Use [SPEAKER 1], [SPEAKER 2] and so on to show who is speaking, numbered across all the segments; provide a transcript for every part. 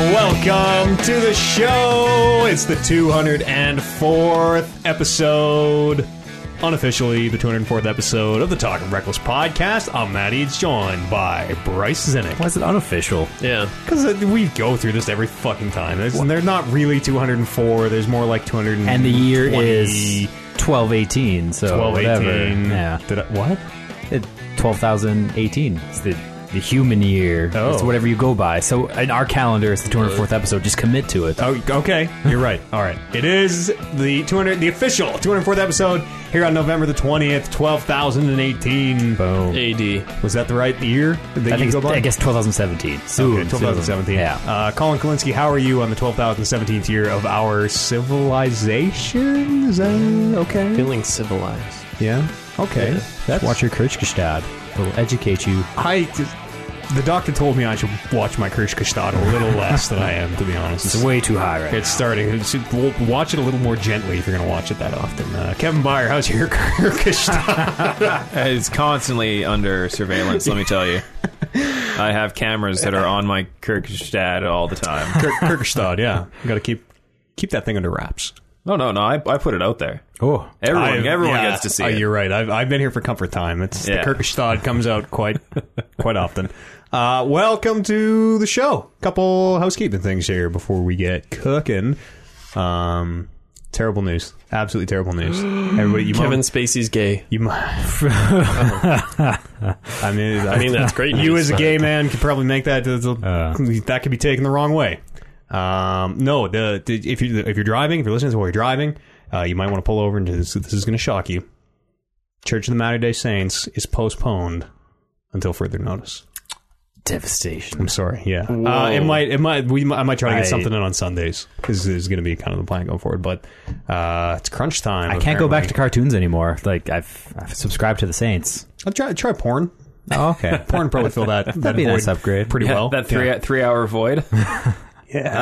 [SPEAKER 1] Welcome to the show. It's the 204th episode, unofficially the 204th episode of the Talk of Reckless podcast. I'm Matt Eads, joined by Bryce Zinnick.
[SPEAKER 2] Why is it unofficial?
[SPEAKER 3] Yeah.
[SPEAKER 1] Because we go through this every fucking time. There's, and they're not really 204. There's more like 200.
[SPEAKER 2] And the year is 1218, so
[SPEAKER 1] 12,
[SPEAKER 2] whatever.
[SPEAKER 1] 18.
[SPEAKER 2] Yeah.
[SPEAKER 1] Did I, what?
[SPEAKER 2] It- 12,018. It's the, the human year.
[SPEAKER 1] Oh.
[SPEAKER 2] It's whatever you go by. So in our calendar, it's the 204th episode. Just commit to it.
[SPEAKER 1] Oh, okay. You're right. All right. It is the 200, the official 204th episode here on November the 20th, 12,018.
[SPEAKER 2] Boom.
[SPEAKER 3] AD.
[SPEAKER 1] Was that the right year that
[SPEAKER 2] I,
[SPEAKER 1] you
[SPEAKER 2] think
[SPEAKER 1] go
[SPEAKER 2] it's,
[SPEAKER 1] by?
[SPEAKER 2] I guess 12,017. Soon.
[SPEAKER 1] Okay, 12,017.
[SPEAKER 2] soon. Yeah.
[SPEAKER 1] Uh, Colin Kalinske, how are you on the 12,017th year of our civilization? Is that okay?
[SPEAKER 3] Feeling civilized.
[SPEAKER 1] Yeah. Okay.
[SPEAKER 2] That's watch your Kirchgestad. It'll educate you.
[SPEAKER 1] I just- the doctor told me I should watch my Kirschkestad a little less than I am, to be honest.
[SPEAKER 2] It's way too high right
[SPEAKER 1] It's starting. It's- we'll watch it a little more gently if you're going to watch it that often. Uh, Kevin Byer, how's your Kirschkestad?
[SPEAKER 4] It's constantly under surveillance, let me tell you. I have cameras that are on my Kirkstad all the time.
[SPEAKER 1] Kirschkestad, yeah. Got to keep keep that thing under wraps.
[SPEAKER 4] No, no, no. I, I put it out there.
[SPEAKER 2] Oh.
[SPEAKER 4] Everyone,
[SPEAKER 1] I've-
[SPEAKER 4] everyone
[SPEAKER 1] yeah,
[SPEAKER 4] gets to see
[SPEAKER 1] uh,
[SPEAKER 4] it.
[SPEAKER 1] You're right. I've, I've been here for comfort time. It's
[SPEAKER 4] Yeah.
[SPEAKER 1] the Kirkstad comes out quite quite often. Uh, welcome to the show. Couple housekeeping things here before we get cooking. Um, terrible news. Absolutely terrible news. Everybody, you
[SPEAKER 3] Kevin
[SPEAKER 1] might,
[SPEAKER 3] Spacey's gay.
[SPEAKER 1] you might. I mean, I,
[SPEAKER 3] I mean, that's great.
[SPEAKER 1] you
[SPEAKER 3] news,
[SPEAKER 1] as a
[SPEAKER 3] but-
[SPEAKER 1] gay man could probably make that that could be taken the wrong way. Um, no, the, the if you if you're driving, if you're listening to this while you're driving, uh, you might want to pull over and this, this is going to shock you. Church of the Latter Day Saints is postponed until further notice.
[SPEAKER 2] Devastation.
[SPEAKER 1] I'm sorry. Yeah, uh, it might it might we might- I might try to get
[SPEAKER 2] I-
[SPEAKER 1] something in on Sundays. This is going to be kind of the plan going forward, but uh, it's crunch time.
[SPEAKER 2] I can't go back to cartoons anymore. Like, I've, I've subscribed to the Saints.
[SPEAKER 1] I'll try try porn.
[SPEAKER 2] Oh, okay.
[SPEAKER 1] Porn probably fill that that'd
[SPEAKER 2] be a nice upgrade.
[SPEAKER 1] pretty
[SPEAKER 4] Yeah,
[SPEAKER 1] well.
[SPEAKER 4] that three
[SPEAKER 1] Yeah.
[SPEAKER 4] three hour void.
[SPEAKER 1] yeah.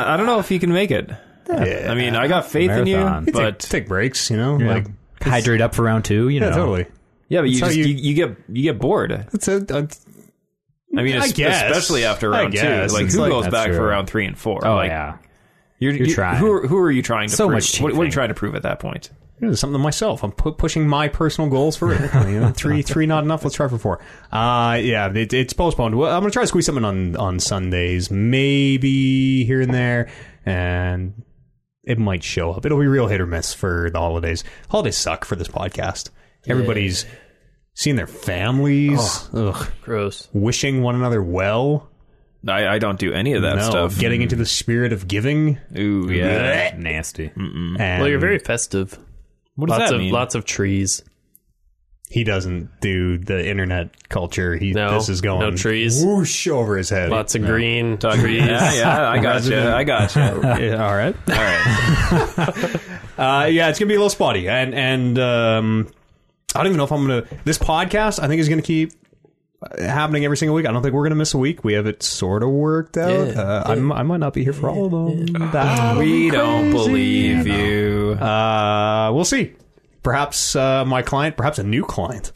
[SPEAKER 4] I, I don't know if you can make it. I mean, I got faith in
[SPEAKER 2] Marathon.
[SPEAKER 4] you,
[SPEAKER 1] Take-
[SPEAKER 4] but
[SPEAKER 1] take, breaks, you know, like
[SPEAKER 2] Hydrate up for round two, you
[SPEAKER 1] yeah,
[SPEAKER 2] know.
[SPEAKER 1] totally.
[SPEAKER 4] yeah, but you
[SPEAKER 1] how
[SPEAKER 4] just
[SPEAKER 1] you-
[SPEAKER 4] you, you get you get bored.
[SPEAKER 1] It's a, a
[SPEAKER 4] I mean,
[SPEAKER 1] I
[SPEAKER 4] es-
[SPEAKER 1] guess.
[SPEAKER 4] especially after
[SPEAKER 1] I
[SPEAKER 4] round two.
[SPEAKER 1] guess.
[SPEAKER 4] Like,
[SPEAKER 1] It's
[SPEAKER 4] who
[SPEAKER 1] like-
[SPEAKER 4] goes
[SPEAKER 2] That's
[SPEAKER 4] back for
[SPEAKER 2] true.
[SPEAKER 4] round three and four?
[SPEAKER 2] Oh,
[SPEAKER 4] like,
[SPEAKER 2] yeah.
[SPEAKER 4] You're, you-
[SPEAKER 2] trying.
[SPEAKER 4] Who are, who are you trying to
[SPEAKER 2] So
[SPEAKER 4] prove?
[SPEAKER 2] much
[SPEAKER 4] what, what are
[SPEAKER 2] cheating.
[SPEAKER 4] you trying to prove at that point?
[SPEAKER 1] you know, something to myself. I'm pu- pushing my personal goals for it. You know, three, three, not enough. Let's try for four. Uh, yeah, it, it's postponed. Well, I'm gonna try to squeeze something on on Sundays, maybe here and there, and it might show up. It'll be real hit or miss for the holidays. Holidays suck for this podcast. Everybody's seeing their families, ugh,
[SPEAKER 3] Gross.
[SPEAKER 1] wishing one another well.
[SPEAKER 4] I, I don't do any of that
[SPEAKER 1] No,
[SPEAKER 4] stuff.
[SPEAKER 1] getting into the spirit of giving.
[SPEAKER 4] Ooh, yeah.
[SPEAKER 2] Nasty.
[SPEAKER 1] And
[SPEAKER 4] Mm-hmm.
[SPEAKER 3] Well, you're very festive.
[SPEAKER 4] What does
[SPEAKER 3] Lots
[SPEAKER 4] that
[SPEAKER 3] of
[SPEAKER 4] mean?
[SPEAKER 3] lots of trees.
[SPEAKER 1] he doesn't do the internet culture. He
[SPEAKER 3] No,
[SPEAKER 1] this is going
[SPEAKER 3] no trees.
[SPEAKER 1] whoosh over his head.
[SPEAKER 3] Lots of green
[SPEAKER 4] Talking-
[SPEAKER 3] trees.
[SPEAKER 4] Yeah, yeah, I got you. I got you. All
[SPEAKER 1] Yeah, all right.
[SPEAKER 4] right.
[SPEAKER 1] Uh, yeah, it's gonna be a little spotty, and and um, I don't even know if I'm gonna. This podcast, I think, is gonna keep happening every single week. I don't think we're gonna miss a week. We have it sort of worked out.
[SPEAKER 3] Yeah, Oh,
[SPEAKER 1] uh, I'm, I might not be here for all of them. That'll be
[SPEAKER 4] We don't believe you.
[SPEAKER 1] Uh, we'll see. Perhaps uh, my client, perhaps a new client,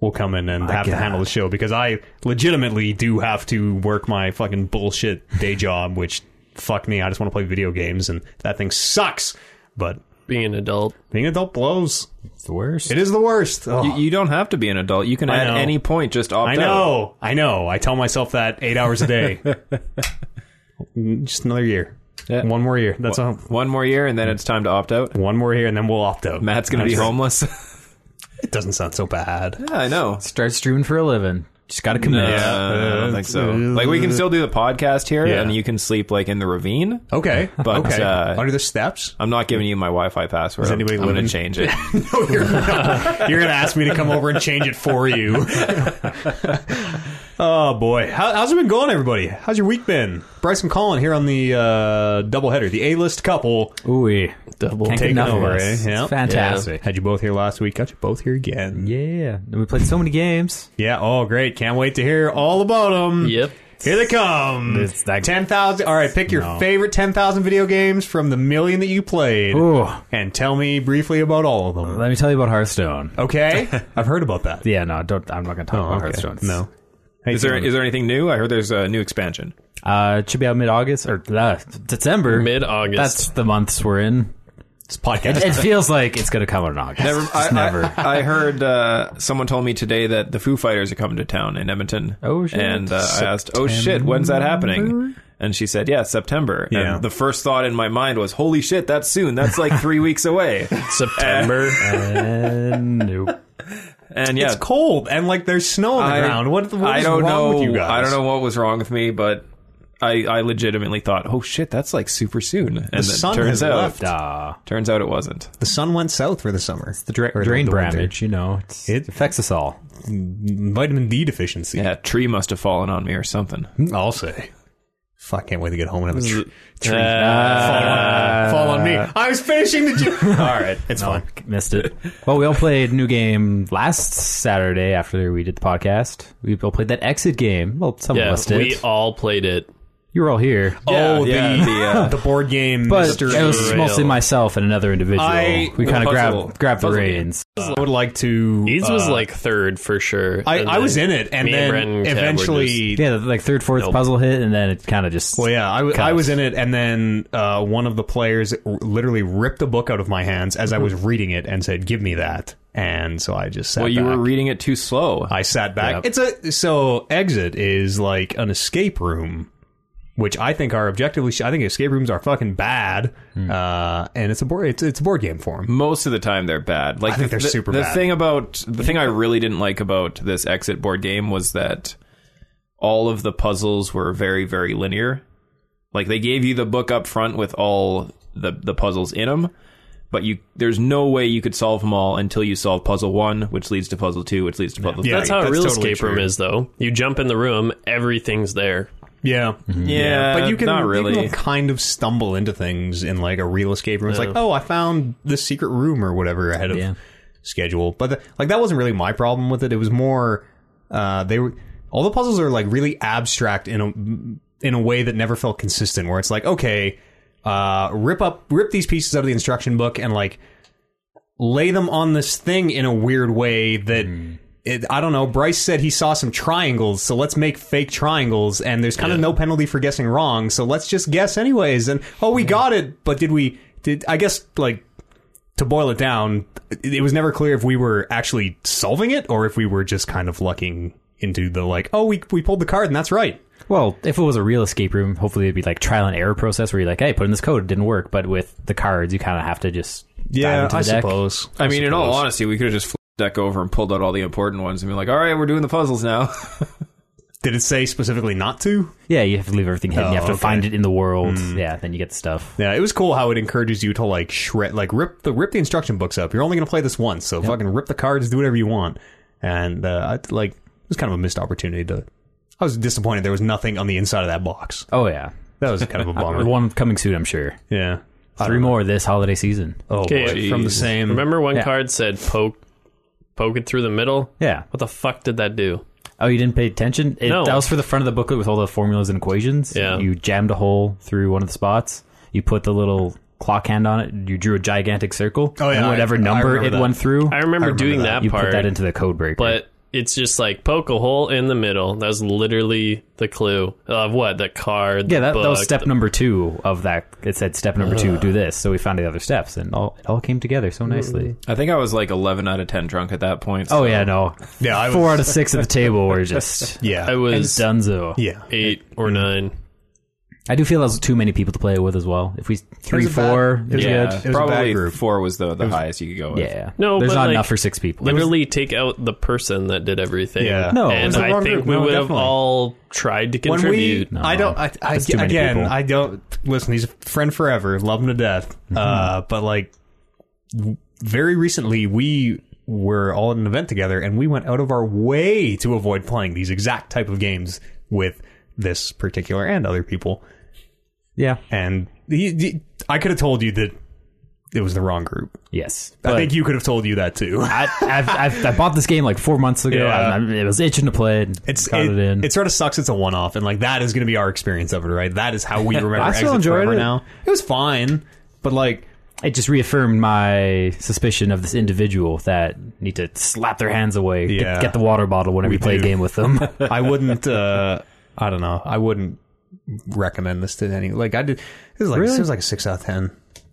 [SPEAKER 1] will come in and have to
[SPEAKER 2] God.
[SPEAKER 1] handle the show because I legitimately do have to work my fucking bullshit day job, which fuck me, I just want to play video games and that thing sucks. But
[SPEAKER 3] Being an adult.
[SPEAKER 1] being an adult blows.
[SPEAKER 2] It's the worst.
[SPEAKER 1] It is the worst. Ugh.
[SPEAKER 4] You, you don't have to be an adult. You can
[SPEAKER 1] I
[SPEAKER 4] at
[SPEAKER 1] know.
[SPEAKER 4] any point just opt
[SPEAKER 1] I
[SPEAKER 4] out.
[SPEAKER 1] know. I know. I tell myself that eight hours a day. just another year.
[SPEAKER 4] Yeah.
[SPEAKER 1] One more year. That's all.
[SPEAKER 4] One more year, and then it's time to opt out.
[SPEAKER 1] One more year, and then we'll opt out.
[SPEAKER 4] Matt's gonna be
[SPEAKER 1] That's-
[SPEAKER 4] homeless.
[SPEAKER 1] It doesn't sound so bad.
[SPEAKER 4] yeah, I know.
[SPEAKER 2] Start streaming for a living. Just got to commit.
[SPEAKER 4] Uh, I don't think so. Like we can still do the podcast here,
[SPEAKER 1] Yeah.
[SPEAKER 4] and you can sleep like in the ravine.
[SPEAKER 1] Okay.
[SPEAKER 4] But,
[SPEAKER 1] okay.
[SPEAKER 4] uh,
[SPEAKER 1] Under the steps.
[SPEAKER 4] I'm not giving you my Wi-Fi password.
[SPEAKER 1] Is anybody
[SPEAKER 4] I'm going
[SPEAKER 1] living-
[SPEAKER 4] to change it.
[SPEAKER 1] You're, going to ask me to come over and change it for you. oh boy, How, how's it been going, everybody? How's your week been? Bryce and Colin here on the uh, doubleheader, the A-list couple.
[SPEAKER 2] Ooh,
[SPEAKER 3] Double.
[SPEAKER 2] can't
[SPEAKER 1] Taking
[SPEAKER 2] get enough
[SPEAKER 1] over,
[SPEAKER 2] of
[SPEAKER 1] eh?
[SPEAKER 2] us.
[SPEAKER 1] Yeah.
[SPEAKER 2] It's fantastic.
[SPEAKER 1] Had you both here last week? Got you both here again.
[SPEAKER 2] Yeah. And we played so many games.
[SPEAKER 1] Yeah. Oh, great! Can't wait to hear all about them.
[SPEAKER 3] Yep.
[SPEAKER 1] Here they come.
[SPEAKER 2] It's like-
[SPEAKER 1] ten thousand. All right, pick your
[SPEAKER 2] No.
[SPEAKER 1] favorite ten thousand video games from the million that you played,
[SPEAKER 2] Ooh,
[SPEAKER 1] and tell me briefly about all of them.
[SPEAKER 2] let me tell you about Hearthstone.
[SPEAKER 1] Okay, I've heard about that.
[SPEAKER 2] Yeah, no, don't. I'm not gonna talk about Hearthstone.
[SPEAKER 1] No.
[SPEAKER 4] Is there is there anything new? I heard there's a new expansion.
[SPEAKER 2] Uh, it should be out mid August or uh, December.
[SPEAKER 3] Mid-August.
[SPEAKER 2] That's the months we're in.
[SPEAKER 1] This podcast.
[SPEAKER 2] It feels like it's going to come out in August.
[SPEAKER 4] Never,
[SPEAKER 2] Just
[SPEAKER 4] I, I-
[SPEAKER 2] never.
[SPEAKER 4] I, heard uh, someone told me today that the Foo Fighters are coming to town in Edmonton.
[SPEAKER 2] Oh, shit.
[SPEAKER 4] And uh, I asked, "Oh shit, when's that happening?" And she said, "Yeah, September."
[SPEAKER 1] Yeah.
[SPEAKER 4] And the first thought in my mind was, "Holy shit, that's soon. That's like three weeks away."
[SPEAKER 3] September.
[SPEAKER 2] And nope.
[SPEAKER 4] And yeah,
[SPEAKER 1] It's cold and like there's snow on the ground. What, what
[SPEAKER 4] I
[SPEAKER 1] is
[SPEAKER 4] don't
[SPEAKER 1] wrong
[SPEAKER 4] know.
[SPEAKER 1] with you guys?
[SPEAKER 4] I don't know what was wrong with me, but I, I legitimately thought, "Oh shit, that's like super soon." And it
[SPEAKER 1] sun
[SPEAKER 4] turns
[SPEAKER 1] has
[SPEAKER 4] out,
[SPEAKER 1] left.
[SPEAKER 2] Duh.
[SPEAKER 4] turns out it wasn't.
[SPEAKER 1] The sun went south for the summer. The dra- or
[SPEAKER 2] Drain
[SPEAKER 1] the winter.
[SPEAKER 2] bramage, you know. It's,
[SPEAKER 1] It-
[SPEAKER 2] it affects us all.
[SPEAKER 1] vitamin D deficiency. Hmm,
[SPEAKER 4] Yeah, a tree must have fallen on me or something.
[SPEAKER 1] I'll say. Fuck, can't wait to get home and have a tr- tree
[SPEAKER 4] Uh,
[SPEAKER 1] fall, on, fall on me. I was finishing the. Ju- All right, it's fine.
[SPEAKER 2] Missed it. Well, we all played new game last Saturday after we did the podcast. We all played that exit game. Well, some of
[SPEAKER 3] yeah,
[SPEAKER 2] us did.
[SPEAKER 3] we all played it.
[SPEAKER 2] you were all here.
[SPEAKER 1] oh,
[SPEAKER 4] yeah,
[SPEAKER 1] the
[SPEAKER 4] the, uh,
[SPEAKER 1] the board game.
[SPEAKER 2] But
[SPEAKER 1] mystery.
[SPEAKER 2] it was
[SPEAKER 3] Rail.
[SPEAKER 2] mostly myself and another individual.
[SPEAKER 1] I-
[SPEAKER 2] we kind
[SPEAKER 4] the
[SPEAKER 2] of
[SPEAKER 4] puzzle-
[SPEAKER 2] grabbed grabbed the
[SPEAKER 4] puzzle game.
[SPEAKER 2] reins.
[SPEAKER 1] I would like to.
[SPEAKER 3] Ease was
[SPEAKER 1] uh,
[SPEAKER 3] like third for sure.
[SPEAKER 1] I,
[SPEAKER 3] And
[SPEAKER 1] I was
[SPEAKER 3] then
[SPEAKER 1] in it, and
[SPEAKER 3] me and
[SPEAKER 1] then
[SPEAKER 3] Brendan Kat were
[SPEAKER 1] eventually.
[SPEAKER 2] Yeah, like third, fourth puzzle hit, and then it kind of just.
[SPEAKER 1] Well, yeah, I wa-
[SPEAKER 2] Cut
[SPEAKER 1] I
[SPEAKER 2] us.
[SPEAKER 1] was in it, and then uh, one of the players r- literally ripped the book out of my hands as I was reading it and said, "Give me that." And so I just sat
[SPEAKER 4] Mm-hmm. Well, you
[SPEAKER 1] back.
[SPEAKER 4] were reading it too slow.
[SPEAKER 1] I sat back.
[SPEAKER 2] Yep.
[SPEAKER 1] It's a so exit is like an escape room, which I think are objectively. sh- I think escape rooms are fucking bad,
[SPEAKER 4] Hmm.
[SPEAKER 1] uh, and it's a board. It's, it's a board game form.
[SPEAKER 4] most of the time they're bad. Like
[SPEAKER 1] I think
[SPEAKER 4] the,
[SPEAKER 1] they're
[SPEAKER 4] the-
[SPEAKER 1] super
[SPEAKER 4] the
[SPEAKER 1] bad.
[SPEAKER 4] thing about the thing I really didn't like about this exit board game was that all of the puzzles were very very linear. Like they gave you the book up front with all the the puzzles in them, but you there's no way you could solve them all until you solve puzzle 1, which leads to puzzle 2, which leads to puzzle 3.
[SPEAKER 1] Yeah,
[SPEAKER 3] That's how a
[SPEAKER 1] that's
[SPEAKER 3] real
[SPEAKER 1] totally
[SPEAKER 3] escape room
[SPEAKER 1] true.
[SPEAKER 3] is, though. You jump in the room, everything's there.
[SPEAKER 4] Mm-hmm.
[SPEAKER 1] Yeah,
[SPEAKER 4] Yeah,
[SPEAKER 1] but you can
[SPEAKER 4] Uh, not
[SPEAKER 1] you
[SPEAKER 4] really.
[SPEAKER 1] can kind of stumble into things in like a real escape room. It's like, oh, I found this secret room or whatever ahead of
[SPEAKER 2] Yeah.
[SPEAKER 1] schedule. But the, like that wasn't really my problem with it. It was more uh, they were all the puzzles are like really abstract in a in a way that never felt consistent. Where it's like, okay, uh, rip up rip these pieces out of the instruction book and like lay them on this thing in a weird way that
[SPEAKER 2] Hmm.
[SPEAKER 1] it, I don't know. Bryce said he saw some triangles, so let's make fake triangles. And there's kind of no penalty for guessing wrong, so let's just guess anyways. And oh,
[SPEAKER 2] Hmm.
[SPEAKER 1] we got it, but did we? Did I guess like to boil it down? It, it was never clear if we were actually solving it or if we were just kind of lucking into the like, oh, we we pulled the card and that's right.
[SPEAKER 2] Well, if it was a real escape room, hopefully it'd be like trial and error process where you're like, hey, put in this code, it didn't work. But with the cards, you kind of have to just dive into the deck.
[SPEAKER 1] suppose.
[SPEAKER 4] I mean, in all honesty, we could have just flipped the deck over and pulled out all the important ones and be like, "All right, we're doing the puzzles now."
[SPEAKER 1] Did it say specifically not to?
[SPEAKER 2] Yeah, you have to leave everything hidden.
[SPEAKER 1] Oh,
[SPEAKER 2] you have to
[SPEAKER 1] okay. Hmm.
[SPEAKER 2] find it in the world. Yeah, then you get the stuff.
[SPEAKER 1] Yeah, it was cool how it encourages you to like shred, like rip the rip the instruction books up. You're only going to play this once, so fucking rip the cards, do whatever you want. And uh, I, like, it was kind of a missed opportunity to. I was disappointed there was nothing on the inside of that box.
[SPEAKER 2] Oh yeah,
[SPEAKER 1] That was kind of a
[SPEAKER 2] Or
[SPEAKER 1] bummer.
[SPEAKER 2] one coming soon, I'm sure.
[SPEAKER 1] yeah.
[SPEAKER 2] Three more this holiday season.
[SPEAKER 1] Oh boy,
[SPEAKER 3] Okay,
[SPEAKER 1] from the
[SPEAKER 4] jeez.
[SPEAKER 1] same.
[SPEAKER 3] Remember one
[SPEAKER 2] Yeah.
[SPEAKER 3] card said poke, poke it through the middle.
[SPEAKER 2] Yeah.
[SPEAKER 3] What the fuck did that do?
[SPEAKER 2] Oh, you didn't pay attention. It,
[SPEAKER 3] No.
[SPEAKER 2] That was for the front of the booklet with all the formulas and equations.
[SPEAKER 3] Yeah.
[SPEAKER 2] You jammed a hole through one of the spots. You put the little clock hand on it. You drew a gigantic circle.
[SPEAKER 1] Oh, yeah,
[SPEAKER 2] And whatever
[SPEAKER 1] I- I
[SPEAKER 2] number
[SPEAKER 1] remember
[SPEAKER 2] it
[SPEAKER 1] that.
[SPEAKER 2] went through,
[SPEAKER 3] I remember,
[SPEAKER 1] remember
[SPEAKER 3] doing
[SPEAKER 1] that.
[SPEAKER 3] that,
[SPEAKER 2] you
[SPEAKER 3] part,
[SPEAKER 2] put that into the code breaker.
[SPEAKER 3] but it's just like poke a hole in the middle. That was literally the clue of what the card. the
[SPEAKER 2] yeah, that, that was
[SPEAKER 3] book,
[SPEAKER 2] step
[SPEAKER 3] the-
[SPEAKER 2] number two of that. It said step number two, do this. So we found the other steps, and all it all came together so
[SPEAKER 1] Mm.
[SPEAKER 2] nicely.
[SPEAKER 4] I think I was like 11 out of 10 drunk at that point.
[SPEAKER 2] Oh
[SPEAKER 4] so-
[SPEAKER 2] yeah, no,
[SPEAKER 1] Yeah, I
[SPEAKER 2] four
[SPEAKER 1] was-
[SPEAKER 2] out of six at the table were just
[SPEAKER 1] Yeah,
[SPEAKER 3] I was
[SPEAKER 2] Dunzo.
[SPEAKER 1] Yeah,
[SPEAKER 3] eight or nine.
[SPEAKER 2] I do feel there's too many people to play with as well. If we three,
[SPEAKER 1] was a bad-
[SPEAKER 2] four,
[SPEAKER 1] it was a
[SPEAKER 2] yeah,
[SPEAKER 1] bad- It
[SPEAKER 4] Yeah,
[SPEAKER 1] was a
[SPEAKER 4] probably
[SPEAKER 1] bad group.
[SPEAKER 4] four was the, the highest you could go with.
[SPEAKER 2] yeah.
[SPEAKER 3] No,
[SPEAKER 2] there's
[SPEAKER 3] but,
[SPEAKER 2] not
[SPEAKER 3] like,
[SPEAKER 2] enough for six people.
[SPEAKER 3] Literally take out the person that did everything.
[SPEAKER 1] Yeah.
[SPEAKER 2] No, it
[SPEAKER 3] and
[SPEAKER 2] was the
[SPEAKER 3] I
[SPEAKER 1] wrong
[SPEAKER 3] think
[SPEAKER 1] group.
[SPEAKER 3] we
[SPEAKER 1] No,
[SPEAKER 3] would have
[SPEAKER 1] definitely.
[SPEAKER 3] all tried to
[SPEAKER 1] when we,
[SPEAKER 3] contribute.
[SPEAKER 1] I don't. I, I,
[SPEAKER 2] That's too many
[SPEAKER 1] again,
[SPEAKER 2] people.
[SPEAKER 1] I don't listen. He's a friend forever. Love him to death.
[SPEAKER 2] Mm-hmm.
[SPEAKER 1] Uh, but like, w- very recently, we were all at an event together, and we went out of our way to avoid playing these exact type of games with this particular and other people.
[SPEAKER 2] yeah.
[SPEAKER 1] And he, he- I could have told you that it was the wrong group.
[SPEAKER 2] Yes.
[SPEAKER 1] I
[SPEAKER 2] But
[SPEAKER 1] think you could have told you that too.
[SPEAKER 2] I, I've, I've, I bought this game like four months ago.
[SPEAKER 1] Yeah.
[SPEAKER 2] I, I, it was itching to play. It.
[SPEAKER 1] It's
[SPEAKER 2] got
[SPEAKER 1] it,
[SPEAKER 2] it, in.
[SPEAKER 1] it sort of sucks. It's a one off, and like that is going to be our experience of it, right? That is how we remember.
[SPEAKER 2] I still
[SPEAKER 1] Exit
[SPEAKER 2] enjoyed
[SPEAKER 1] Forever
[SPEAKER 2] it.
[SPEAKER 1] now. It was fine, but like
[SPEAKER 2] it just reaffirmed my suspicion of this individual that need to slap their hands away, get-
[SPEAKER 1] Yeah.
[SPEAKER 2] get, the water bottle whenever you play
[SPEAKER 1] do.
[SPEAKER 2] a game with them.
[SPEAKER 1] I wouldn't. uh I don't know. I wouldn't recommend this to any. Like I did. This is like
[SPEAKER 2] Really?
[SPEAKER 1] this is like a six out of ten.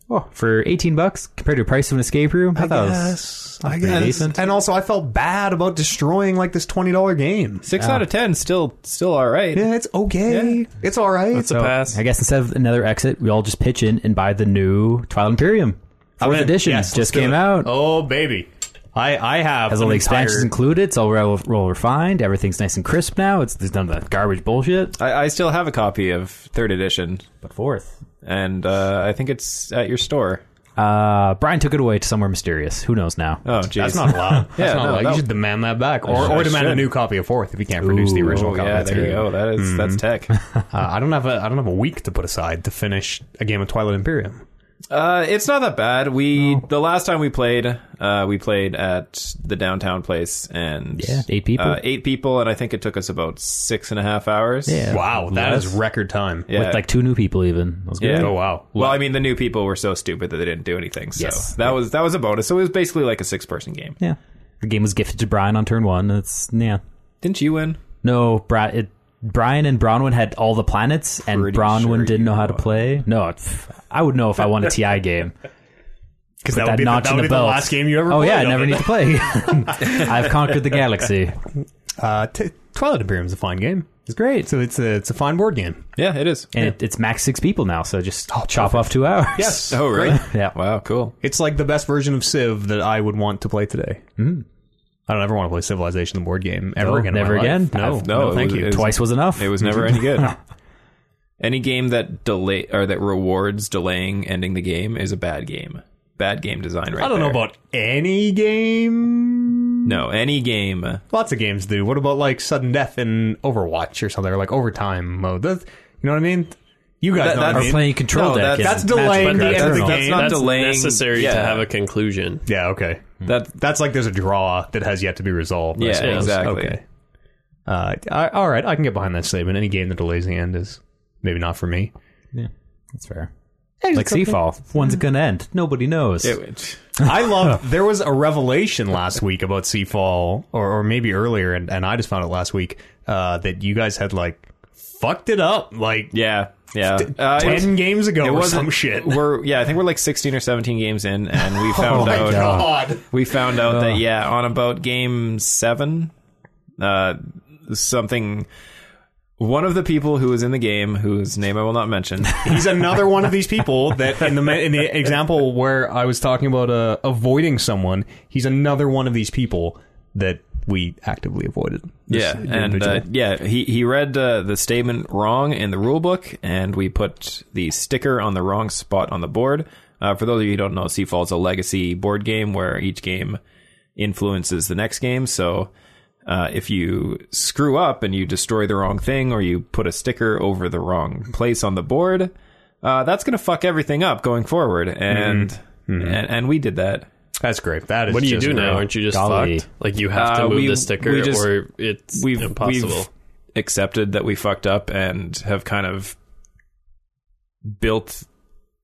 [SPEAKER 2] Oh, for 18 bucks compared to the price of an escape room, I, thought it was
[SPEAKER 1] I
[SPEAKER 2] pretty
[SPEAKER 1] guess.
[SPEAKER 2] decent.
[SPEAKER 1] And also, I felt bad about destroying like this twenty dollar game.
[SPEAKER 4] Six out of ten, still still all right.
[SPEAKER 1] Yeah, it's okay.
[SPEAKER 4] Yeah.
[SPEAKER 1] It's all right.
[SPEAKER 3] That's a pass.
[SPEAKER 2] I guess instead of another exit, we all just pitch in and buy the new Twilight Imperium.
[SPEAKER 1] I'm
[SPEAKER 2] Fourth
[SPEAKER 1] in.
[SPEAKER 2] edition
[SPEAKER 1] Yes, let's
[SPEAKER 2] just
[SPEAKER 1] do
[SPEAKER 2] came
[SPEAKER 1] it.
[SPEAKER 2] out.
[SPEAKER 1] Oh baby, I I have
[SPEAKER 2] Has
[SPEAKER 1] an
[SPEAKER 2] all the
[SPEAKER 1] entire-
[SPEAKER 2] expansions included. It's all roll, roll refined. Everything's nice and crisp now. It's there's none of that garbage bullshit.
[SPEAKER 4] I, I still have a copy of third edition,
[SPEAKER 2] But fourth,
[SPEAKER 4] and uh, I think it's at your store.
[SPEAKER 2] uh, Brian took it away to somewhere mysterious. Who knows now?
[SPEAKER 4] Oh, geez.
[SPEAKER 1] That's not allowed. That's
[SPEAKER 4] Yeah,
[SPEAKER 1] not
[SPEAKER 4] no,
[SPEAKER 1] allowed.
[SPEAKER 4] that-
[SPEAKER 1] You should demand that back, or,
[SPEAKER 4] should-
[SPEAKER 1] or
[SPEAKER 4] I
[SPEAKER 1] demand a
[SPEAKER 4] should.
[SPEAKER 1] new copy of Fourth if you can't produce the
[SPEAKER 2] Ooh,
[SPEAKER 1] original
[SPEAKER 4] Oh,
[SPEAKER 1] copy.
[SPEAKER 4] yeah,
[SPEAKER 1] That's
[SPEAKER 4] there
[SPEAKER 1] it.
[SPEAKER 4] you go. That is- that's tech.
[SPEAKER 2] Mm-hmm.
[SPEAKER 1] Uh, I don't have a I don't have a week to put aside to finish a game of Twilight Imperium.
[SPEAKER 4] Uh, it's not that bad. We the last time we played, uh, we played at the downtown place, and
[SPEAKER 2] Yeah, eight people.
[SPEAKER 4] uh, eight people, and I think it took us about six and a half hours.
[SPEAKER 2] Yeah.
[SPEAKER 1] Wow, that is record time.
[SPEAKER 4] Yeah.
[SPEAKER 2] With like two new people even. That was good.
[SPEAKER 4] Yeah.
[SPEAKER 1] Oh wow.
[SPEAKER 4] Well, I mean, the new people were so stupid that they didn't do anything. So
[SPEAKER 2] Yes.
[SPEAKER 4] that was that was a bonus. So it was basically like a six person game.
[SPEAKER 2] Yeah. The game was gifted to Brian on turn one. and It's yeah.
[SPEAKER 4] Didn't you win?
[SPEAKER 2] No, Bri- it, Brian and Bronwyn had all the planets, and
[SPEAKER 4] Pretty
[SPEAKER 2] Bronwyn
[SPEAKER 4] sure
[SPEAKER 2] didn't
[SPEAKER 4] you
[SPEAKER 2] know how to
[SPEAKER 4] won.
[SPEAKER 2] play. No, it, I would know if I won a TI game.
[SPEAKER 1] because
[SPEAKER 2] Put
[SPEAKER 1] that, would be,
[SPEAKER 2] notch
[SPEAKER 1] the, that
[SPEAKER 2] in
[SPEAKER 1] would
[SPEAKER 2] the
[SPEAKER 1] be the
[SPEAKER 2] belt.
[SPEAKER 1] last game you ever.
[SPEAKER 2] Oh
[SPEAKER 1] played
[SPEAKER 2] yeah, I
[SPEAKER 1] of
[SPEAKER 2] never
[SPEAKER 1] it.
[SPEAKER 2] need to play. I've conquered the galaxy.
[SPEAKER 1] Uh, t- Twilight Imperium is a fine game.
[SPEAKER 2] It's great,
[SPEAKER 1] So it's a it's a fine board game.
[SPEAKER 4] Yeah, it is.
[SPEAKER 2] and it, it's max six people now. So just chop off two hours.
[SPEAKER 4] Oh, really?
[SPEAKER 2] Yeah.
[SPEAKER 4] Wow, cool.
[SPEAKER 1] It's like the best version of Civ that I would want to play today. I don't ever want to play Civilization the board game ever
[SPEAKER 2] No,
[SPEAKER 1] again. in my
[SPEAKER 2] never
[SPEAKER 1] life.
[SPEAKER 2] again.
[SPEAKER 1] No,
[SPEAKER 2] I've-
[SPEAKER 1] no,
[SPEAKER 4] no, it
[SPEAKER 1] thank
[SPEAKER 4] was-
[SPEAKER 1] you.
[SPEAKER 4] it
[SPEAKER 2] Twice was enough.
[SPEAKER 4] It was never any good. Any game that delay or that rewards delaying ending the game is a bad game. Bad game design, right?
[SPEAKER 1] I don't know
[SPEAKER 4] there.
[SPEAKER 1] about any game.
[SPEAKER 4] no any game.
[SPEAKER 1] Lots of games do. What about like sudden death in Overwatch or something, or like overtime mode? That's, you know what I mean? You guys
[SPEAKER 4] That-
[SPEAKER 1] know what I
[SPEAKER 2] Or
[SPEAKER 1] mean.
[SPEAKER 2] playing control
[SPEAKER 4] No,
[SPEAKER 2] deck.
[SPEAKER 4] that-
[SPEAKER 2] is
[SPEAKER 1] that's
[SPEAKER 2] Magic
[SPEAKER 1] delaying
[SPEAKER 2] the
[SPEAKER 1] the
[SPEAKER 2] Gathering.
[SPEAKER 1] end of the
[SPEAKER 2] I don't know.
[SPEAKER 1] game.
[SPEAKER 4] not
[SPEAKER 3] That's
[SPEAKER 4] delaying-
[SPEAKER 3] necessary
[SPEAKER 4] yeah.
[SPEAKER 3] to have a conclusion.
[SPEAKER 1] Yeah, okay.
[SPEAKER 4] That
[SPEAKER 1] That's like there's a draw that has yet to be resolved. I
[SPEAKER 4] Yeah,
[SPEAKER 1] Hmm. suppose.
[SPEAKER 4] exactly.
[SPEAKER 1] Okay. Uh, I, all right, I can get behind that statement. Any game that delays the end is maybe not for me.
[SPEAKER 2] Yeah, that's fair. Like Seafall, when's it gonna end? Nobody knows.
[SPEAKER 4] it,
[SPEAKER 1] I love. There was a revelation last week about Seafall, or, or maybe earlier, and, and I just found it last week uh, that you guys had like fucked it up like
[SPEAKER 4] yeah, yeah. Uh,
[SPEAKER 1] ten
[SPEAKER 4] it was-
[SPEAKER 1] games ago
[SPEAKER 4] it
[SPEAKER 1] or
[SPEAKER 4] wasn't- Oh,
[SPEAKER 1] some shit. Oh
[SPEAKER 4] We're yeah, I think we're like sixteen or seventeen games in, and we found out.
[SPEAKER 1] God.
[SPEAKER 4] We found out that yeah, on about game seven, uh, something. One of the people who was in the game, whose name I will not mention,
[SPEAKER 1] He's another one of these people that in the ma- in the example where I was talking about uh, avoiding someone, he's another one of these people that we actively avoided. This
[SPEAKER 4] yeah, and
[SPEAKER 1] individual.
[SPEAKER 4] uh, yeah, he he read uh, the statement wrong in the rule book, and we put the sticker on the wrong spot on the board. Uh, for those of you who don't know, Seafall is a legacy board game where each game influences the next game. So uh, if you screw up and you destroy the wrong thing, or you put a sticker over the wrong place on the board, uh, that's gonna fuck everything up going forward. And and and we did that.
[SPEAKER 1] that's great. That is
[SPEAKER 3] What do you
[SPEAKER 1] just
[SPEAKER 3] do
[SPEAKER 1] great.
[SPEAKER 3] now? Aren't you just
[SPEAKER 2] Golly.
[SPEAKER 3] fucked? Like you have
[SPEAKER 4] Uh,
[SPEAKER 3] to move
[SPEAKER 4] we-
[SPEAKER 3] the sticker,
[SPEAKER 4] we just-
[SPEAKER 3] or it's
[SPEAKER 4] we've
[SPEAKER 3] impossible.
[SPEAKER 4] we've accepted that we fucked up and have kind of built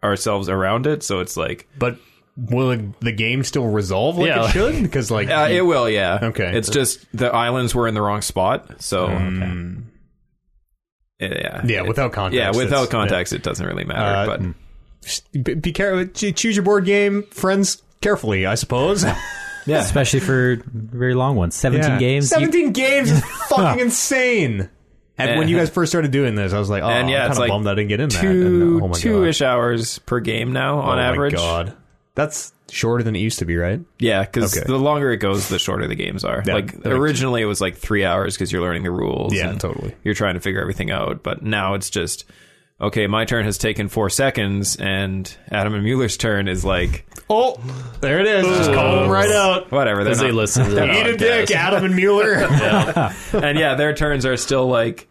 [SPEAKER 4] ourselves around it. So it's like
[SPEAKER 1] But will it- the game still resolve like
[SPEAKER 3] Yeah.
[SPEAKER 1] it should? Because like
[SPEAKER 4] uh, it will, yeah.
[SPEAKER 1] Okay.
[SPEAKER 4] It's just the islands were in the wrong spot. So Hmm. eh, yeah,
[SPEAKER 1] Yeah, without context,
[SPEAKER 4] Yeah, hmm. without
[SPEAKER 1] it's-
[SPEAKER 4] context, it doesn't really matter.
[SPEAKER 1] Uh,
[SPEAKER 4] but
[SPEAKER 1] be, be careful. Choose your board game, friends carefully. I suppose.
[SPEAKER 4] yeah,
[SPEAKER 2] especially for very long ones. Seventeen games. you-
[SPEAKER 1] Seventeen games is fucking insane. And when you guys first started doing this, I was like, oh,
[SPEAKER 4] And yeah,
[SPEAKER 1] I'm kind of
[SPEAKER 4] it's like
[SPEAKER 1] bummed I didn't get in that. And,
[SPEAKER 4] two
[SPEAKER 1] oh my
[SPEAKER 4] two
[SPEAKER 1] God.
[SPEAKER 4] ish hours per game now on
[SPEAKER 1] Oh my
[SPEAKER 4] average.
[SPEAKER 1] God, that's shorter than it used to be, right?
[SPEAKER 4] Yeah, because
[SPEAKER 1] Okay.
[SPEAKER 4] the longer it goes, the shorter the games are.
[SPEAKER 1] Yeah, that
[SPEAKER 4] like
[SPEAKER 1] makes
[SPEAKER 4] originally, it was like three hours because you're learning the rules.
[SPEAKER 1] Yeah,
[SPEAKER 4] and
[SPEAKER 1] totally.
[SPEAKER 4] You're trying to figure everything out, but now it's just okay. My turn has taken four seconds, and Adam and Mueller's turn is like
[SPEAKER 1] Oh, there it is. Just call them right out.
[SPEAKER 4] whatever. They're
[SPEAKER 3] Because they
[SPEAKER 4] not-
[SPEAKER 3] listen to the
[SPEAKER 1] Eat a
[SPEAKER 3] podcast.
[SPEAKER 1] dick, Adam and Mueller.
[SPEAKER 4] and yeah, their turns are still like,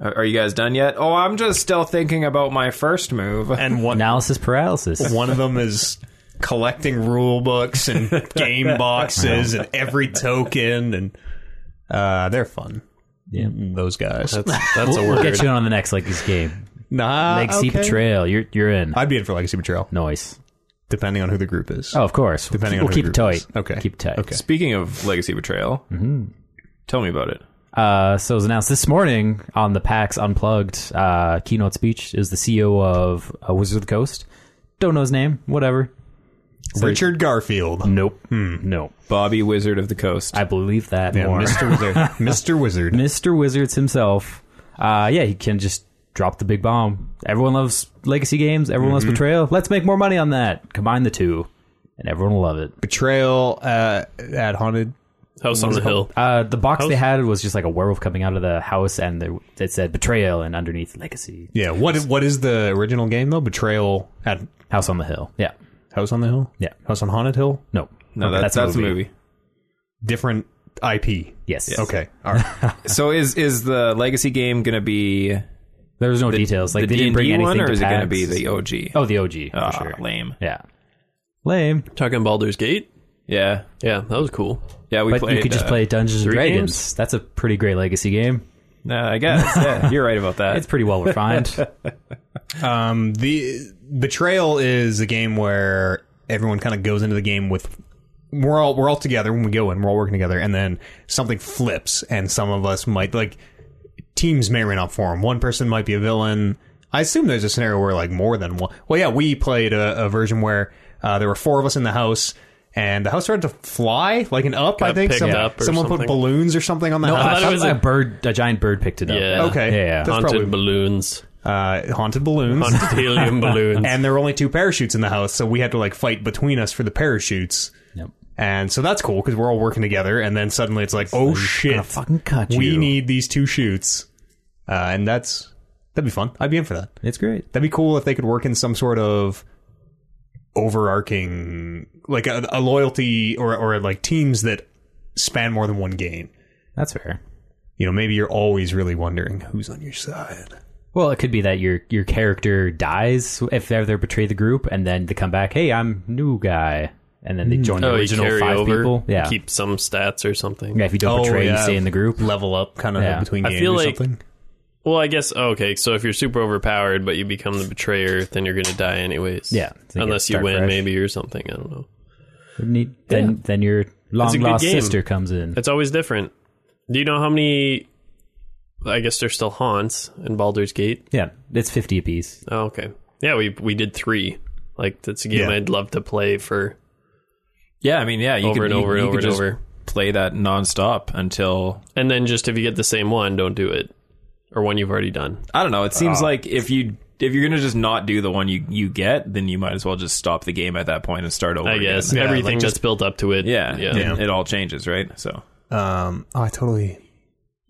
[SPEAKER 4] "Are are you guys done yet?" Oh, I'm just still thinking about my first move.
[SPEAKER 1] and one
[SPEAKER 2] analysis paralysis.
[SPEAKER 1] one of them is collecting rule books and game boxes and every token, and uh, they're fun.
[SPEAKER 2] Yeah.
[SPEAKER 1] Those guys.
[SPEAKER 3] That's, that's a
[SPEAKER 2] We'll
[SPEAKER 3] word.
[SPEAKER 2] get you in on the next Legacy game.
[SPEAKER 1] nah,
[SPEAKER 2] Legacy
[SPEAKER 1] okay.
[SPEAKER 2] Betrayal. You're you're in.
[SPEAKER 1] I'd be in for Legacy Betrayal,
[SPEAKER 2] Noise.
[SPEAKER 1] depending on who the group is.
[SPEAKER 2] Oh, of course.
[SPEAKER 1] Depending
[SPEAKER 2] we'll
[SPEAKER 1] on who
[SPEAKER 2] keep
[SPEAKER 1] the
[SPEAKER 2] it
[SPEAKER 1] group
[SPEAKER 2] tight.
[SPEAKER 1] is. Okay.
[SPEAKER 2] Keep it tight.
[SPEAKER 1] Okay.
[SPEAKER 4] Speaking of Legacy Betrayal, tell me about it.
[SPEAKER 2] Uh, so it was announced this morning on the PAX Unplugged uh, keynote speech is the CEO of uh, Wizard of the Coast. Don't know his name. Whatever.
[SPEAKER 1] Richard Garfield.
[SPEAKER 2] Nope. Nope.
[SPEAKER 4] Bobby Wizard of the Coast.
[SPEAKER 2] I believe that
[SPEAKER 1] Hmm. Yeah,
[SPEAKER 2] more.
[SPEAKER 1] Mr. Wizard. Mr. Wizard.
[SPEAKER 2] Mr. Wizards himself. Uh, yeah, he can just drop the big bomb. Everyone loves legacy games. Everyone loves
[SPEAKER 4] Mm-hmm.
[SPEAKER 2] Betrayal. Let's make more money on that. Combine the two, and everyone will love it.
[SPEAKER 1] Betrayal uh, at Haunted.
[SPEAKER 3] House on the Hill.
[SPEAKER 2] Uh, the box they had was just like a werewolf coming out of the house, and there- it said Betrayal, and underneath Legacy,
[SPEAKER 1] Yeah. What What is the original game, though? Betrayal at
[SPEAKER 2] House on the Hill. Yeah,
[SPEAKER 1] House on the Hill?
[SPEAKER 2] Yeah.
[SPEAKER 1] House on Haunted Hill?
[SPEAKER 2] no,
[SPEAKER 4] no,
[SPEAKER 2] Okay,
[SPEAKER 4] that- that's a movie.
[SPEAKER 1] Different IP.
[SPEAKER 2] Yes.
[SPEAKER 1] Okay. All right.
[SPEAKER 4] So is is the legacy game gonna be
[SPEAKER 2] There was no details. Like
[SPEAKER 4] the
[SPEAKER 2] they didn't bring
[SPEAKER 4] D&D
[SPEAKER 2] anything
[SPEAKER 4] one, or
[SPEAKER 2] to
[SPEAKER 4] is it gonna
[SPEAKER 2] PAX.
[SPEAKER 4] be the OG?
[SPEAKER 2] oh the OG for
[SPEAKER 4] Ah,
[SPEAKER 2] sure.
[SPEAKER 4] lame.
[SPEAKER 2] Yeah, lame.
[SPEAKER 3] Talking Baldur's Gate.
[SPEAKER 4] Yeah,
[SPEAKER 3] Yeah, that was cool.
[SPEAKER 4] yeah. We
[SPEAKER 2] But
[SPEAKER 4] played.
[SPEAKER 2] you could just
[SPEAKER 4] uh,
[SPEAKER 2] play Dungeons and
[SPEAKER 3] three
[SPEAKER 2] Dragons.
[SPEAKER 3] games?
[SPEAKER 2] That's a pretty great legacy game.
[SPEAKER 4] Nah, I guess. Yeah, you're right about that.
[SPEAKER 2] It's pretty well refined.
[SPEAKER 1] Um, the Betrayal is a game where everyone kind of goes into the game with we're all we're all together when we go in. We're all working together, and then something flips, and some of us might like teams may run up for him. One person might be a villain. I assume there's a scenario where like more than one. Well, yeah, we played a, a version where uh, there were four of us in the house. And the house started to fly, like an up. I think
[SPEAKER 3] picked
[SPEAKER 1] Some-
[SPEAKER 3] up or
[SPEAKER 1] someone put
[SPEAKER 3] something.
[SPEAKER 1] balloons or something on the
[SPEAKER 3] I
[SPEAKER 1] house.
[SPEAKER 3] thought it was
[SPEAKER 2] a,
[SPEAKER 3] a-
[SPEAKER 2] bird. A giant bird picked it up.
[SPEAKER 3] Yeah.
[SPEAKER 1] Okay,
[SPEAKER 2] Yeah, yeah.
[SPEAKER 1] that's
[SPEAKER 3] Haunted
[SPEAKER 1] probably
[SPEAKER 3] balloons.
[SPEAKER 1] uh, haunted balloons.
[SPEAKER 3] Haunted helium balloons.
[SPEAKER 1] and there were only two parachutes in the house, so we had to like fight between us for the parachutes.
[SPEAKER 2] Yep.
[SPEAKER 1] And so that's cool because we're all working together, and then suddenly it's like, oh shit,
[SPEAKER 2] fucking cut
[SPEAKER 1] we
[SPEAKER 2] you.
[SPEAKER 1] need these two shoots, uh, and that's that'd be fun. I'd be in for that.
[SPEAKER 2] It's great.
[SPEAKER 1] That'd be cool if they could work in some sort of overarching, like a, a loyalty or or like teams that span more than one game.
[SPEAKER 2] That's fair.
[SPEAKER 1] You know, maybe you're always really wondering who's on your side.
[SPEAKER 2] Well, it could be that your your character dies if they ever betray the group, and then they come back. Hey, I'm new guy, and
[SPEAKER 1] Hmm.
[SPEAKER 2] then they join the
[SPEAKER 3] oh, you
[SPEAKER 2] original
[SPEAKER 3] carry
[SPEAKER 2] five
[SPEAKER 3] over.
[SPEAKER 2] people. Yeah.
[SPEAKER 3] Keep some stats or something.
[SPEAKER 2] yeah. If you don't
[SPEAKER 1] Oh,
[SPEAKER 2] betray, you
[SPEAKER 1] yeah.
[SPEAKER 2] stay in the group.
[SPEAKER 1] Level up, kind of
[SPEAKER 2] Yeah.
[SPEAKER 1] between
[SPEAKER 3] I
[SPEAKER 1] games
[SPEAKER 3] feel
[SPEAKER 1] or
[SPEAKER 3] like-
[SPEAKER 1] something.
[SPEAKER 3] Well, I guess oh, okay. So if you're super overpowered, but you become the betrayer, then you're gonna die anyways.
[SPEAKER 2] Yeah, so you
[SPEAKER 3] unless
[SPEAKER 2] get-
[SPEAKER 3] you
[SPEAKER 2] start
[SPEAKER 3] win,
[SPEAKER 2] fresh.
[SPEAKER 3] maybe or something. I don't know.
[SPEAKER 2] Neat. Then then your long
[SPEAKER 3] good
[SPEAKER 2] lost
[SPEAKER 3] game.
[SPEAKER 2] sister comes in.
[SPEAKER 3] It's always different. Do you know how many? I guess there's still haunts in Baldur's Gate.
[SPEAKER 2] Yeah, it's fifty apiece.
[SPEAKER 3] Oh, okay. Yeah, we we did three. Like that's a game
[SPEAKER 1] Yeah.
[SPEAKER 3] I'd love to play for
[SPEAKER 4] yeah, I mean, yeah. You
[SPEAKER 3] over
[SPEAKER 4] could,
[SPEAKER 3] and
[SPEAKER 4] you-
[SPEAKER 3] over
[SPEAKER 4] you
[SPEAKER 3] and over
[SPEAKER 4] could
[SPEAKER 3] and
[SPEAKER 4] just
[SPEAKER 3] over.
[SPEAKER 4] Play that nonstop until
[SPEAKER 3] And then just if you get the same one, don't do it. Or one you've already done.
[SPEAKER 4] I don't know. It seems
[SPEAKER 3] Ah.
[SPEAKER 4] like if you if you're gonna just not do the one you you get, then you might as well just stop the game at that point and start over.
[SPEAKER 3] I guess
[SPEAKER 4] Again.
[SPEAKER 3] everything
[SPEAKER 1] like
[SPEAKER 3] that's built up to it.
[SPEAKER 4] Yeah,
[SPEAKER 3] yeah.
[SPEAKER 4] It, it all changes, right? So
[SPEAKER 1] Um, oh, I totally.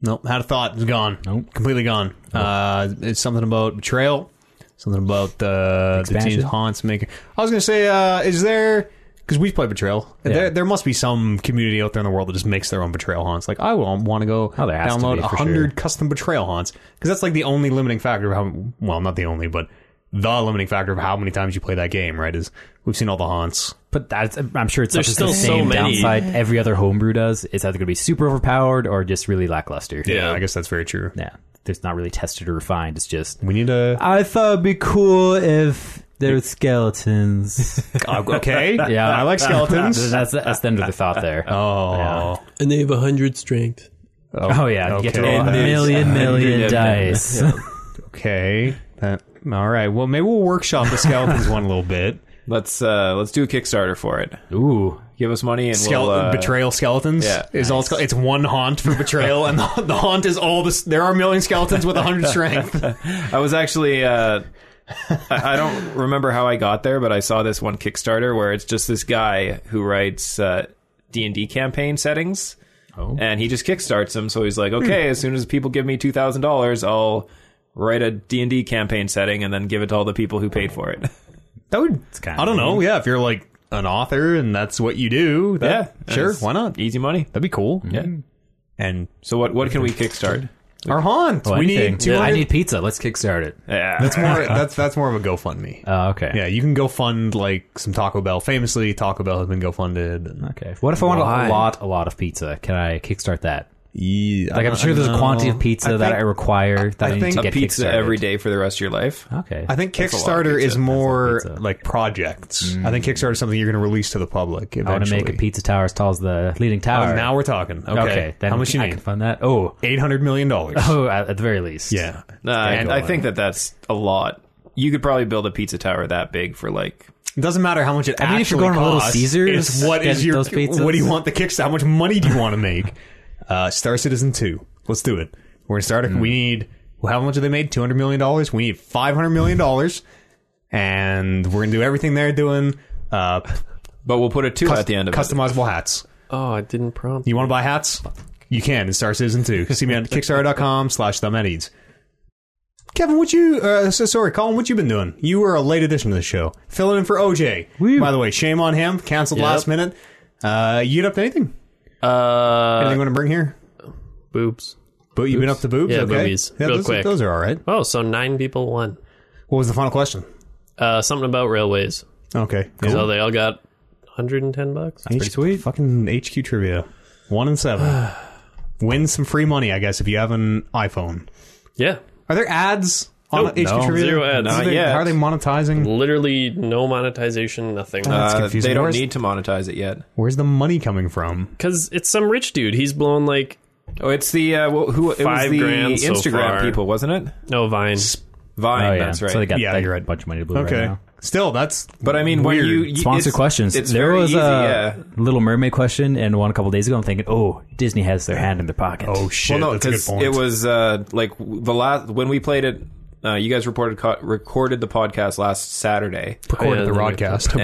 [SPEAKER 1] Nope, had a thought. It's gone.
[SPEAKER 2] Nope.
[SPEAKER 1] Completely gone. Uh, it's something about betrayal. Something about uh, the
[SPEAKER 2] Expansion?
[SPEAKER 1] team's haunts making. I was gonna say, uh, is there? Because we play betrayal. There, there must be some community out there in the world that just makes their own betrayal haunts. Like I want to go
[SPEAKER 2] Oh, there has to
[SPEAKER 1] download
[SPEAKER 2] be, for
[SPEAKER 1] hundred
[SPEAKER 2] sure.
[SPEAKER 1] custom betrayal haunts because that's like the only limiting factor of how. Well, not the only, but the limiting factor of how many times you play that game. Right? Is we've seen all the haunts.
[SPEAKER 2] But that's I'm sure it's
[SPEAKER 3] There's
[SPEAKER 2] just the
[SPEAKER 3] still so
[SPEAKER 2] same
[SPEAKER 3] many.
[SPEAKER 2] downside every other homebrew does. It's either going to be super overpowered or just really lackluster.
[SPEAKER 1] Yeah, I guess that's very true.
[SPEAKER 2] yeah. It's not really tested or refined. It's just
[SPEAKER 1] We need a
[SPEAKER 2] I thought it'd be cool if there were skeletons.
[SPEAKER 1] okay.
[SPEAKER 2] yeah,
[SPEAKER 1] I like skeletons.
[SPEAKER 2] that's that's the end of the thought there.
[SPEAKER 1] Oh,
[SPEAKER 2] Yeah.
[SPEAKER 3] And they have a hundred strength.
[SPEAKER 2] oh yeah, you get to roll a
[SPEAKER 4] Okay.
[SPEAKER 2] million million
[SPEAKER 4] Yeah.
[SPEAKER 2] dice.
[SPEAKER 1] okay. That all right. Well, maybe we'll workshop the skeletons one a little bit.
[SPEAKER 4] let's uh let's do a Kickstarter for it.
[SPEAKER 2] Ooh,
[SPEAKER 4] Give us money and
[SPEAKER 1] Skele-
[SPEAKER 4] we'll, uh,
[SPEAKER 1] betrayal skeletons
[SPEAKER 4] yeah.
[SPEAKER 1] is all. Ske- it's one haunt for betrayal, and the, the haunt is all this. There are a million skeletons with a hundred strength.
[SPEAKER 4] I was actually uh, I, I don't remember how I got there, but I saw this one Kickstarter where it's just this guy who writes uh, D and D campaign settings,
[SPEAKER 2] Oh.
[SPEAKER 4] and he just kickstarts them. So he's like,
[SPEAKER 2] Hmm.
[SPEAKER 4] okay, as soon as people give me two thousand dollars, I'll write a D and D campaign setting and then give it to all the people who paid for it.
[SPEAKER 1] That would.
[SPEAKER 2] kinda
[SPEAKER 1] I don't know.
[SPEAKER 2] mean.
[SPEAKER 1] Yeah, if you're like an author and that's what you do, that,
[SPEAKER 4] Yeah,
[SPEAKER 1] sure.
[SPEAKER 4] that's-
[SPEAKER 1] Why not?
[SPEAKER 4] Easy money.
[SPEAKER 1] That'd be cool. Mm.
[SPEAKER 4] Yeah.
[SPEAKER 1] And oh,
[SPEAKER 4] So what what can we kickstart?
[SPEAKER 1] our haunt.
[SPEAKER 2] Well,
[SPEAKER 1] we
[SPEAKER 2] anything.
[SPEAKER 1] need two
[SPEAKER 2] I
[SPEAKER 1] hundred.
[SPEAKER 2] need pizza. Let's kickstart it.
[SPEAKER 4] Yeah.
[SPEAKER 1] that's more. That's that's more of a GoFundMe.
[SPEAKER 2] Uh, okay.
[SPEAKER 1] Yeah, you can go fund like some Taco Bell. Famously, Taco Bell has been GoFunded. And
[SPEAKER 2] Okay. What if I want
[SPEAKER 1] Why?
[SPEAKER 2] a lot, a lot of pizza? Can I kickstart that?
[SPEAKER 1] Yeah,
[SPEAKER 2] Like
[SPEAKER 1] I
[SPEAKER 2] I'm
[SPEAKER 1] don't
[SPEAKER 2] sure there's a quantity
[SPEAKER 1] know.
[SPEAKER 2] of pizza
[SPEAKER 1] Uh, I
[SPEAKER 2] that
[SPEAKER 1] think-
[SPEAKER 2] I require that I,
[SPEAKER 1] I
[SPEAKER 2] need
[SPEAKER 1] think-
[SPEAKER 2] to
[SPEAKER 4] a
[SPEAKER 2] get
[SPEAKER 4] pizza
[SPEAKER 2] kickstarted.
[SPEAKER 4] every day for the rest of your life.
[SPEAKER 2] Okay.
[SPEAKER 1] I think
[SPEAKER 4] a lot of
[SPEAKER 1] Kickstarter
[SPEAKER 4] pizza. Mm.
[SPEAKER 1] is
[SPEAKER 4] That's a lot of
[SPEAKER 1] more
[SPEAKER 2] pizza.
[SPEAKER 1] like projects. I think Kickstarter is something you're going to release to the public.
[SPEAKER 2] I want to
[SPEAKER 1] Eventually.
[SPEAKER 2] make a pizza tower as tall as the leading tower.
[SPEAKER 1] Oh, now we're talking. Okay,
[SPEAKER 2] then
[SPEAKER 1] how much you
[SPEAKER 2] I
[SPEAKER 1] need?
[SPEAKER 2] can fund that. Oh,
[SPEAKER 1] Eight hundred million dollars.
[SPEAKER 2] oh, at at the very least.
[SPEAKER 1] Yeah,
[SPEAKER 4] Nah,
[SPEAKER 1] Yeah,
[SPEAKER 4] and
[SPEAKER 1] go
[SPEAKER 4] I
[SPEAKER 1] on.
[SPEAKER 4] think that that's a lot. You could probably build a pizza tower that big for like
[SPEAKER 1] It doesn't matter how much it
[SPEAKER 2] mean,
[SPEAKER 1] actually
[SPEAKER 2] if you're going to Little
[SPEAKER 1] costs,
[SPEAKER 2] Caesars,
[SPEAKER 1] it's what is
[SPEAKER 2] get
[SPEAKER 1] your
[SPEAKER 2] those pizzas.
[SPEAKER 1] what do you want the kickstart? How much money do you want to make? Uh, Star Citizen Two. Let's do it. We're gonna start. A,
[SPEAKER 2] Hmm.
[SPEAKER 1] We need well, how much have they made? Two hundred million dollars. We need five hundred million dollars, and we're gonna do everything they're doing. Uh,
[SPEAKER 4] But we'll put a two at the end of it.
[SPEAKER 1] customizable hats.
[SPEAKER 3] Oh, I didn't prompt.
[SPEAKER 1] You want to buy hats? You can in Star Citizen 2. See me on Kickstarter.com slash thumbedies. Kevin, what you, uh, so- sorry, Colin, what you been doing? You were a late addition to the show. Filling in for OJ.
[SPEAKER 2] Woo.
[SPEAKER 1] By the way, shame on him. Canceled
[SPEAKER 3] Yep.
[SPEAKER 1] last minute. Uh, you been up to anything?
[SPEAKER 3] Uh,
[SPEAKER 1] Anything you want to bring here?
[SPEAKER 3] boobs.
[SPEAKER 1] But you been up to boobs?
[SPEAKER 3] Yeah,
[SPEAKER 1] okay.
[SPEAKER 3] boobies.
[SPEAKER 1] Yeah,
[SPEAKER 3] Real
[SPEAKER 1] those,
[SPEAKER 3] quick.
[SPEAKER 1] Those are all right.
[SPEAKER 3] Oh, so nine people won.
[SPEAKER 1] What was the final question?
[SPEAKER 3] Uh, something about railways.
[SPEAKER 1] Okay.
[SPEAKER 3] So they all got 110 bucks.
[SPEAKER 1] Pretty
[SPEAKER 2] sweet.
[SPEAKER 1] Fucking HQ trivia. One and seven. Win some free money, I guess, if you have an iPhone.
[SPEAKER 3] Yeah,
[SPEAKER 1] Are there ads on
[SPEAKER 3] Nope.
[SPEAKER 1] HQ
[SPEAKER 3] No.
[SPEAKER 1] Trivia?
[SPEAKER 3] Zero ads.
[SPEAKER 1] How are
[SPEAKER 4] Not
[SPEAKER 1] they-
[SPEAKER 4] yet.
[SPEAKER 1] How are they monetizing?
[SPEAKER 3] literally no monetization, nothing.
[SPEAKER 1] That's
[SPEAKER 4] Uh,
[SPEAKER 1] confusing.
[SPEAKER 4] they don't
[SPEAKER 1] Where's-
[SPEAKER 4] need to monetize it yet.
[SPEAKER 1] Where's the money coming from?
[SPEAKER 3] Because it's some rich dude. He's blown like
[SPEAKER 4] Oh, it's the uh, wh- who it was
[SPEAKER 3] Five
[SPEAKER 4] the
[SPEAKER 3] grand so
[SPEAKER 4] Instagram
[SPEAKER 3] far.
[SPEAKER 4] people, wasn't it?
[SPEAKER 3] no vine.
[SPEAKER 4] Vine,
[SPEAKER 2] Oh, yeah.
[SPEAKER 4] that's right.
[SPEAKER 2] So they got
[SPEAKER 1] Yeah,
[SPEAKER 2] they
[SPEAKER 1] you're
[SPEAKER 2] got
[SPEAKER 1] right.
[SPEAKER 2] a bunch of money to blue
[SPEAKER 1] Okay.
[SPEAKER 2] right now.
[SPEAKER 1] Still, that's
[SPEAKER 4] but I mean, when
[SPEAKER 1] Weird.
[SPEAKER 4] you you-
[SPEAKER 2] Sponsor
[SPEAKER 4] it's-
[SPEAKER 2] questions.
[SPEAKER 4] it's
[SPEAKER 2] there
[SPEAKER 4] very
[SPEAKER 2] was uh,
[SPEAKER 4] easy,
[SPEAKER 2] a
[SPEAKER 4] yeah.
[SPEAKER 2] Little Mermaid question and one a couple days ago. I'm thinking, oh, Disney has their hand in their pocket.
[SPEAKER 1] oh shit.
[SPEAKER 4] well, no,
[SPEAKER 1] that's a good
[SPEAKER 4] because
[SPEAKER 1] point.
[SPEAKER 4] it was uh, like the last when we played it. Uh, you guys reported co- recorded the podcast last Saturday,
[SPEAKER 1] recorded
[SPEAKER 3] Yeah,
[SPEAKER 1] the
[SPEAKER 3] they-
[SPEAKER 1] broadcast.
[SPEAKER 4] and,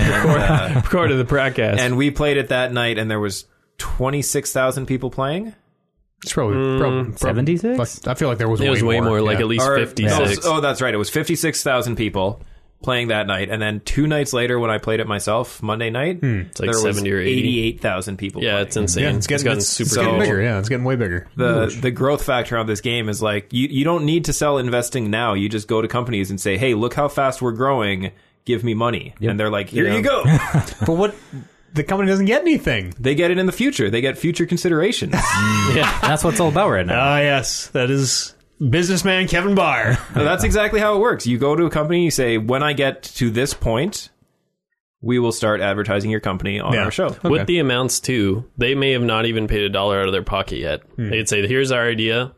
[SPEAKER 4] uh,
[SPEAKER 3] Recorded the podcast.
[SPEAKER 4] and we played it that night, and there was twenty six thousand people playing.
[SPEAKER 1] it's probably probably- probably-
[SPEAKER 2] 76?
[SPEAKER 1] I feel like there was
[SPEAKER 3] Mm, it was way more, like
[SPEAKER 1] yeah.
[SPEAKER 3] at least
[SPEAKER 4] Or-
[SPEAKER 3] 56.
[SPEAKER 4] no, oh, that's right. It was 56,000 people playing that night. And then two nights later, when I played it myself, Monday night,
[SPEAKER 1] Hmm.
[SPEAKER 4] it's
[SPEAKER 3] like
[SPEAKER 4] there
[SPEAKER 3] 70
[SPEAKER 4] was
[SPEAKER 3] or 80.
[SPEAKER 4] 88,000 people.
[SPEAKER 3] yeah,
[SPEAKER 4] playing.
[SPEAKER 3] it's insane.
[SPEAKER 1] Yeah, it's getting,
[SPEAKER 3] gotten
[SPEAKER 1] it's,
[SPEAKER 3] super
[SPEAKER 1] it's getting
[SPEAKER 4] huge.
[SPEAKER 1] bigger. Yeah, it's getting way bigger.
[SPEAKER 4] the the growth factor of this game is like you, you don't need to sell investing now. You just go to companies and say, hey, look how fast we're growing. Give me money. And they're like, here you go.
[SPEAKER 1] but what the company doesn't get anything.
[SPEAKER 4] they get it in the future. They get future considerations.
[SPEAKER 2] That's what it's all about right now.
[SPEAKER 1] Ah, yes, that is businessman Kevin Barr.
[SPEAKER 4] So that's exactly how it works. You go to a company, you say, when I get to this point, we will start advertising your company on
[SPEAKER 1] Yeah.
[SPEAKER 4] our show.
[SPEAKER 3] With the amounts too, they may have not even paid a dollar out of their pocket yet. They'd say, "Here's our idea."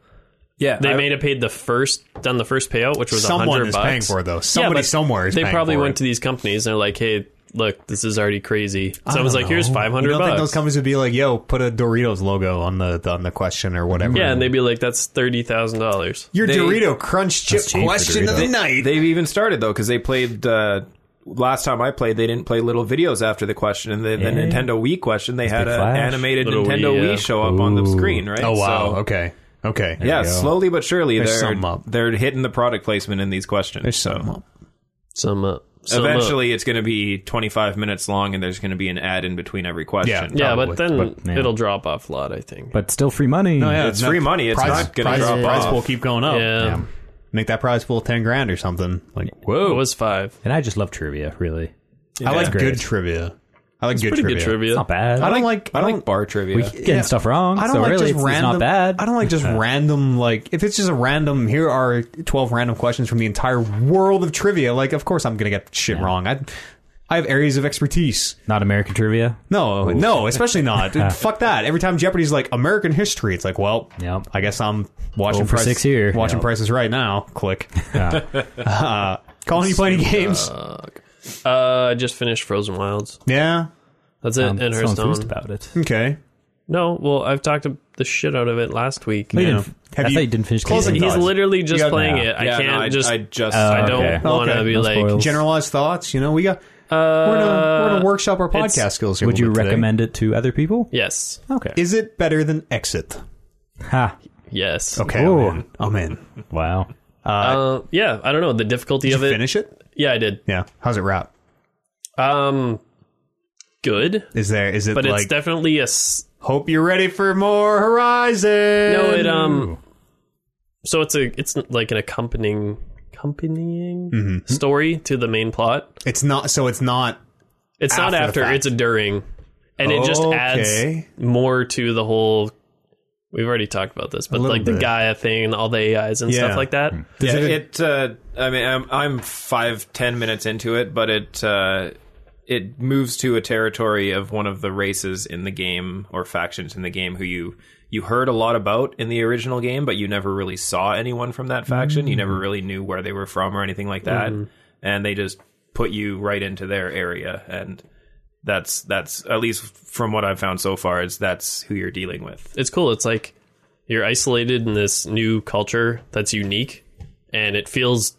[SPEAKER 4] Yeah.
[SPEAKER 3] They
[SPEAKER 4] I-
[SPEAKER 3] may have paid the first, done the first payout, which was
[SPEAKER 1] Someone
[SPEAKER 3] 100
[SPEAKER 1] is
[SPEAKER 3] bucks.
[SPEAKER 1] paying for it though. Somebody
[SPEAKER 3] but
[SPEAKER 1] somewhere is
[SPEAKER 3] They
[SPEAKER 1] paying
[SPEAKER 3] probably
[SPEAKER 1] for it.
[SPEAKER 3] went to these companies and they're like, "Hey, look, this is already crazy." Someone's
[SPEAKER 1] I
[SPEAKER 3] like,
[SPEAKER 1] don't
[SPEAKER 3] "Here's
[SPEAKER 1] know.
[SPEAKER 3] 500
[SPEAKER 1] You don't
[SPEAKER 3] bucks."
[SPEAKER 1] think those companies would be like, "Yo, put a Doritos logo on the on the question or whatever"?
[SPEAKER 3] yeah, and they'd be like, "That's thirty thousand dollars."
[SPEAKER 1] Your
[SPEAKER 4] They-
[SPEAKER 1] Dorito Crunch Chip
[SPEAKER 2] cheap for
[SPEAKER 1] question of
[SPEAKER 2] Doritos.
[SPEAKER 1] the night.
[SPEAKER 4] They've even started though because they played uh, last time I played. They didn't play little videos after the question and the, the Nintendo Wii question. They had
[SPEAKER 2] big
[SPEAKER 4] an
[SPEAKER 2] flash.
[SPEAKER 4] animated
[SPEAKER 3] Little
[SPEAKER 4] Nintendo
[SPEAKER 3] Wii,
[SPEAKER 4] Wii,
[SPEAKER 3] yeah.
[SPEAKER 4] show up on the
[SPEAKER 2] Ooh.
[SPEAKER 4] screen, right?
[SPEAKER 1] oh wow.
[SPEAKER 4] So,
[SPEAKER 1] okay. Okay.
[SPEAKER 4] Yeah,
[SPEAKER 1] There you go.
[SPEAKER 4] slowly but surely
[SPEAKER 1] There's
[SPEAKER 4] they're
[SPEAKER 1] something up.
[SPEAKER 4] they're hitting the product placement in these questions.
[SPEAKER 1] There's some up.
[SPEAKER 3] Sum up. Sum up.
[SPEAKER 4] Eventually, it's going to be 25 minutes long, and there's going to be an ad in between every question.
[SPEAKER 3] yeah,
[SPEAKER 1] probably,
[SPEAKER 3] but then
[SPEAKER 2] but, yeah.
[SPEAKER 3] it'll drop off a lot. I think.
[SPEAKER 2] But still free money.
[SPEAKER 1] Oh, yeah,
[SPEAKER 4] It's free money, it's not gonna
[SPEAKER 1] prize,
[SPEAKER 4] drop
[SPEAKER 1] prize
[SPEAKER 4] off.
[SPEAKER 1] pool keep going up.
[SPEAKER 3] yeah,
[SPEAKER 2] Damn.
[SPEAKER 1] Make that prize pool ten grand or something. Like
[SPEAKER 3] whoa, it was five.
[SPEAKER 2] And I just love trivia, really.
[SPEAKER 1] I like
[SPEAKER 2] great.
[SPEAKER 1] good trivia. I like good
[SPEAKER 3] Pretty
[SPEAKER 1] trivia.
[SPEAKER 3] good trivia.
[SPEAKER 2] It's not bad.
[SPEAKER 1] I don't like.
[SPEAKER 4] I like bar trivia.
[SPEAKER 2] we keep getting stuff wrong,
[SPEAKER 1] I don't
[SPEAKER 2] so
[SPEAKER 1] like
[SPEAKER 2] really
[SPEAKER 1] just
[SPEAKER 2] it's, it's
[SPEAKER 1] random.
[SPEAKER 2] not bad.
[SPEAKER 1] I don't like just random. Like if it's just a random. Here are twelve random questions from the entire world of trivia. Like of course I'm gonna get shit wrong. I I have areas of expertise.
[SPEAKER 2] Not American trivia.
[SPEAKER 1] No, no, especially not. Dude, fuck that. Every time Jeopardy's like American history, it's like, well,
[SPEAKER 2] Yep.
[SPEAKER 1] I guess I'm watching
[SPEAKER 2] Going for
[SPEAKER 1] prices
[SPEAKER 2] six here.
[SPEAKER 1] Watching
[SPEAKER 2] Yep.
[SPEAKER 1] prices right now. Click. uh, Colin, you play any games?
[SPEAKER 3] Uh, I just finished Frozen Wilds.
[SPEAKER 1] yeah.
[SPEAKER 3] That's it.
[SPEAKER 2] Um,
[SPEAKER 3] and
[SPEAKER 2] someone
[SPEAKER 3] Hearthstone.
[SPEAKER 2] enthused about it.
[SPEAKER 1] Okay.
[SPEAKER 3] No, well, I've talked the shit out of it last week.
[SPEAKER 2] You
[SPEAKER 1] Yeah.
[SPEAKER 2] didn't-
[SPEAKER 1] Have
[SPEAKER 2] I
[SPEAKER 1] you-
[SPEAKER 2] thought you didn't finish
[SPEAKER 1] Close
[SPEAKER 2] Kingdom
[SPEAKER 1] it.
[SPEAKER 3] He's
[SPEAKER 1] Dodge.
[SPEAKER 3] literally just
[SPEAKER 1] You got-
[SPEAKER 3] playing
[SPEAKER 1] Yeah.
[SPEAKER 3] it. I
[SPEAKER 4] Yeah, no,
[SPEAKER 3] can't
[SPEAKER 4] I
[SPEAKER 3] just.
[SPEAKER 4] I
[SPEAKER 3] I,
[SPEAKER 4] just
[SPEAKER 2] Uh,
[SPEAKER 4] I
[SPEAKER 3] don't
[SPEAKER 2] Okay.
[SPEAKER 3] want to
[SPEAKER 1] Okay.
[SPEAKER 3] be
[SPEAKER 2] No
[SPEAKER 3] like.
[SPEAKER 2] spoilers.
[SPEAKER 1] Generalized thoughts. You know, we got we're gonna, we're gonna workshop our podcast
[SPEAKER 3] Uh, it's-
[SPEAKER 1] skills. Here a
[SPEAKER 2] Would you
[SPEAKER 1] little bit today.
[SPEAKER 2] recommend it to other people?
[SPEAKER 3] Yes.
[SPEAKER 2] Okay.
[SPEAKER 1] Is it better than Exit?
[SPEAKER 2] ha.
[SPEAKER 3] Yes.
[SPEAKER 1] Okay.
[SPEAKER 2] Ooh.
[SPEAKER 1] I'm in. I'm in.
[SPEAKER 2] Wow.
[SPEAKER 3] Uh, yeah, I don't know the difficulty
[SPEAKER 1] Did
[SPEAKER 3] of
[SPEAKER 1] you
[SPEAKER 3] it.
[SPEAKER 1] finish it?
[SPEAKER 3] Yeah, I did.
[SPEAKER 1] Yeah. How's it wrap?
[SPEAKER 3] Um, good,
[SPEAKER 1] Is there? Is it
[SPEAKER 3] but
[SPEAKER 1] like?
[SPEAKER 3] it's definitely a s-
[SPEAKER 1] hope you're ready for more Horizon.
[SPEAKER 3] no. It um, so it's a it's like an accompanying accompanying
[SPEAKER 1] Mm-hmm.
[SPEAKER 3] story to the main plot.
[SPEAKER 1] It's not. So it's not.
[SPEAKER 3] It's not
[SPEAKER 1] After the
[SPEAKER 3] after;
[SPEAKER 1] fact.
[SPEAKER 3] it's a during, and it just adds
[SPEAKER 1] Okay.
[SPEAKER 3] more to the whole We've already talked about this, but
[SPEAKER 1] little
[SPEAKER 3] like the
[SPEAKER 1] bit.
[SPEAKER 3] Gaia thing and all the AIs and
[SPEAKER 1] Yeah. Hmm.
[SPEAKER 3] stuff like that.
[SPEAKER 1] Does
[SPEAKER 4] yeah,
[SPEAKER 1] it-
[SPEAKER 4] it, uh, I mean, I'm, I'm five, ten minutes into it, but it uh, it moves to a territory of one of the races in the game or factions in the game who you you heard a lot about in the original game, but you never really saw anyone from that faction. You never really knew where they were from or anything like that, and they just put you right into their area and. That's that's at least from what I've found so far is that's who you're dealing with.
[SPEAKER 3] It's cool. It's like you're isolated in this new culture that's unique and it feels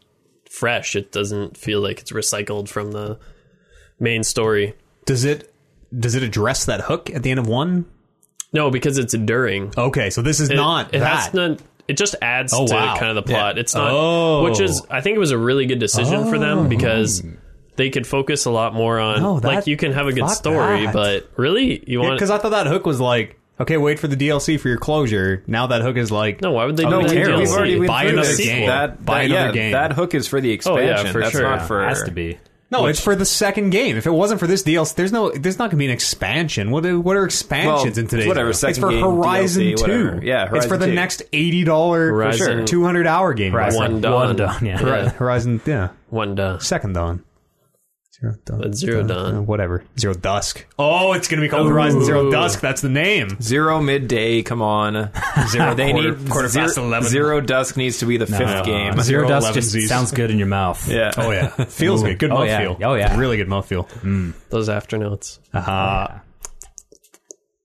[SPEAKER 3] fresh. It doesn't feel like it's recycled from the main story.
[SPEAKER 1] Does it does it address that hook at the end of one?
[SPEAKER 3] No, because it's enduring.
[SPEAKER 1] Okay, so this is
[SPEAKER 3] It-
[SPEAKER 1] not
[SPEAKER 3] it
[SPEAKER 1] that.
[SPEAKER 3] has none- it just adds
[SPEAKER 1] Oh,
[SPEAKER 3] to
[SPEAKER 1] wow.
[SPEAKER 3] kind of the plot.
[SPEAKER 1] Yeah.
[SPEAKER 3] It's not,
[SPEAKER 1] Oh.
[SPEAKER 3] which is I think it was a really good decision for them because they could focus a lot more on
[SPEAKER 1] Oh,
[SPEAKER 3] like
[SPEAKER 1] that-
[SPEAKER 3] you can have a good
[SPEAKER 1] fuck
[SPEAKER 3] story,
[SPEAKER 1] that.
[SPEAKER 3] but really you want
[SPEAKER 1] Because I thought that hook was like, okay, wait for the DLC for your closure. Now that hook is like,
[SPEAKER 3] no? Why would they do
[SPEAKER 1] Oh,
[SPEAKER 3] that? in
[SPEAKER 1] terrible.
[SPEAKER 3] DLC?
[SPEAKER 1] We've already been
[SPEAKER 4] Buy
[SPEAKER 1] through
[SPEAKER 4] another
[SPEAKER 1] this.
[SPEAKER 4] game.
[SPEAKER 1] That- that- yeah, that
[SPEAKER 4] That hook is for the expansion.
[SPEAKER 3] yeah,
[SPEAKER 4] That's
[SPEAKER 3] That's not
[SPEAKER 4] not for
[SPEAKER 2] has to be.
[SPEAKER 1] no, it's for the second game. If it wasn't for this DLC, there's no, there's not gonna be an expansion. What are, what are expansions
[SPEAKER 4] Well,
[SPEAKER 1] in today's?
[SPEAKER 4] whatever,
[SPEAKER 1] It's
[SPEAKER 4] second
[SPEAKER 1] for
[SPEAKER 4] game,
[SPEAKER 1] Horizon
[SPEAKER 4] DLC,
[SPEAKER 1] Two.
[SPEAKER 4] whatever. Yeah,
[SPEAKER 1] it's for
[SPEAKER 4] Horizon
[SPEAKER 1] the
[SPEAKER 4] 2.
[SPEAKER 1] next eighty dollar,
[SPEAKER 3] Horizon-
[SPEAKER 1] two hundred hour game.
[SPEAKER 3] One done.
[SPEAKER 2] One done, yeah.
[SPEAKER 1] Hor- Horizon, yeah,
[SPEAKER 3] One done.
[SPEAKER 1] second dawn. Zero dawn.
[SPEAKER 3] But Zero Dawn.
[SPEAKER 1] uh, whatever. Zero dusk. Oh, it's gonna be called Horizon Zero
[SPEAKER 3] Ooh.
[SPEAKER 1] Dusk. That's the name.
[SPEAKER 4] Zero midday, come on. Zero they
[SPEAKER 1] quarter-
[SPEAKER 4] need
[SPEAKER 1] quarter
[SPEAKER 4] zero,
[SPEAKER 1] past 11.
[SPEAKER 4] Zero dusk needs to be the fifth game.
[SPEAKER 1] Zero
[SPEAKER 2] Zero Dusk just
[SPEAKER 1] elevensies.
[SPEAKER 2] sounds good in your mouth.
[SPEAKER 4] Yeah.
[SPEAKER 1] Oh yeah, feels good. Good
[SPEAKER 2] Oh,
[SPEAKER 1] mouth
[SPEAKER 2] yeah.
[SPEAKER 1] feel.
[SPEAKER 2] Oh, yeah.
[SPEAKER 1] really good mouth feel.
[SPEAKER 3] Those afternoons.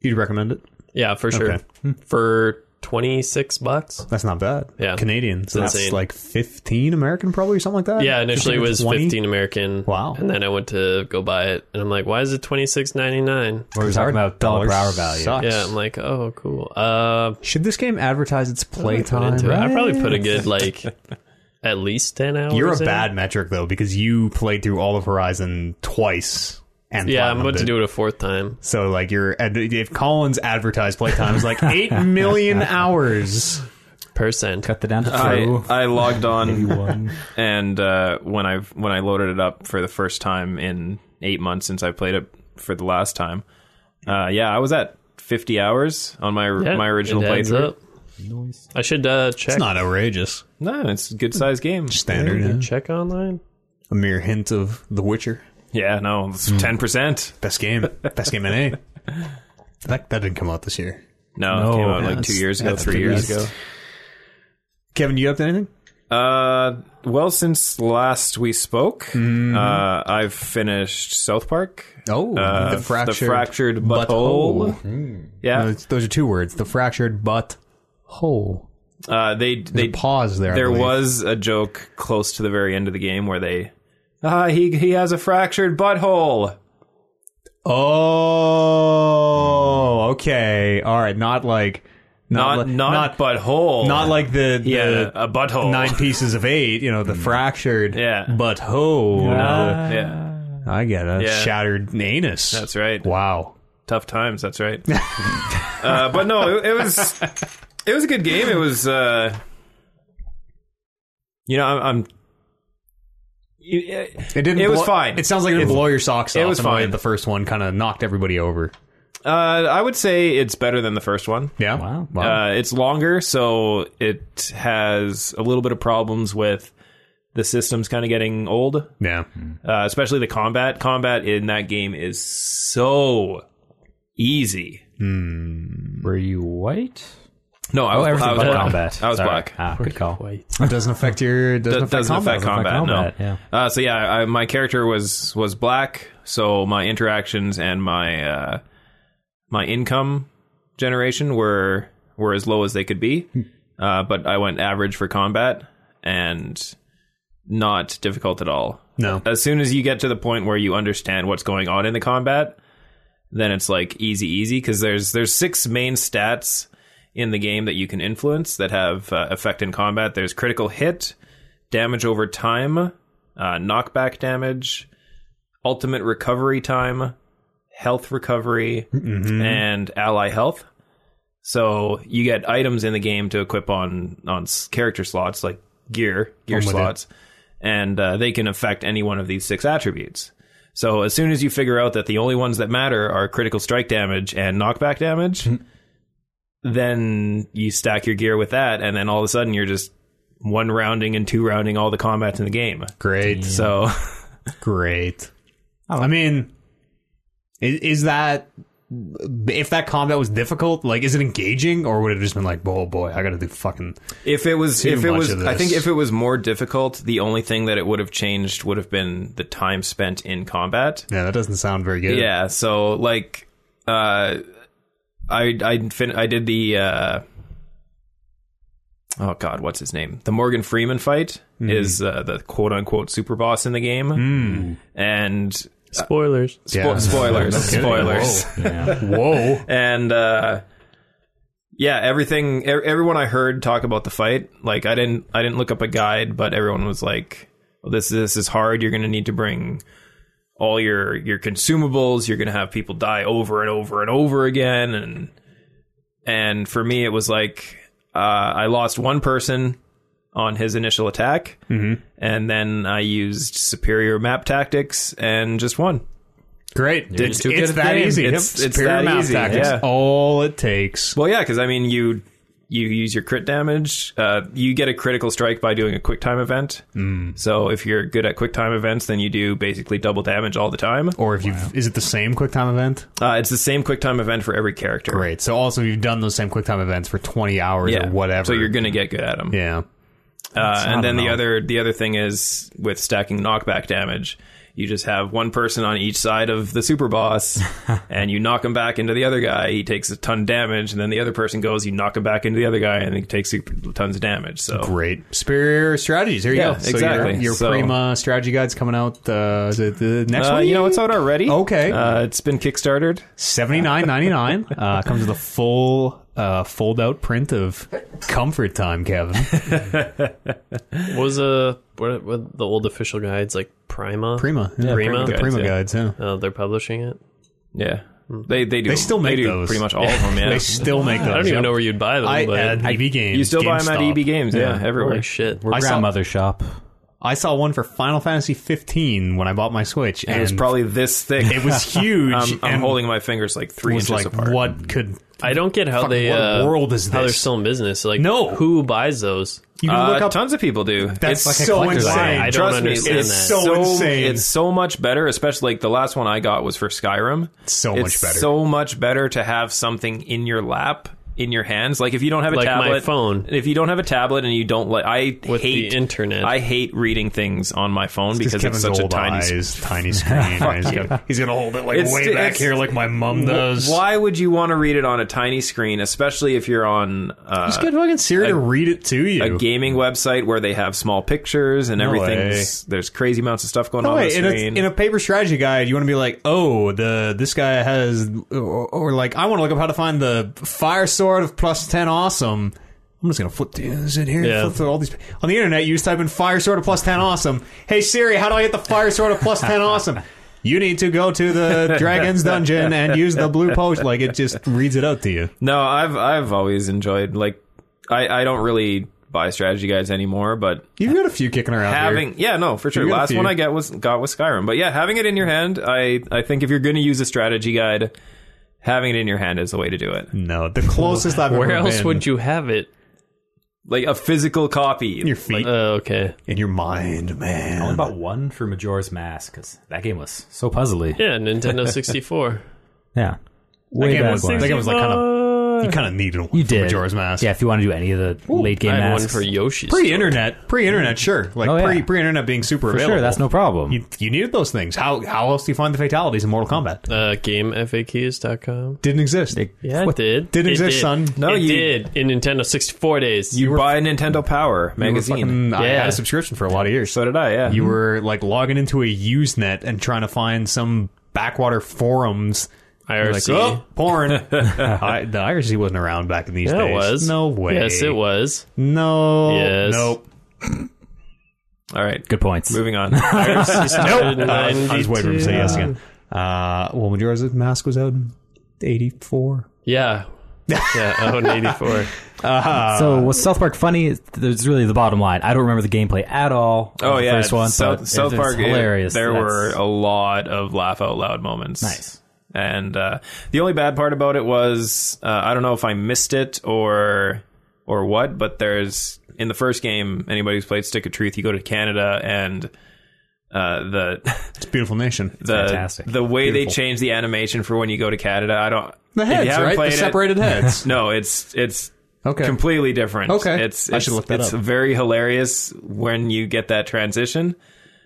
[SPEAKER 1] You'd recommend it?
[SPEAKER 3] Yeah, for sure.
[SPEAKER 1] Okay. Hmm.
[SPEAKER 3] For twenty six bucks.
[SPEAKER 1] That's not bad.
[SPEAKER 3] Yeah.
[SPEAKER 1] Canadian. So that's
[SPEAKER 3] insane.
[SPEAKER 1] like fifteen American, probably or something like that.
[SPEAKER 3] Yeah, initially it was
[SPEAKER 1] 20?
[SPEAKER 3] fifteen American.
[SPEAKER 1] Wow.
[SPEAKER 3] And then I went to go buy it, and I'm like, why is it twenty six ninety nine?
[SPEAKER 2] We're talking about dollar per hour value.
[SPEAKER 1] Sucks.
[SPEAKER 3] Yeah, I'm like, oh, cool. Uh,
[SPEAKER 1] Should this game advertise its
[SPEAKER 3] put
[SPEAKER 1] playtime?
[SPEAKER 3] into it. I
[SPEAKER 1] right?
[SPEAKER 3] probably put a good like at least ten hours.
[SPEAKER 1] You're a
[SPEAKER 3] in.
[SPEAKER 1] bad metric though because you played through all of Horizon twice. And
[SPEAKER 3] Yeah, I'm
[SPEAKER 1] platinumed
[SPEAKER 3] about to do it a fourth time.
[SPEAKER 1] So like your if Collins advertised playtime is like eight million hours.
[SPEAKER 3] Percent.
[SPEAKER 2] Cut that down to
[SPEAKER 4] I,
[SPEAKER 2] two.
[SPEAKER 4] I logged on
[SPEAKER 2] One.
[SPEAKER 4] and uh, when I when I loaded it up for the first time in eight months since I played it for the last time. Uh, yeah, I was at fifty hours on my
[SPEAKER 3] Yeah,
[SPEAKER 4] my original
[SPEAKER 3] it adds
[SPEAKER 4] playthrough.
[SPEAKER 3] up. I should uh, check.
[SPEAKER 1] It's not outrageous.
[SPEAKER 4] No, it's a good sized game.
[SPEAKER 1] Standard. yeah.
[SPEAKER 3] check online.
[SPEAKER 1] A mere hint of The Witcher.
[SPEAKER 4] Yeah, no, ten percent.
[SPEAKER 1] Best game. Best game in A. That that didn't come out this year.
[SPEAKER 4] No,
[SPEAKER 2] No,
[SPEAKER 4] it came out
[SPEAKER 2] yeah,
[SPEAKER 4] like two
[SPEAKER 2] that's-
[SPEAKER 4] years ago,
[SPEAKER 2] that's
[SPEAKER 4] three
[SPEAKER 2] the
[SPEAKER 4] years
[SPEAKER 2] best.
[SPEAKER 4] ago.
[SPEAKER 1] Kevin, you up to anything?
[SPEAKER 4] Uh, well, since last we spoke,
[SPEAKER 1] Mm-hmm.
[SPEAKER 4] uh, I've finished South Park.
[SPEAKER 1] Oh,
[SPEAKER 4] Uh,
[SPEAKER 1] the fractured,
[SPEAKER 4] fractured butthole.
[SPEAKER 1] butthole.
[SPEAKER 4] Yeah,
[SPEAKER 1] Those, those are two words. The fractured butt hole.
[SPEAKER 4] uh, they
[SPEAKER 1] They
[SPEAKER 4] they
[SPEAKER 1] pause there. I
[SPEAKER 4] there
[SPEAKER 1] believe.
[SPEAKER 4] was a joke close to the very end of the game where they ah he he has a fractured butthole.
[SPEAKER 1] Oh, okay. All right. Not like
[SPEAKER 4] Hmm. Not
[SPEAKER 1] li-
[SPEAKER 4] not, butthole.
[SPEAKER 1] not like the, the
[SPEAKER 4] yeah a butthole.
[SPEAKER 1] nine pieces of eight. You know the fractured
[SPEAKER 4] Yeah.
[SPEAKER 1] butt hole.
[SPEAKER 4] Yeah,
[SPEAKER 1] I get it.
[SPEAKER 4] Yeah.
[SPEAKER 1] Shattered anus.
[SPEAKER 4] that's right.
[SPEAKER 1] Wow.
[SPEAKER 4] tough times. That's right. uh, but no, it, it was it was a good game. It was, uh, you know, I'm. I'm it,
[SPEAKER 1] It didn't.
[SPEAKER 4] It was
[SPEAKER 1] blow-
[SPEAKER 4] fine.
[SPEAKER 1] It sounds like it didn't blow your socks off.
[SPEAKER 4] was
[SPEAKER 1] in a way
[SPEAKER 4] fine.
[SPEAKER 1] that The first one kind of knocked everybody over.
[SPEAKER 4] uh, I would say it's better than the first one.
[SPEAKER 1] Yeah.
[SPEAKER 2] Wow.
[SPEAKER 4] Uh, it's longer, so it has a little bit of problems with the systems kind of getting old, uh,
[SPEAKER 1] Yeah.
[SPEAKER 4] especially the combat. Combat in that game is so easy.
[SPEAKER 2] Were you white?
[SPEAKER 4] No, I was, I Oh, was
[SPEAKER 2] but
[SPEAKER 4] black.
[SPEAKER 2] combat.
[SPEAKER 4] I was
[SPEAKER 2] Sorry.
[SPEAKER 4] black.
[SPEAKER 2] Ah, good call.
[SPEAKER 1] It doesn't affect your. Doesn't,
[SPEAKER 4] That
[SPEAKER 1] affect,
[SPEAKER 4] doesn't
[SPEAKER 1] combat.
[SPEAKER 4] affect combat.
[SPEAKER 2] combat,
[SPEAKER 4] no.
[SPEAKER 2] yeah.
[SPEAKER 4] Uh, so yeah, I, my character was was black, so my interactions and my uh, my income generation were were as low as they could be. Uh, but I went average for combat and not difficult at all.
[SPEAKER 1] No.
[SPEAKER 4] As soon as you get to the point where you understand what's going on in the combat, then it's like easy, easy because there's there's six main stats in the game that you can influence that have uh, effect in combat. There's critical hit, damage over time, uh, knockback damage, ultimate recovery time, health recovery,
[SPEAKER 1] Mm-hmm.
[SPEAKER 4] and ally health. So you get items in the game to equip on on s- character slots like gear gear
[SPEAKER 1] I'm with you.
[SPEAKER 4] slots, and uh, they can affect any one of these six attributes. So as soon as
[SPEAKER 1] Hmm.
[SPEAKER 4] you figure out that the only ones that matter are critical strike damage and knockback damage, then you stack your gear with that, and then all of a sudden you're just one rounding and two rounding all the combat in the game.
[SPEAKER 1] Great.
[SPEAKER 4] So
[SPEAKER 1] Great. I mean, i- is that if that combat was difficult? Like, is it engaging, or would it have just been like, oh boy, I got to do fucking
[SPEAKER 4] if it was,
[SPEAKER 1] Too
[SPEAKER 4] if it
[SPEAKER 1] much
[SPEAKER 4] was,
[SPEAKER 1] of
[SPEAKER 4] I think
[SPEAKER 1] this.
[SPEAKER 4] if it was more difficult, the only thing that it would have changed would have been the time spent in combat.
[SPEAKER 1] yeah. That doesn't sound very good.
[SPEAKER 4] Yeah, so like uh I I fin- I did the uh Oh god, what's his name? The Morgan Freeman fight
[SPEAKER 1] Mm-hmm.
[SPEAKER 4] is uh, the quote unquote super boss in the game. And
[SPEAKER 3] Spoilers.
[SPEAKER 4] spo-
[SPEAKER 1] Hmm. Yeah.
[SPEAKER 4] spoilers,
[SPEAKER 1] No kidding.
[SPEAKER 4] spoilers.
[SPEAKER 1] Whoa.
[SPEAKER 4] And uh yeah, everything er- everyone I heard talk about the fight, like I didn't I didn't look up a guide, but everyone was like well, this this is hard. You're going to need to bring all your your consumables. You're going to have people die over and over and over again. And and for me, it was like uh, I lost one person on his initial attack, and then I used superior map tactics and just won.
[SPEAKER 1] Great. It's,
[SPEAKER 4] just too good
[SPEAKER 1] it's
[SPEAKER 4] at the
[SPEAKER 1] that
[SPEAKER 4] game.
[SPEAKER 1] easy.
[SPEAKER 4] It's-
[SPEAKER 1] Yep.
[SPEAKER 4] it's
[SPEAKER 1] Superior
[SPEAKER 4] that
[SPEAKER 1] mouth
[SPEAKER 4] easy.
[SPEAKER 1] tactics.
[SPEAKER 4] Yeah.
[SPEAKER 1] All it takes.
[SPEAKER 4] Well, yeah, because I mean, you you use your crit damage. Uh, you get a critical strike by doing a quick time event.
[SPEAKER 1] Hmm.
[SPEAKER 4] Mm. So if you're good at quick time events, then you do basically double damage all the time.
[SPEAKER 1] Or if you have is it the same QuickTime event?
[SPEAKER 4] Uh, it's the same quick time event for every character.
[SPEAKER 1] Great. So also you've done those same QuickTime events for twenty hours
[SPEAKER 4] Yeah,
[SPEAKER 1] or whatever.
[SPEAKER 4] So you're gonna get good at them.
[SPEAKER 1] yeah.
[SPEAKER 4] uh,
[SPEAKER 1] I
[SPEAKER 4] and then
[SPEAKER 1] don't
[SPEAKER 4] the
[SPEAKER 1] know.
[SPEAKER 4] other the other thing is with stacking knockback damage. You just have one person on each side of the super boss, and you knock him back into the other guy. He takes a ton of damage, and then the other person goes. You knock him back into the other guy, and he takes super- tons of damage. So
[SPEAKER 1] Great. Superior strategies. There you
[SPEAKER 4] Yeah,
[SPEAKER 1] go. So your-
[SPEAKER 4] exactly.
[SPEAKER 1] Your,
[SPEAKER 4] So-
[SPEAKER 1] Prima strategy guide's coming out uh, is it the next
[SPEAKER 4] Uh,
[SPEAKER 1] one?
[SPEAKER 4] you know, it's out already.
[SPEAKER 1] Okay.
[SPEAKER 4] Uh, it's been kickstarted.
[SPEAKER 1] Seventy nine ninety nine. Uh comes with a full uh, fold out print of comfort time, Kevin.
[SPEAKER 3] What was uh, what, what the old official guides like Prima?
[SPEAKER 1] Prima. Yeah,
[SPEAKER 3] Prima
[SPEAKER 1] The
[SPEAKER 3] guides,
[SPEAKER 1] Prima
[SPEAKER 4] yeah.
[SPEAKER 1] guides, yeah.
[SPEAKER 3] Uh, they're publishing it.
[SPEAKER 4] Yeah. They they do.
[SPEAKER 1] They still make
[SPEAKER 4] do
[SPEAKER 1] those.
[SPEAKER 4] pretty much all of them. Yeah.
[SPEAKER 1] They still make those.
[SPEAKER 3] I don't even
[SPEAKER 1] yep.
[SPEAKER 3] know where you'd buy them,
[SPEAKER 1] I, uh,
[SPEAKER 3] but
[SPEAKER 1] at EB Games.
[SPEAKER 4] you still buy them at
[SPEAKER 1] GameStop.
[SPEAKER 4] EB Games. Yeah,
[SPEAKER 1] Yeah.
[SPEAKER 4] everywhere.
[SPEAKER 3] holy shit.
[SPEAKER 2] Or
[SPEAKER 1] I saw-
[SPEAKER 2] grandmother's shop.
[SPEAKER 1] I saw one for Final Fantasy 15 when I bought my Switch, and
[SPEAKER 4] it was probably this thick.
[SPEAKER 1] it was huge.
[SPEAKER 4] I'm, I'm
[SPEAKER 1] and
[SPEAKER 4] holding my fingers like three
[SPEAKER 1] was
[SPEAKER 4] inches
[SPEAKER 1] like,
[SPEAKER 4] apart.
[SPEAKER 1] what could
[SPEAKER 3] I don't get how
[SPEAKER 1] Fuck,
[SPEAKER 3] they
[SPEAKER 1] what
[SPEAKER 3] uh,
[SPEAKER 1] world is
[SPEAKER 3] how they're
[SPEAKER 1] this?
[SPEAKER 3] still in business. Like,
[SPEAKER 1] No.
[SPEAKER 3] who buys those?
[SPEAKER 1] you can
[SPEAKER 4] Uh,
[SPEAKER 1] look up?
[SPEAKER 4] tons of people do.
[SPEAKER 1] That's
[SPEAKER 4] it's
[SPEAKER 1] like so
[SPEAKER 2] collector's
[SPEAKER 1] insane.
[SPEAKER 2] item.
[SPEAKER 3] I don't
[SPEAKER 4] Trust me,
[SPEAKER 3] understand
[SPEAKER 4] it's
[SPEAKER 3] that.
[SPEAKER 1] so insane.
[SPEAKER 4] It's so much better, especially like the last one I got was for Skyrim.
[SPEAKER 1] So
[SPEAKER 4] it's
[SPEAKER 1] much better.
[SPEAKER 4] So much better to have something in your lap, in your hands. Like if you don't have a
[SPEAKER 3] Like my
[SPEAKER 4] tablet,
[SPEAKER 3] phone.
[SPEAKER 4] If you don't have a tablet and you don't like, I
[SPEAKER 3] With the
[SPEAKER 4] hate
[SPEAKER 3] internet.
[SPEAKER 4] I hate reading things on my phone because it's
[SPEAKER 1] Kevin's
[SPEAKER 4] such a
[SPEAKER 1] old
[SPEAKER 4] tiny. sp-
[SPEAKER 1] eyes, tiny screen. and he's, gonna, he's gonna hold it like
[SPEAKER 4] It's-
[SPEAKER 1] way
[SPEAKER 4] it's-
[SPEAKER 1] back here, like my mum does.
[SPEAKER 4] Why would you want to read it on a tiny screen, especially if you're on uh,
[SPEAKER 1] Just get fucking Siri to read it to you.
[SPEAKER 4] a gaming website where they have small pictures and everything's there's crazy amounts of stuff going
[SPEAKER 1] No
[SPEAKER 4] on on the
[SPEAKER 1] way. In a,
[SPEAKER 4] screen.
[SPEAKER 1] Oh, in a paper strategy guide, you want to be like, oh, the this guy has, or, or like, I want to look up how to find the fire sword of plus ten awesome. I'm just gonna flip through is it here.
[SPEAKER 3] Yeah.
[SPEAKER 1] Flip through all these on the internet. You just type in fire sword of plus ten awesome. Hey Siri, how do I get the fire sword of plus ten awesome? You need to go to the dragon's dungeon and use the blue potion. Like it just reads it out to you.
[SPEAKER 4] No, I've I've always enjoyed like I, I don't really buy strategy guides anymore, but
[SPEAKER 1] You've got a few kicking around
[SPEAKER 4] having yeah no for sure
[SPEAKER 1] You got a
[SPEAKER 4] last
[SPEAKER 1] few.
[SPEAKER 4] one I got was got was Skyrim, but yeah having it in your hand I I think if you're going to use a strategy guide, having it in your hand is the way to do it.
[SPEAKER 1] here. No, the closest I've
[SPEAKER 3] Where
[SPEAKER 1] ever
[SPEAKER 3] else
[SPEAKER 1] been
[SPEAKER 3] would you have it?
[SPEAKER 4] Like a physical copy.
[SPEAKER 1] your feet
[SPEAKER 3] Uh, okay.
[SPEAKER 1] in your mind,
[SPEAKER 2] What
[SPEAKER 1] man.
[SPEAKER 2] about one for Majora's Mask? Because that game was so puzzly.
[SPEAKER 3] Yeah, Nintendo 64.
[SPEAKER 2] Yeah.
[SPEAKER 1] That
[SPEAKER 2] Way
[SPEAKER 1] game
[SPEAKER 2] back
[SPEAKER 1] was,
[SPEAKER 2] when.
[SPEAKER 1] that game was like kind of You kind of needed one
[SPEAKER 2] You
[SPEAKER 1] for
[SPEAKER 2] did.
[SPEAKER 1] Majora's Mask.
[SPEAKER 2] Yeah, if you want to do any of the late game
[SPEAKER 3] I have one
[SPEAKER 2] masks.
[SPEAKER 3] for Yoshi's.
[SPEAKER 1] pre-internet, pre-internet, sure. Like
[SPEAKER 2] Oh, yeah.
[SPEAKER 1] pre pre-internet being super
[SPEAKER 2] For
[SPEAKER 1] available.
[SPEAKER 2] sure, that's no problem.
[SPEAKER 1] You, you needed those things. How how else do you find the fatalities in Mortal Kombat?
[SPEAKER 3] Uh, GameFAQs.com.
[SPEAKER 1] Didn't exist.
[SPEAKER 3] Yeah, it did.
[SPEAKER 1] Didn't
[SPEAKER 3] It
[SPEAKER 1] exist,
[SPEAKER 3] did.
[SPEAKER 1] son.
[SPEAKER 4] No,
[SPEAKER 3] it
[SPEAKER 4] you-
[SPEAKER 3] did in Nintendo 64 days.
[SPEAKER 4] you buy Nintendo Power magazine.
[SPEAKER 1] Mm, I
[SPEAKER 3] Yeah.
[SPEAKER 1] had a subscription for a lot of years.
[SPEAKER 4] so did I. Yeah.
[SPEAKER 1] you were like logging into a Usenet and trying to find some backwater forums. You're
[SPEAKER 3] IRC.
[SPEAKER 1] Like, oh, porn. I, the IRC wasn't around back in these
[SPEAKER 3] yeah,
[SPEAKER 1] days.
[SPEAKER 3] it was.
[SPEAKER 1] No way.
[SPEAKER 3] Yes, it was.
[SPEAKER 1] No.
[SPEAKER 3] Yes.
[SPEAKER 1] Nope.
[SPEAKER 4] All right.
[SPEAKER 2] Good points.
[SPEAKER 4] Moving on.
[SPEAKER 1] nope. I was, I was waiting for him to say yes again. Uh, well, Majora's Mask was out in 84.
[SPEAKER 3] Yeah. Yeah, oh, in 84.
[SPEAKER 2] so was South Park funny? There's really the bottom line. I don't remember the gameplay at all. of
[SPEAKER 4] Oh
[SPEAKER 2] the
[SPEAKER 4] yeah,
[SPEAKER 2] first one.
[SPEAKER 4] South,
[SPEAKER 2] but
[SPEAKER 4] South
[SPEAKER 2] it's
[SPEAKER 4] Park. it-
[SPEAKER 2] hilarious.
[SPEAKER 4] there
[SPEAKER 2] That's-
[SPEAKER 4] were a lot of laugh out loud moments.
[SPEAKER 2] nice.
[SPEAKER 4] And uh, the only bad part about it was uh, I don't know if I missed it or or what, but there's in the first game anybody who's played Stick of Truth, you go to Canada and uh, the
[SPEAKER 1] It's a beautiful nation.
[SPEAKER 4] the
[SPEAKER 2] Fantastic.
[SPEAKER 4] the way they
[SPEAKER 1] Beautiful.
[SPEAKER 4] change the animation for when you go to Canada. I don't
[SPEAKER 1] the
[SPEAKER 4] if you
[SPEAKER 1] heads,
[SPEAKER 4] haven't
[SPEAKER 1] right? The
[SPEAKER 4] played it-
[SPEAKER 1] separated heads.
[SPEAKER 4] no, it's it's
[SPEAKER 1] Okay.
[SPEAKER 4] completely different.
[SPEAKER 1] Okay.
[SPEAKER 4] it's, it's
[SPEAKER 1] I should look that
[SPEAKER 4] it's
[SPEAKER 1] up.
[SPEAKER 4] very hilarious when you get that transition.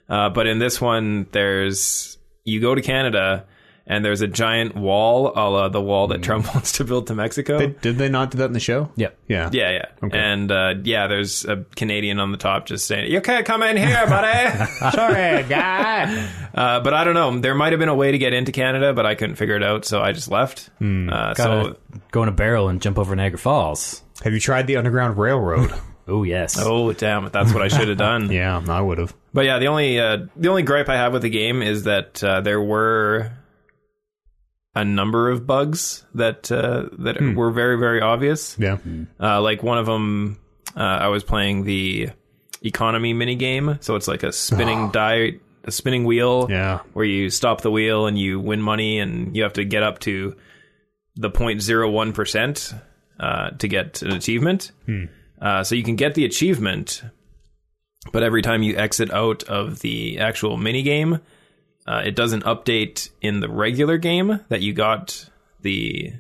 [SPEAKER 4] Uh, but in this one, there's you go to Canada and there's a giant wall, a la the wall that Trump wants to build to Mexico.
[SPEAKER 1] They- did they not do that in the show?
[SPEAKER 2] Yep.
[SPEAKER 1] Yeah.
[SPEAKER 4] yeah, yeah, and uh, yeah. There's a Canadian on the top just saying, "You can't come in here, buddy."
[SPEAKER 1] Ah. Sorry, guy.
[SPEAKER 4] Uh, but I don't know. There might have been a way to get into Canada, but I couldn't figure it out, so I just left.
[SPEAKER 1] Hmm.
[SPEAKER 2] Gotta
[SPEAKER 4] Uh, so,
[SPEAKER 2] go in a barrel and jump over Niagara Falls.
[SPEAKER 1] Have you tried the Underground Railroad?
[SPEAKER 2] Oh yes.
[SPEAKER 4] oh damn, it! that's what I should have done.
[SPEAKER 1] yeah, I would have.
[SPEAKER 4] But yeah, the only uh, the only gripe I have with the game is that uh, there were a number of bugs that uh, that
[SPEAKER 1] Hmm.
[SPEAKER 4] were very very obvious.
[SPEAKER 1] Yeah.
[SPEAKER 4] Uh, like one of them, uh, I was playing the economy mini game, so it's like a spinning die, a spinning wheel,
[SPEAKER 1] Ah. Yeah.
[SPEAKER 4] where you stop the wheel and you win money, and you have to get up to the 0.01 percent uh, to get an achievement.
[SPEAKER 1] Hmm.
[SPEAKER 4] Uh, so you can get the achievement, but every time you exit out of the actual mini game, uh, it doesn't update in the regular game that you got the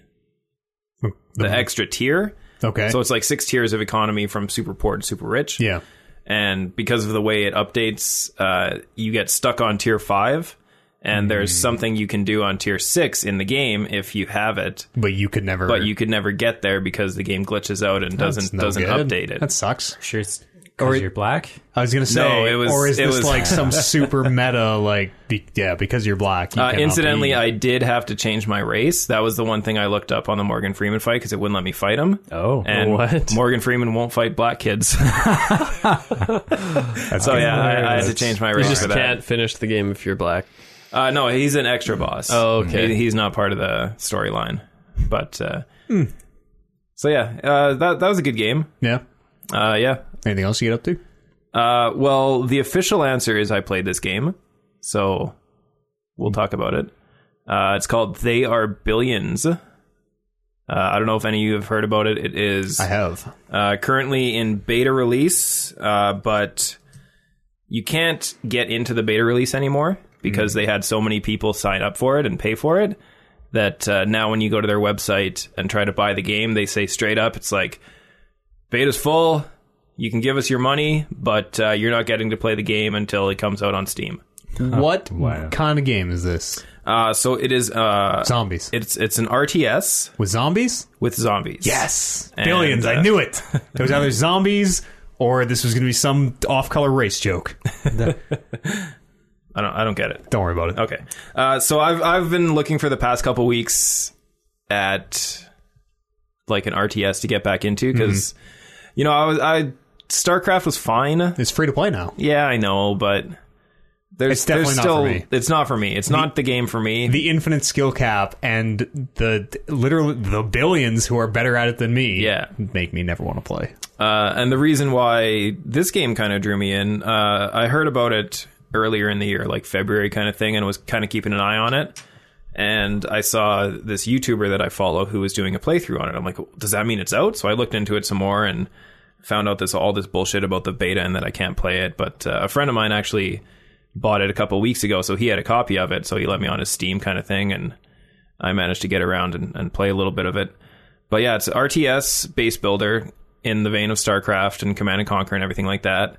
[SPEAKER 4] the extra tier.
[SPEAKER 1] Oh, Okay.
[SPEAKER 4] So it's like six tiers of economy from super poor to super rich.
[SPEAKER 1] yeah.
[SPEAKER 4] And because of the way it updates, uh, you get stuck on tier five.
[SPEAKER 1] Hmm.
[SPEAKER 4] And there's something you can do on tier six in the game if you have it,
[SPEAKER 1] But you could never.
[SPEAKER 4] but you could never get there because the game glitches out and
[SPEAKER 1] That's
[SPEAKER 4] doesn't
[SPEAKER 1] no
[SPEAKER 4] doesn't
[SPEAKER 1] good.
[SPEAKER 4] update it.
[SPEAKER 1] That sucks.
[SPEAKER 2] Sure. It's or you're black.
[SPEAKER 1] I was gonna say,
[SPEAKER 4] it was-
[SPEAKER 1] or is
[SPEAKER 4] it
[SPEAKER 1] this
[SPEAKER 4] was-
[SPEAKER 1] like some super meta? Like, be, yeah, because you're black. You
[SPEAKER 4] Uh,
[SPEAKER 1] cannot
[SPEAKER 4] incidentally,
[SPEAKER 1] be-
[SPEAKER 4] I did have to change my race. That was the one thing I looked up on the Morgan Freeman fight because it wouldn't let me fight him.
[SPEAKER 2] Oh.
[SPEAKER 4] and
[SPEAKER 3] What?
[SPEAKER 4] Morgan Freeman won't fight black kids.
[SPEAKER 1] That's
[SPEAKER 4] so
[SPEAKER 1] good.
[SPEAKER 4] yeah, I, I had to change my
[SPEAKER 3] You
[SPEAKER 4] race
[SPEAKER 3] just
[SPEAKER 4] for that.
[SPEAKER 3] can't finish the game if you're black.
[SPEAKER 4] Uh, no, he's an extra boss.
[SPEAKER 3] Oh, okay.
[SPEAKER 4] He- he's not part of the storyline, but uh, so yeah, uh, that that was a good game.
[SPEAKER 1] yeah.
[SPEAKER 4] Uh, yeah.
[SPEAKER 1] Anything else you get up to?
[SPEAKER 4] Uh, well, the official answer is I played this game, so we'll talk about it. Uh, it's called They Are Billions. Uh, I don't know if any of you have heard about it. It is
[SPEAKER 1] I have.
[SPEAKER 4] uh, currently in beta release, uh, but you can't get into the beta release anymore because they had so many people sign up for it and pay for it that uh, now when you go to their website and try to buy the game, they say straight up, it's like, beta's full. You can give us your money, but uh, you're not getting to play the game until it comes out on Steam.
[SPEAKER 1] What kind of game is this?
[SPEAKER 4] Uh, so it is. Uh,
[SPEAKER 1] Zombies
[SPEAKER 4] it's it's an RTS
[SPEAKER 1] with zombies?
[SPEAKER 4] with zombies.
[SPEAKER 1] Yes,
[SPEAKER 4] And,
[SPEAKER 1] billions.
[SPEAKER 4] uh,
[SPEAKER 1] I knew it. It was either zombies or this was going to be some off-color race joke.
[SPEAKER 4] I don't I don't get it.
[SPEAKER 1] Don't worry about it.
[SPEAKER 4] Okay. Uh, so I've I've been looking for the past couple weeks at like an RTS to get back into
[SPEAKER 1] Mm-hmm.
[SPEAKER 4] because you know I was I StarCraft was fine.
[SPEAKER 1] It's free to play now.
[SPEAKER 4] Yeah, I know, but there's
[SPEAKER 1] It's definitely
[SPEAKER 4] there's
[SPEAKER 1] not
[SPEAKER 4] still
[SPEAKER 1] for me.
[SPEAKER 4] it's not for me. It's not the game for me.
[SPEAKER 1] The infinite skill cap and the literally the billions who are better at it than me.
[SPEAKER 4] Yeah.
[SPEAKER 1] make me never want to play.
[SPEAKER 4] Uh, and the reason why this game kind of drew me in, uh, I heard about it earlier in the year, like February kind of thing, and was kind of keeping an eye on it. And I saw this YouTuber that I follow who was doing a playthrough on it. I'm like, does that mean it's out? So I looked into it some more and found out this all this bullshit about the beta and that I can't play it. But uh, a friend of mine actually bought it a couple weeks ago, so he had a copy of it. So he let me on his Steam kind of thing, and I managed to get around and, and play a little bit of it. But yeah, it's RTS base builder in the vein of StarCraft and Command and Conquer and everything like that.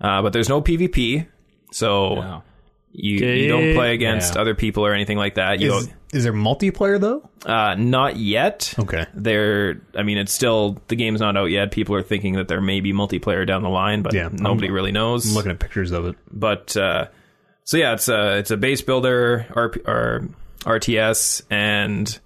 [SPEAKER 4] Uh, but there's no PvP, so you, you don't play against
[SPEAKER 2] Yeah.
[SPEAKER 4] other people or anything like that. You
[SPEAKER 1] Is, is there multiplayer though?
[SPEAKER 4] don't- uh, not yet.
[SPEAKER 1] Okay.
[SPEAKER 4] They're, I mean, it's still the game's not out yet. People are thinking that there may be multiplayer down the line, but
[SPEAKER 1] Yeah, I'm-
[SPEAKER 4] nobody really knows
[SPEAKER 1] I'm looking at pictures of it.
[SPEAKER 4] but uh, so yeah, it's a it's a base builder RP, or RTS, and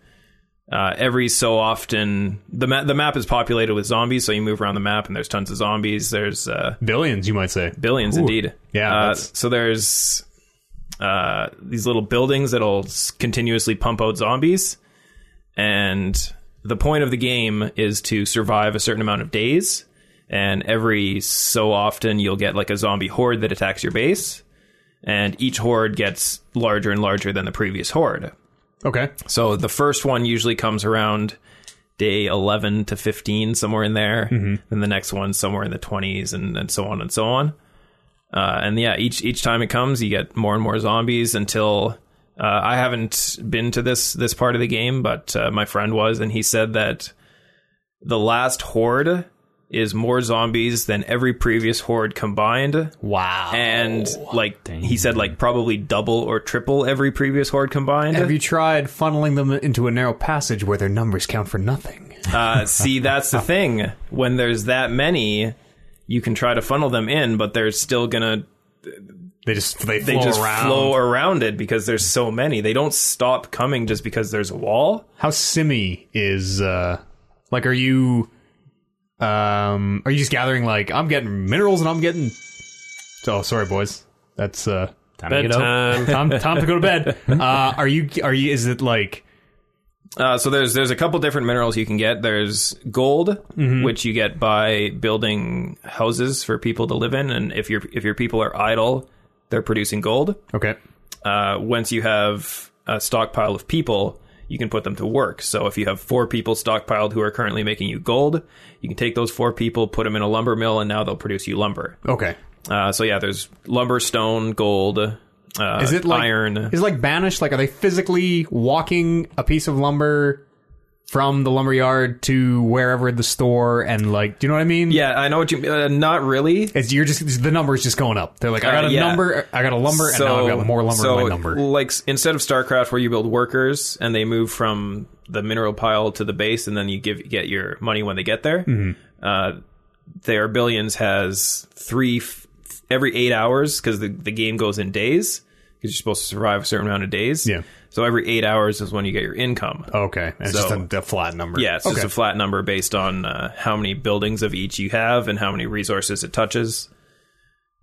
[SPEAKER 4] uh, every so often the ma- the map is populated with zombies, so you move around the map and there's tons of zombies. There's uh,
[SPEAKER 1] Billions, you might say.
[SPEAKER 4] billions indeed.
[SPEAKER 1] Yeah,
[SPEAKER 4] Uh,
[SPEAKER 1] that's-
[SPEAKER 4] so there's uh, these little buildings that'll s- continuously pump out zombies, and the point of the game is to survive a certain amount of days. And every so often, you'll get like a zombie horde that attacks your base, and each horde gets larger and larger than the previous horde.
[SPEAKER 1] Okay.
[SPEAKER 4] So the first one usually comes around day 11 to 15, somewhere in there. and Then the next one somewhere in the 20s, and, and so on and so on. Uh, and yeah, each each time it comes, you get more and more zombies until uh, I haven't been to this this part of the game, but uh, my friend was, and he said that the last horde is more zombies than every previous horde combined
[SPEAKER 1] Wow.
[SPEAKER 4] and like he said like probably double or triple every previous horde combined
[SPEAKER 1] Have you tried funneling them into a narrow passage where their numbers count for nothing?
[SPEAKER 4] uh, see that's the thing when there's that many you can try to funnel them in but they're still gonna
[SPEAKER 1] They just they,
[SPEAKER 4] they
[SPEAKER 1] flow
[SPEAKER 4] just
[SPEAKER 1] around.
[SPEAKER 4] flow around it because there's so many they don't stop coming just because there's a wall
[SPEAKER 1] How simmy is uh like are you um are you just gathering like I'm getting minerals and I'm getting Oh, sorry boys. That's uh
[SPEAKER 2] Time to get up.
[SPEAKER 3] Bedtime.
[SPEAKER 1] time time to go to bed. Uh are you are you is it like
[SPEAKER 4] Uh, so there's there's a couple different minerals you can get. There's gold,
[SPEAKER 1] Mm-hmm.
[SPEAKER 4] which you get by building houses for people to live in, and if your if your people are idle, they're producing gold.
[SPEAKER 1] okay.
[SPEAKER 4] uh, once you have a stockpile of people, you can put them to work. So if you have four people stockpiled who are currently making you gold, you can take those four people, put them in a lumber mill, and now they'll produce you lumber.
[SPEAKER 1] Okay.
[SPEAKER 4] Uh, so yeah, there's lumber, stone, gold. Uh,
[SPEAKER 1] Is it like
[SPEAKER 4] iron?
[SPEAKER 1] Is it like banished? Like are they physically walking a piece of lumber from the lumberyard to wherever the store and like do you know what I mean?
[SPEAKER 4] yeah, I know what you. Uh, not really.
[SPEAKER 1] It's, you're just the number's just going up. They're like, I got
[SPEAKER 4] Uh,
[SPEAKER 1] a
[SPEAKER 4] yeah.
[SPEAKER 1] number, I got a lumber, and now I've got more lumber
[SPEAKER 4] so,
[SPEAKER 1] in my number.
[SPEAKER 4] Like s- instead of StarCraft, where you build workers and they move from the mineral pile to the base, and then you give get your money when they get there.
[SPEAKER 1] Mm-hmm.
[SPEAKER 4] Uh, their billions has three f- every eight hours because the, the game goes in days because you're supposed to survive a certain amount of days.
[SPEAKER 1] Yeah.
[SPEAKER 4] So every eight hours is when you get your income.
[SPEAKER 1] Okay, and it's
[SPEAKER 4] So-
[SPEAKER 1] just a, a flat number.
[SPEAKER 4] Yeah, it's
[SPEAKER 1] okay.
[SPEAKER 4] just a flat number based on uh, how many buildings of each you have and how many resources it touches.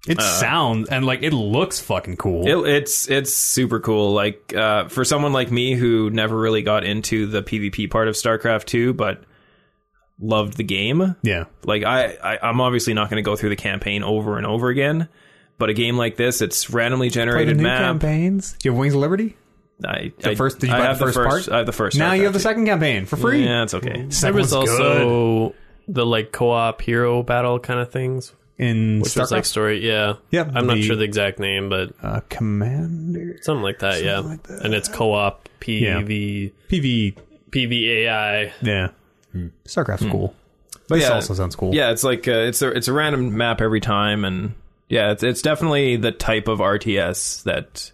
[SPEAKER 1] it sounds and like it looks fucking cool.
[SPEAKER 4] uh, It, it's it's super cool. Like uh, for someone like me who never really got into the PvP part of StarCraft 2, but loved the game.
[SPEAKER 1] yeah,
[SPEAKER 4] Like I, I I'm obviously not going to go through the campaign over and over again, but a game like this, it's randomly generated map.
[SPEAKER 1] campaigns. Do you have Wings of Liberty?
[SPEAKER 4] I,
[SPEAKER 1] The
[SPEAKER 4] I-
[SPEAKER 1] first, did you
[SPEAKER 4] I
[SPEAKER 1] buy
[SPEAKER 4] have
[SPEAKER 1] the first, part?
[SPEAKER 4] I have the first.
[SPEAKER 1] Now you have
[SPEAKER 4] StarCraft
[SPEAKER 1] the second campaign for
[SPEAKER 4] 2.
[SPEAKER 1] free.
[SPEAKER 4] Yeah, it's okay.
[SPEAKER 3] There
[SPEAKER 1] Second
[SPEAKER 3] was
[SPEAKER 1] one's good.
[SPEAKER 3] also the like co-op hero battle kind of things,
[SPEAKER 1] in
[SPEAKER 3] which was like
[SPEAKER 1] StarCraft,
[SPEAKER 3] story. Yeah,
[SPEAKER 1] Yep,
[SPEAKER 3] I'm not
[SPEAKER 1] the-
[SPEAKER 3] sure the exact name, but
[SPEAKER 1] uh, Commander
[SPEAKER 3] something like that. yeah,
[SPEAKER 1] like that.
[SPEAKER 3] and it's co-op PV
[SPEAKER 1] PV.
[SPEAKER 3] PVAI.
[SPEAKER 1] Yeah, Hmm. StarCraft's cool, but this
[SPEAKER 4] Hmm. yeah.
[SPEAKER 1] also sounds cool.
[SPEAKER 4] Yeah, it's like uh, it's a it's a random map every time, and yeah, it's it's definitely the type of RTS that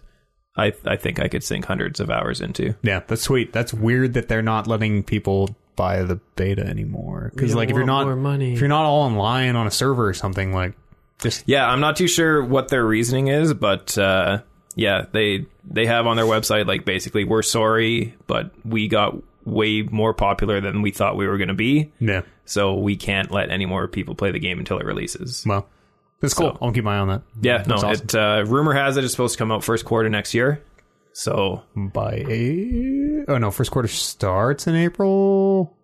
[SPEAKER 4] I I think I could sink hundreds of hours into.
[SPEAKER 1] yeah, that's sweet. That's weird that they're not letting people buy the beta anymore. Because
[SPEAKER 3] don't
[SPEAKER 1] like if you're not
[SPEAKER 3] want more money.
[SPEAKER 1] if you're not all online on a server or something, like just
[SPEAKER 4] Yeah, I'm not too sure what their reasoning is, but uh, yeah, they they have on their website like basically we're sorry, but we got way more popular than we thought we were going to be,
[SPEAKER 1] yeah.
[SPEAKER 4] so we can't let any more people play the game until it releases.
[SPEAKER 1] Well, that's cool. I'll keep my eye on that.
[SPEAKER 4] Yeah, no,
[SPEAKER 1] That's awesome.
[SPEAKER 4] it uh, rumor has it it's supposed to come out first quarter next year. So
[SPEAKER 1] by a oh no, first quarter starts in April.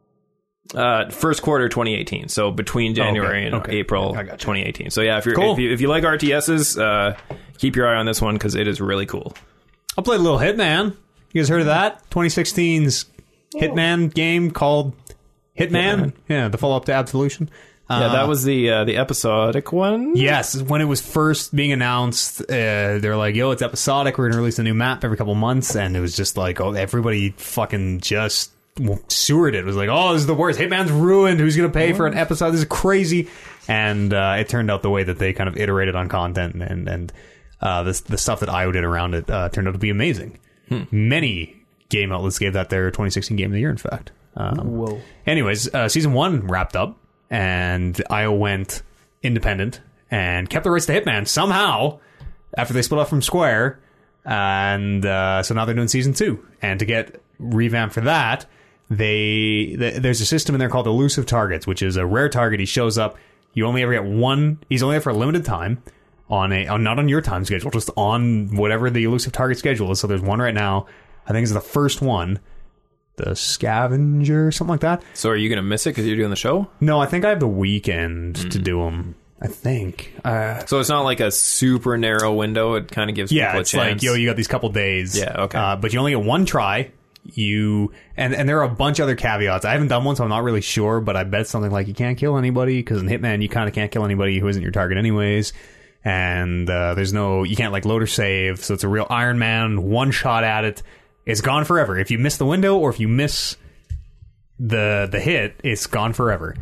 [SPEAKER 4] uh, first quarter 2018. So between January and
[SPEAKER 1] Oh, Okay.
[SPEAKER 4] April
[SPEAKER 1] I gotcha.
[SPEAKER 4] 2018. So yeah, if you're
[SPEAKER 1] Cool.
[SPEAKER 4] if, you, if you like RTSs, uh, keep your eye on this one because it is really cool.
[SPEAKER 1] I played a little Hitman. You guys heard of that? 2016's Hitman game called Oh. Hitman. Yeah, the follow up to Absolution. Uh,
[SPEAKER 4] yeah, that was the uh, the episodic one.
[SPEAKER 1] Yes, when it was first being announced, uh, they're like, "Yo, it's episodic. We're gonna release a new map every couple months," and it was just like, "Oh, everybody fucking just sewered it." it was like, "Oh, this is the worst. Hitman's ruined. Who's gonna pay for an episode? This is crazy." And uh, it turned out the way that they kind of iterated on content and and uh, the the stuff that IO did around it uh, turned out to be amazing. Many game outlets gave that their 2016 game of the year. In fact, um,
[SPEAKER 2] Whoa.
[SPEAKER 1] Anyways, uh, season one wrapped up, and I went independent and kept the rights to Hitman somehow after they split off from Square. And uh, so now they're doing season two. And to get revamped for that, they th- there's a system in there called elusive targets, which is a rare target. He shows up. You only ever get one. He's only there for a limited time on a on, not on your time schedule, just on whatever the elusive target schedule is. So there's one right now. I think it's the first one, the scavenger, something like that.
[SPEAKER 4] So are you gonna miss it because you're doing the show?
[SPEAKER 1] No, I think I have the weekend
[SPEAKER 4] Hmm.
[SPEAKER 1] to do them. I think. Uh,
[SPEAKER 4] So it's not like a super narrow window. It kind of gives
[SPEAKER 1] yeah,
[SPEAKER 4] people a
[SPEAKER 1] it's
[SPEAKER 4] chance.
[SPEAKER 1] like yo, you got these couple days.
[SPEAKER 4] Yeah, okay.
[SPEAKER 1] Uh, but you only get one try. you and and there are a bunch of other caveats. I haven't done one, so I'm not really sure. But I bet it's something like you can't kill anybody because in Hitman you kind of can't kill anybody who isn't your target anyways. And uh, there's no you can't like load or save, so it's a real Iron Man one shot at it. It's gone forever. If you miss the window or if you miss the the hit, it's gone forever.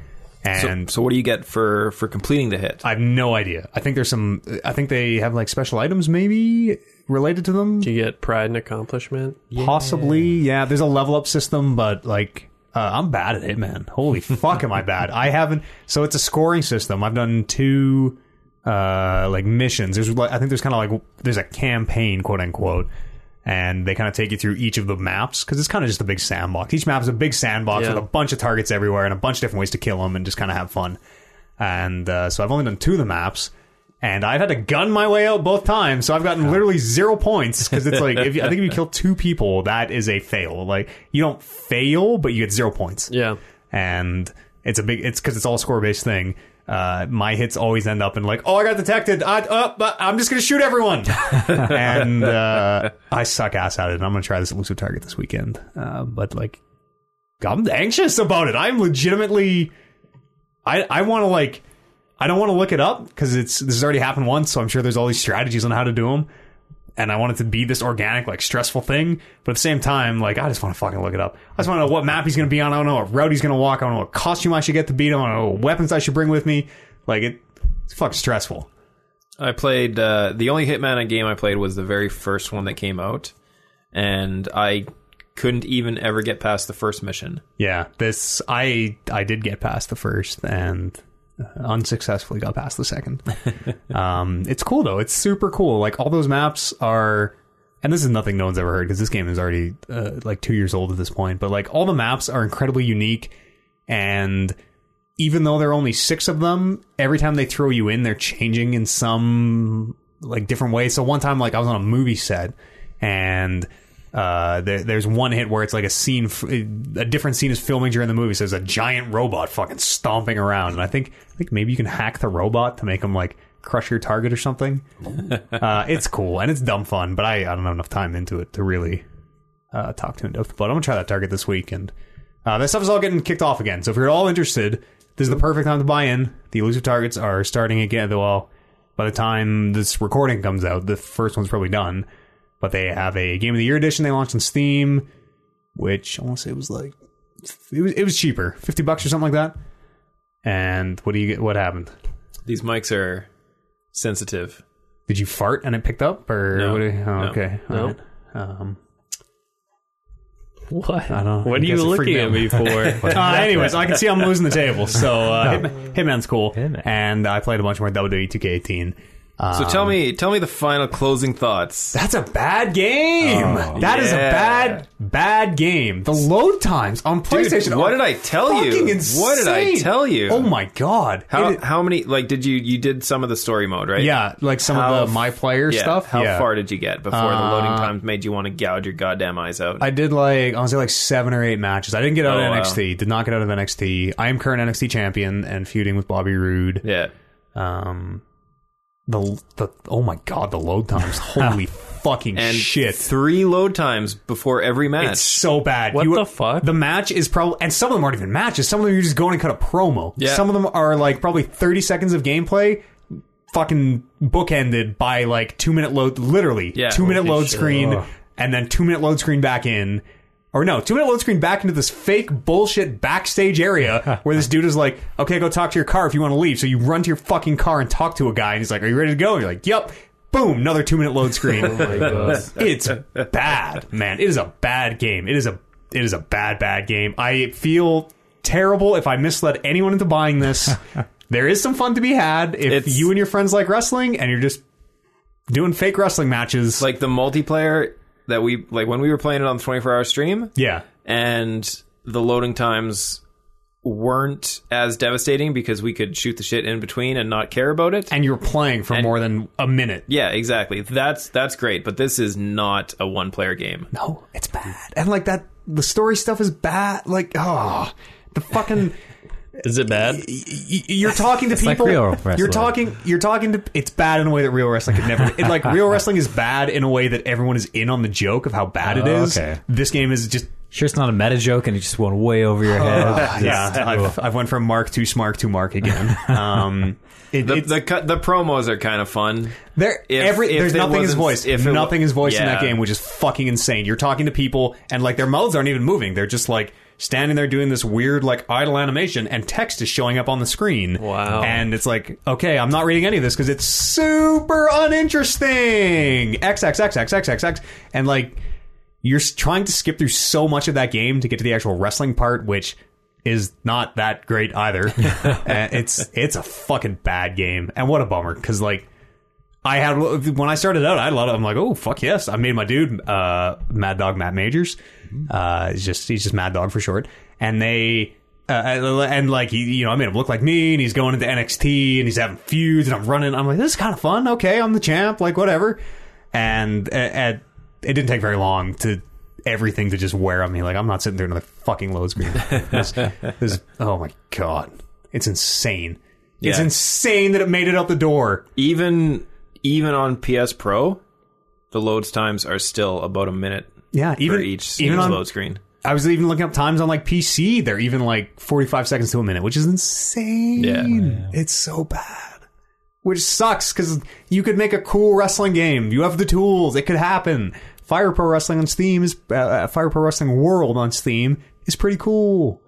[SPEAKER 1] And
[SPEAKER 4] So what do you get for for completing the hit?
[SPEAKER 1] I have no idea. I think there's some. I think they have like special items maybe related to them.
[SPEAKER 3] Do you get pride and accomplishment?
[SPEAKER 1] Possibly, yeah. There's a level up system, but like uh, I'm bad at it, man. Holy fuck, am I bad? I haven't. So it's a scoring system. I've done two uh like missions. There's like I think there's kind of like there's a campaign, quote unquote. And they kind of take you through each of the maps because it's kind of just a big sandbox. Each map is a big sandbox
[SPEAKER 3] Yeah.
[SPEAKER 1] with a bunch of targets everywhere and a bunch of different ways to kill them and just kind of have fun. And uh, so I've only done two of the maps, and I've had to gun my way out both times. So I've gotten literally zero points because it's like if you, I think if you kill two people, that is a fail. Like you don't fail, but you get zero points
[SPEAKER 3] Yeah.
[SPEAKER 1] and it's a big it's because it's all score based thing uh, my hits always end up in like oh i got detected I, uh, but i'm just gonna shoot everyone and uh, i suck ass at it and i'm gonna try this elusive target this weekend uh, but like i'm anxious about it i'm legitimately i i want to like i don't want to look it up because it's this has already happened once so i'm sure there's all these strategies on how to do them and I want it to be this organic, like stressful thing. But at the same time, like I just want to fucking look it up. I just want to know what map he's going to be on. I don't know what route he's going to walk. I don't know what costume I should get to beat him. I don't know what weapons I should bring with me. Like it, it's fucking stressful.
[SPEAKER 4] I played uh, the only Hitman game I played was the very first one that came out, and I couldn't even ever get past the first mission.
[SPEAKER 1] Yeah, this I I did get past the first and unsuccessfully got past the second. um, it's cool though. It's super cool. Like all those maps are, and this is nothing no one's ever heard because this game is already uh, like two years old at this point. But like all the maps are incredibly unique, and even though there are only six of them, every time they throw you in, they're changing in some like different way. So one time, like I was on a movie set, and uh, there, there's one hit where it's like a scene, f- a different scene is filming during the movie. So there's a giant robot fucking stomping around, and I think I think maybe you can hack the robot to make him like crush your target or something. uh, it's cool and it's dumb fun, but I, I don't have enough time into it to really uh, talk to in depth. But I'm gonna try that target this week, and uh, that stuff is all getting kicked off again. So if you're at all interested, this is the perfect time to buy in. The elusive targets are starting again. Well, by the time this recording comes out, the first one's probably done. But they have a game of the year edition they launched on Steam, which I want to say was like it was it was cheaper, fifty bucks or something like that. And what do you get? What happened?
[SPEAKER 4] These mics are sensitive.
[SPEAKER 1] Did you fart and it picked up, or
[SPEAKER 4] No.
[SPEAKER 1] what? do you- oh,
[SPEAKER 4] No.
[SPEAKER 1] okay, all
[SPEAKER 3] No.
[SPEAKER 1] right. Um,
[SPEAKER 3] What?
[SPEAKER 1] I don't.
[SPEAKER 3] What
[SPEAKER 1] I
[SPEAKER 3] are you
[SPEAKER 1] guess it freaked
[SPEAKER 3] looking at
[SPEAKER 1] out.
[SPEAKER 3] me for?
[SPEAKER 1] Uh, anyways, I can see I'm losing the table. So uh, Hitman, Hitman's cool,
[SPEAKER 2] Hitman.
[SPEAKER 1] and I played a bunch more E WWE 2K18.
[SPEAKER 4] So
[SPEAKER 1] Um,
[SPEAKER 4] tell me, tell me the final closing thoughts.
[SPEAKER 1] That's a bad game. That is a
[SPEAKER 4] Oh, Yeah.
[SPEAKER 1] bad, bad game. The load times on PlayStation.
[SPEAKER 4] what
[SPEAKER 1] are
[SPEAKER 4] did I tell you?
[SPEAKER 1] fucking insane.
[SPEAKER 4] What did I tell you?
[SPEAKER 1] Oh my god!
[SPEAKER 4] How
[SPEAKER 1] It-
[SPEAKER 4] how many? Like, did you you did some of the story mode, right?
[SPEAKER 1] yeah, like some
[SPEAKER 4] How
[SPEAKER 1] of the my player
[SPEAKER 4] Yeah.
[SPEAKER 1] stuff.
[SPEAKER 4] How
[SPEAKER 1] yeah. Uh,
[SPEAKER 4] far did you get before the loading times made you want to gouge your goddamn eyes out?
[SPEAKER 1] I did like honestly like seven or eight matches. I didn't get out
[SPEAKER 4] Oh,
[SPEAKER 1] of
[SPEAKER 4] wow.
[SPEAKER 1] NXT. Did not get out of NXT. I am current NXT champion and feuding with Bobby Roode.
[SPEAKER 4] yeah.
[SPEAKER 1] um the the oh my god the load times holy fucking
[SPEAKER 4] And
[SPEAKER 1] shit
[SPEAKER 4] Three load times before every match.
[SPEAKER 1] it's so bad
[SPEAKER 3] What the fuck?
[SPEAKER 1] the match is probably and some of them aren't even matches some of them you're just going to cut a promo
[SPEAKER 4] Yeah.
[SPEAKER 1] some of them are like probably 30 seconds of gameplay fucking bookended by like two minute load literally
[SPEAKER 4] Yeah.
[SPEAKER 1] two minute
[SPEAKER 4] Holy
[SPEAKER 1] load
[SPEAKER 4] shit.
[SPEAKER 1] screen
[SPEAKER 2] Ugh.
[SPEAKER 1] and then two minute load screen back in or no, two minute load screen back into this fake bullshit backstage area where this dude is like, okay, go talk to your car if you want to leave. So you run to your fucking car and talk to a guy, and he's like, are you ready to go? And you're like, yep. Boom, another two minute load screen.
[SPEAKER 4] Oh
[SPEAKER 1] it's bad, man. It is a bad game. It is a it is a bad, bad game. I feel terrible if I misled anyone into buying this. there is some fun to be had if
[SPEAKER 4] It's-
[SPEAKER 1] you and your friends like wrestling and you're just doing fake wrestling matches.
[SPEAKER 4] like the multiplayer that we like when we were playing it on the 24 hour stream
[SPEAKER 1] yeah.
[SPEAKER 4] and the loading times weren't as devastating because we could shoot the shit in between and not care about it.
[SPEAKER 1] And you're playing for more than a minute.
[SPEAKER 4] yeah, exactly. That's that's great, but this is not a one player game.
[SPEAKER 1] no, it's bad. And like that, the story stuff is bad. Like, oh, the ah, fucking.
[SPEAKER 3] Is it bad?
[SPEAKER 1] y- you're talking to
[SPEAKER 2] like
[SPEAKER 1] people.
[SPEAKER 2] real wrestling.
[SPEAKER 1] You're talking. You're talking to. It's bad in a way that real wrestling could never. It, like real wrestling is bad in a way that everyone is in on the joke of how bad it
[SPEAKER 2] Oh,
[SPEAKER 1] is.
[SPEAKER 2] okay.
[SPEAKER 1] This game is just.
[SPEAKER 2] Sure, it's not a meta joke, and it just went way over your head.
[SPEAKER 1] yeah, I've, I've went from Mark to Smark to Mark again. Um, it,
[SPEAKER 4] The,
[SPEAKER 1] it's,
[SPEAKER 4] the cut- the promos are kind of fun.
[SPEAKER 1] there,
[SPEAKER 4] if-
[SPEAKER 1] every,
[SPEAKER 4] if
[SPEAKER 1] there's
[SPEAKER 4] it
[SPEAKER 1] nothing is
[SPEAKER 4] wasn't-
[SPEAKER 1] voiced.
[SPEAKER 4] if it wa-
[SPEAKER 1] nothing is voiced in that
[SPEAKER 4] Yeah.
[SPEAKER 1] game, which is fucking insane. You're talking to people, and like their mouths aren't even moving. They're just like standing there doing this weird like idle animation, and text is showing up on the screen.
[SPEAKER 3] Wow.
[SPEAKER 1] And it's like, okay, I'm not reading any of this because it's super uninteresting. X X X X X X X, and like you're s- trying to skip through so much of that game to get to the actual wrestling part, which is not that great either. and it's it's a fucking bad game, and what a bummer because like. I had when I started out, I had a lot of. I'm like, oh fuck yes! I made my dude, uh, Mad Dog Matt Majors. Uh, he's just he's just Mad Dog for short. And they uh, and like he, you know, I made him look like me, and he's going into NXT, and he's having feuds, and I'm running. I'm like, this is kind of fun. Okay, I'm the champ. Like whatever. And uh, at, it didn't take very long to everything to just wear on me. Like I'm not sitting there in the fucking load screen. this, this, oh my god, it's insane. It's
[SPEAKER 4] Yeah.
[SPEAKER 1] insane that it made it out the door.
[SPEAKER 4] Even even on PS Pro, the loads times are still about a minute
[SPEAKER 1] Yeah, even
[SPEAKER 4] for each,
[SPEAKER 1] even
[SPEAKER 4] each
[SPEAKER 1] on,
[SPEAKER 4] load screen.
[SPEAKER 1] I was even looking up times on like PC. They're even like forty five seconds to a minute, which is insane.
[SPEAKER 4] Yeah.
[SPEAKER 1] it's so bad, which sucks because you could make a cool wrestling game. You have the tools; it could happen. Fire Pro Wrestling on Steam is uh, uh, Fire Pro Wrestling World on Steam is pretty cool.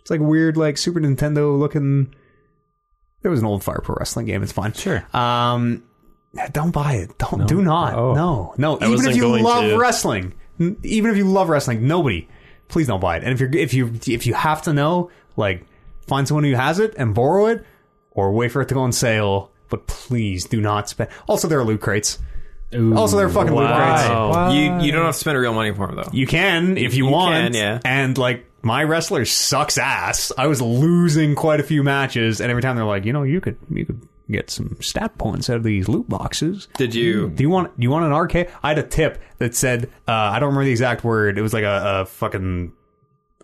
[SPEAKER 1] It's like weird, like Super Nintendo looking. There was an old Fire Pro Wrestling game. It's fine.
[SPEAKER 2] Sure.
[SPEAKER 1] Um, don't buy it. Don't. Do not.
[SPEAKER 2] Oh.
[SPEAKER 1] No. No. even
[SPEAKER 3] wasn't
[SPEAKER 1] if you
[SPEAKER 3] going
[SPEAKER 1] love
[SPEAKER 3] to.
[SPEAKER 1] wrestling, n- even if you love wrestling, nobody, please don't buy it. And if you're if you if you have to know, like, find someone who has it and borrow it, or wait for it to go on sale. But please do not spend. Also, there are loot crates. also, there are fucking loot crates.
[SPEAKER 3] Wow.
[SPEAKER 4] You you don't have to spend real money for them though.
[SPEAKER 1] You can if you,
[SPEAKER 4] You
[SPEAKER 1] want.
[SPEAKER 4] can, yeah.
[SPEAKER 1] And like my wrestler sucks ass. I was losing quite a few matches, and every time they're like, you know, you could you could get some stat points out of these loot boxes.
[SPEAKER 4] Did you?
[SPEAKER 1] Do you want do you want an arcade? I had a tip that said uh, I don't remember the exact word. It was like a, a fucking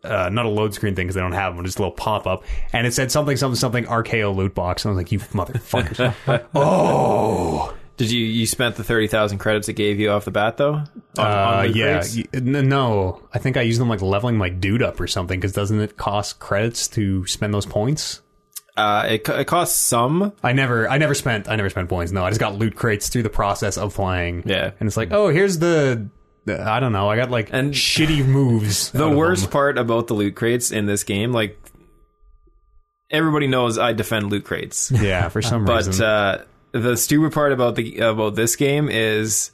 [SPEAKER 1] uh, not a load screen thing because they don't have one, just a little pop up, and it said something something something RKO loot box. And I was like, you motherfuckers! oh,
[SPEAKER 4] Did you you spent the thirty thousand credits it gave you off the bat though? On, on
[SPEAKER 1] uh,
[SPEAKER 4] loot
[SPEAKER 1] yeah,
[SPEAKER 4] crates?
[SPEAKER 1] y- n- no, I think I used them like leveling my dude up or something because doesn't it cost credits to spend those points?
[SPEAKER 4] Uh, it, co- it costs some.
[SPEAKER 1] I never, I never spent, I never spent points. No, I just got loot crates through the process of playing.
[SPEAKER 4] Yeah.
[SPEAKER 1] and it's like, oh, here's the, the- I don't know, I got like
[SPEAKER 4] And-
[SPEAKER 1] shitty moves. out
[SPEAKER 4] The
[SPEAKER 1] of them.
[SPEAKER 4] worst part about the loot crates in this game, like everybody knows, I defend loot crates.
[SPEAKER 1] yeah, for some
[SPEAKER 4] But
[SPEAKER 1] reason,
[SPEAKER 4] uh, the stupid part about the about this game is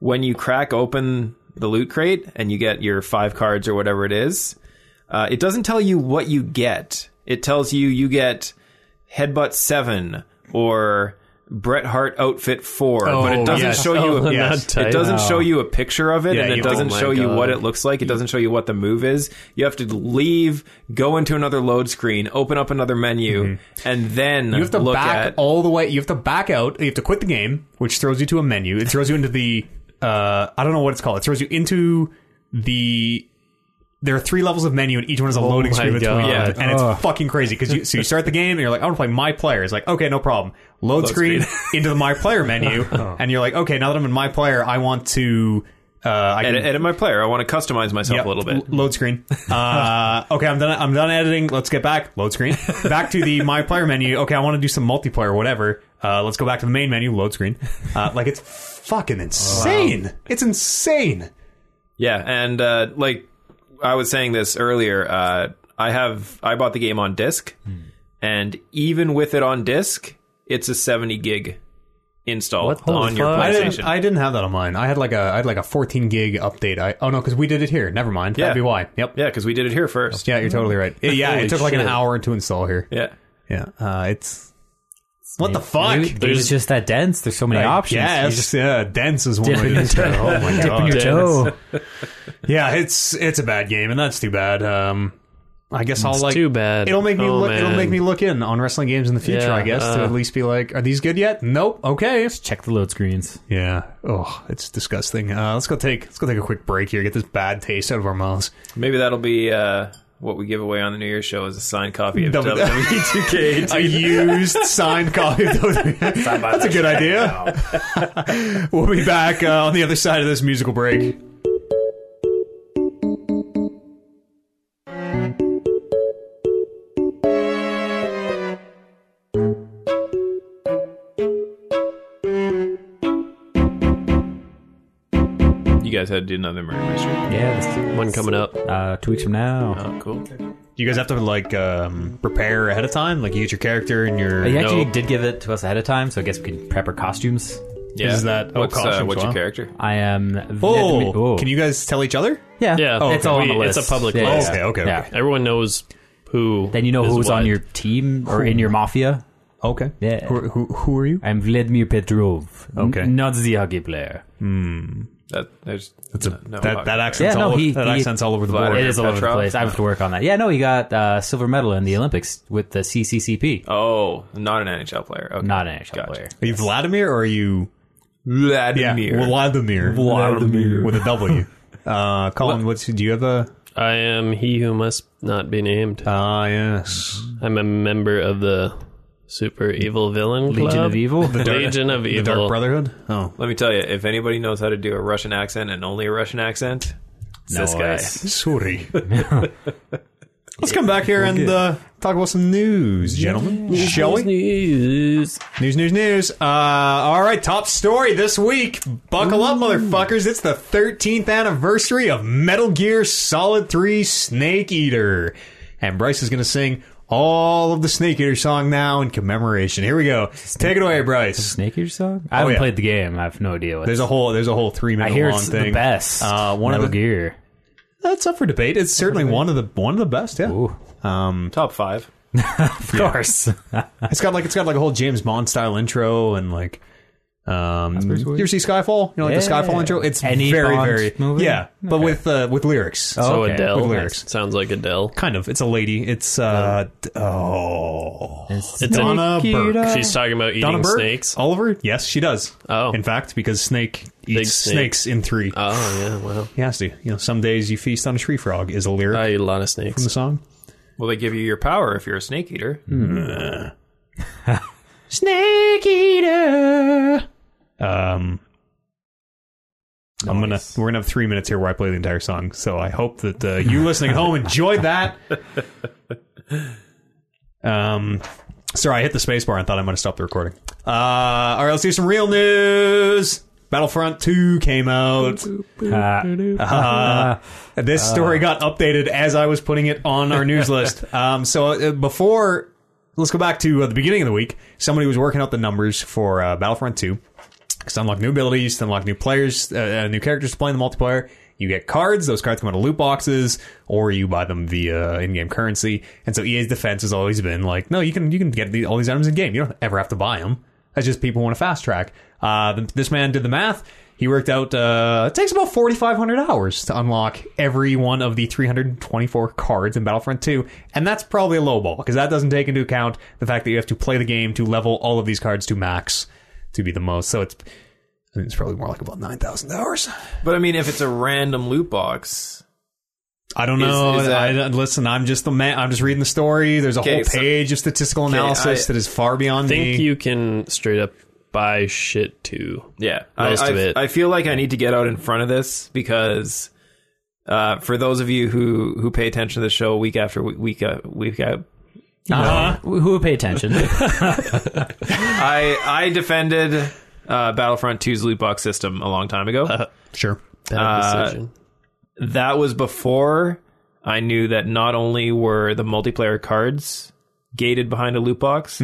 [SPEAKER 4] when you crack open the loot crate and you get your five cards or whatever it is, uh, it doesn't tell you what you get. It tells you you get headbutt seven or Bret Hart outfit four, but
[SPEAKER 1] Oh,
[SPEAKER 4] it doesn't
[SPEAKER 1] yes.
[SPEAKER 4] show you
[SPEAKER 1] Oh,
[SPEAKER 4] a
[SPEAKER 1] yes.
[SPEAKER 3] Not
[SPEAKER 4] it
[SPEAKER 3] tight.
[SPEAKER 4] doesn't show you a picture of it,
[SPEAKER 1] Yeah,
[SPEAKER 4] and
[SPEAKER 1] you-
[SPEAKER 4] it doesn't
[SPEAKER 3] oh my
[SPEAKER 4] show you what
[SPEAKER 3] God.
[SPEAKER 4] it looks like. It doesn't show you what the move is. You have to leave, go into another load screen, open up another menu, and then
[SPEAKER 1] Mm-hmm. you have to
[SPEAKER 4] look
[SPEAKER 1] back
[SPEAKER 4] at.
[SPEAKER 1] all the way. You have to back out. You have to quit the game, which throws you to a menu. It throws you into the, uh, I don't know what it's called. It throws you into the. There are three levels of menu, and each one is a loading
[SPEAKER 3] my
[SPEAKER 1] screen between,
[SPEAKER 3] God.
[SPEAKER 1] them,
[SPEAKER 4] Yeah.
[SPEAKER 1] and it's
[SPEAKER 2] Ugh.
[SPEAKER 1] fucking crazy because you. So you start the game, and you're like, I want to play my player. It's like, okay, no problem. Load, screen, into the my player menu, and you're like, okay, now that I'm in my player, I want to. Uh, I can
[SPEAKER 4] edit, edit my player. I want to customize myself
[SPEAKER 1] Yep,
[SPEAKER 4] a little bit.
[SPEAKER 1] l- Load screen. Uh, okay, I'm done. I'm done editing. Let's get back. Load screen. Back to the my player menu. Okay, I want to do some multiplayer, whatever. Uh, let's go back to the main menu. Load screen. Uh, like it's fucking insane. It's insane.
[SPEAKER 4] Yeah, and uh, like I was saying this earlier, uh, I have I bought the game on disc,
[SPEAKER 1] Hmm.
[SPEAKER 4] and even with it on disc, it's a seventy gig install on your
[SPEAKER 1] I
[SPEAKER 4] PlayStation.
[SPEAKER 1] didn't. I didn't have that on mine. I had like a. I had like a 14 gig update. I oh no, because we did it here. Never mind.
[SPEAKER 4] Yeah.
[SPEAKER 1] That'd be why. Yep.
[SPEAKER 4] yeah, because we did it here first.
[SPEAKER 1] Yeah, you're totally right. It- yeah,
[SPEAKER 2] Holy
[SPEAKER 1] it took like an
[SPEAKER 2] shit.
[SPEAKER 1] hour to install here.
[SPEAKER 4] Yeah.
[SPEAKER 1] Yeah, uh, it's. What the fuck?
[SPEAKER 2] Maybe- maybe it's just that dense. There's so many options.
[SPEAKER 1] Yes,
[SPEAKER 2] You just
[SPEAKER 1] yeah, dense is one way to
[SPEAKER 2] Dense.
[SPEAKER 1] do it. Oh my
[SPEAKER 2] dip in
[SPEAKER 1] god.
[SPEAKER 2] your
[SPEAKER 3] dense.
[SPEAKER 2] toe.
[SPEAKER 1] Yeah, it's it's a bad game, and that's too bad. Um, I guess I'll like
[SPEAKER 3] too bad.
[SPEAKER 1] It'll make me
[SPEAKER 3] Oh,
[SPEAKER 1] look. It'll
[SPEAKER 3] man.
[SPEAKER 1] make me look in on wrestling games in the future.
[SPEAKER 3] Yeah,
[SPEAKER 1] I guess to
[SPEAKER 3] uh.
[SPEAKER 1] at least be like, are these good yet? Nope. Okay.
[SPEAKER 2] Check the load screens.
[SPEAKER 1] Yeah. Oh, it's disgusting. Uh, let's go take let's go take a quick break here. Get this bad taste out of our mouths.
[SPEAKER 4] Maybe that'll be uh, what we give away on the New Year's show is a signed copy of E
[SPEAKER 1] W-
[SPEAKER 4] WWE 2K.
[SPEAKER 1] a used signed copy of those. That's a good idea. we'll be back uh, on the other side of this musical break.
[SPEAKER 4] You guys had to do another murder mystery.
[SPEAKER 2] Yeah,
[SPEAKER 3] One coming up.
[SPEAKER 2] this, uh, two weeks from now.
[SPEAKER 4] Oh, cool.
[SPEAKER 1] Do you guys have to like um, prepare ahead of time? Like you get your character and your
[SPEAKER 2] He actually
[SPEAKER 1] No.
[SPEAKER 2] did give it to us ahead of time, so I guess we can prep our costumes.
[SPEAKER 4] Yeah.
[SPEAKER 1] Is that- oh,
[SPEAKER 4] what's, uh,
[SPEAKER 1] costumes,
[SPEAKER 4] what's
[SPEAKER 1] wow.
[SPEAKER 4] your character?
[SPEAKER 2] I am.
[SPEAKER 1] Oh,
[SPEAKER 2] Vietnamese- Whoa.
[SPEAKER 1] can you guys tell each other?
[SPEAKER 2] Yeah,
[SPEAKER 3] Yeah.
[SPEAKER 2] it's all on
[SPEAKER 3] We-
[SPEAKER 2] the list.
[SPEAKER 3] it's a public
[SPEAKER 2] yeah,
[SPEAKER 1] list.
[SPEAKER 2] yeah, yeah.
[SPEAKER 1] Okay, okay,
[SPEAKER 2] Yeah.
[SPEAKER 1] okay.
[SPEAKER 3] Everyone knows who.
[SPEAKER 2] Then you know
[SPEAKER 3] is
[SPEAKER 2] who's
[SPEAKER 3] what.
[SPEAKER 2] on your team or in your mafia.
[SPEAKER 1] Okay.
[SPEAKER 2] Yeah.
[SPEAKER 1] Who, who, who are you?
[SPEAKER 2] I'm Vladimir Petrov.
[SPEAKER 1] Okay.
[SPEAKER 2] N- not the hockey player.
[SPEAKER 4] That there's
[SPEAKER 1] That's a,
[SPEAKER 4] no,
[SPEAKER 1] that, that accent's
[SPEAKER 2] Yeah, no,
[SPEAKER 1] all over,
[SPEAKER 2] he-
[SPEAKER 1] that
[SPEAKER 2] he-
[SPEAKER 1] accent's all over the board.
[SPEAKER 4] Vladimir
[SPEAKER 2] It is all over the
[SPEAKER 4] Petrov?
[SPEAKER 2] place. I have to work on that. Yeah, no, he got uh, silver medal in the Olympics with the CCCP.
[SPEAKER 4] Oh, not an NHL player. Okay.
[SPEAKER 2] Not an NHL
[SPEAKER 4] Gotcha.
[SPEAKER 2] player.
[SPEAKER 1] Are you Vladimir or are you
[SPEAKER 4] Vladimir.
[SPEAKER 1] yeah, Vladimir?
[SPEAKER 4] Vladimir.
[SPEAKER 1] with a W. Uh, Colin, what's do you have a?
[SPEAKER 3] I am he who must not be named.
[SPEAKER 1] Ah, yes.
[SPEAKER 3] I'm a member of the super evil villain
[SPEAKER 2] Legion
[SPEAKER 3] club.
[SPEAKER 2] of Evil.
[SPEAKER 3] Legion of
[SPEAKER 1] The
[SPEAKER 3] Evil.
[SPEAKER 1] Dark Brotherhood. Oh,
[SPEAKER 4] Let me tell you, if anybody knows how to do a Russian accent and only a Russian accent, it's this guy.
[SPEAKER 2] Nice.
[SPEAKER 1] sorry. Let's come back here and uh, talk about some news, gentlemen. Shall we?
[SPEAKER 3] News.
[SPEAKER 1] News, news, news. Uh, all right, top story this week. Buckle up, motherfuckers. It's the 13th anniversary of Metal Gear Solid 3 Snake Eater. And Bryce is going to sing all of the Snake Eater song now in commemoration. Here we go. Take it away, Bryce.
[SPEAKER 2] Snake Eater song? I
[SPEAKER 1] Oh,
[SPEAKER 2] haven't
[SPEAKER 1] yeah.
[SPEAKER 2] played the game. I have no idea what
[SPEAKER 1] There's a whole there's a whole three
[SPEAKER 2] I
[SPEAKER 1] minute
[SPEAKER 2] hear
[SPEAKER 1] long
[SPEAKER 2] it's
[SPEAKER 1] thing.
[SPEAKER 2] the best.
[SPEAKER 1] Uh, one
[SPEAKER 2] Metal
[SPEAKER 1] of the
[SPEAKER 2] Gear.
[SPEAKER 1] that's up for debate. It's certainly one of the one of the best. Yeah,
[SPEAKER 2] Ooh.
[SPEAKER 4] Mm. Top five.
[SPEAKER 2] Of course.
[SPEAKER 1] it's got like it's got like a whole James Bond style intro and like um
[SPEAKER 2] pretty
[SPEAKER 1] you
[SPEAKER 2] sweet.
[SPEAKER 1] ever see Skyfall? You know, like the
[SPEAKER 2] Yeah.
[SPEAKER 1] Skyfall intro. It's
[SPEAKER 2] Any
[SPEAKER 1] very
[SPEAKER 2] Bond
[SPEAKER 1] very
[SPEAKER 2] movie?
[SPEAKER 1] yeah, but
[SPEAKER 2] Okay.
[SPEAKER 1] with uh, with lyrics.
[SPEAKER 2] Oh.
[SPEAKER 3] So
[SPEAKER 2] Okay.
[SPEAKER 3] Adele.
[SPEAKER 1] With lyrics.
[SPEAKER 3] Sounds like Adele.
[SPEAKER 1] Kind of. It's a lady. It's uh d- oh
[SPEAKER 3] It's a-
[SPEAKER 1] Donna
[SPEAKER 4] Uh,
[SPEAKER 1] Burke.
[SPEAKER 3] She's talking about eating
[SPEAKER 1] Donna Burke.
[SPEAKER 3] snakes.
[SPEAKER 1] Oliver. Yes, she does.
[SPEAKER 3] Oh.
[SPEAKER 1] in fact, because Snake eats
[SPEAKER 3] snake.
[SPEAKER 1] snakes in three.
[SPEAKER 3] Oh yeah, wow.
[SPEAKER 1] he has to. You know, some days you feast on a tree frog is a lyric
[SPEAKER 3] I eat a lot of
[SPEAKER 1] from the
[SPEAKER 3] snakes.
[SPEAKER 1] song.
[SPEAKER 4] Well, they give you your power if you're a snake eater.
[SPEAKER 1] Snake Eater. Um, I'm gonna we're gonna have three minutes here where I play the entire song. So I hope that uh, you listening at home enjoyed that. Um, sorry, I hit the space bar and thought I might have stopped the recording. Uh, all right, let's do some real news. Battlefront 2 came out. Uh, this story got updated as I was putting it on our news list. Um, so uh, before, let's go back to uh, the beginning of the week. Somebody was working out the numbers for uh, Battlefront 2 because to unlock new abilities, to unlock new players, uh, uh, new characters to play in the multiplayer. You get cards; those cards come out of loot boxes, or you buy them via uh, in-game currency. And so EA's defense has always been like, no, you can you can get the, all these items in game. You don't ever have to buy them. That's just people want to fast track. Uh, th- this man did the math. He worked out. Uh, it takes about 4,500 hours to unlock every one of the 324 cards in Battlefront 2, and that's probably a low ball because that doesn't take into account the fact that you have to play the game to level all of these cards to max to be the most. So it's I think it's probably more like about nine thousand hours.
[SPEAKER 4] But I mean, if it's a random loot box,
[SPEAKER 1] I don't
[SPEAKER 4] Is-
[SPEAKER 1] know.
[SPEAKER 4] is that-
[SPEAKER 1] I don't- listen, I'm just the man. I'm just reading the story. There's a
[SPEAKER 4] Okay,
[SPEAKER 1] whole
[SPEAKER 4] so-
[SPEAKER 1] page of statistical analysis
[SPEAKER 4] I-
[SPEAKER 1] that is far beyond
[SPEAKER 3] I think
[SPEAKER 1] me.
[SPEAKER 3] you can straight up buy shit too.
[SPEAKER 4] yeah,
[SPEAKER 3] Most
[SPEAKER 4] I,
[SPEAKER 3] of
[SPEAKER 4] I-
[SPEAKER 3] it.
[SPEAKER 4] I feel like I need to get out in front of this because uh, for those of you who who pay attention to the show week after week, week, uh, week out,
[SPEAKER 2] Uh, who who would pay attention?
[SPEAKER 4] I I defended uh, Battlefront 2's loot box system a long time ago.
[SPEAKER 1] sure.
[SPEAKER 3] Bad
[SPEAKER 4] Uh,
[SPEAKER 3] decision.
[SPEAKER 4] that was before I knew that not only were the multiplayer cards gated behind a loot box,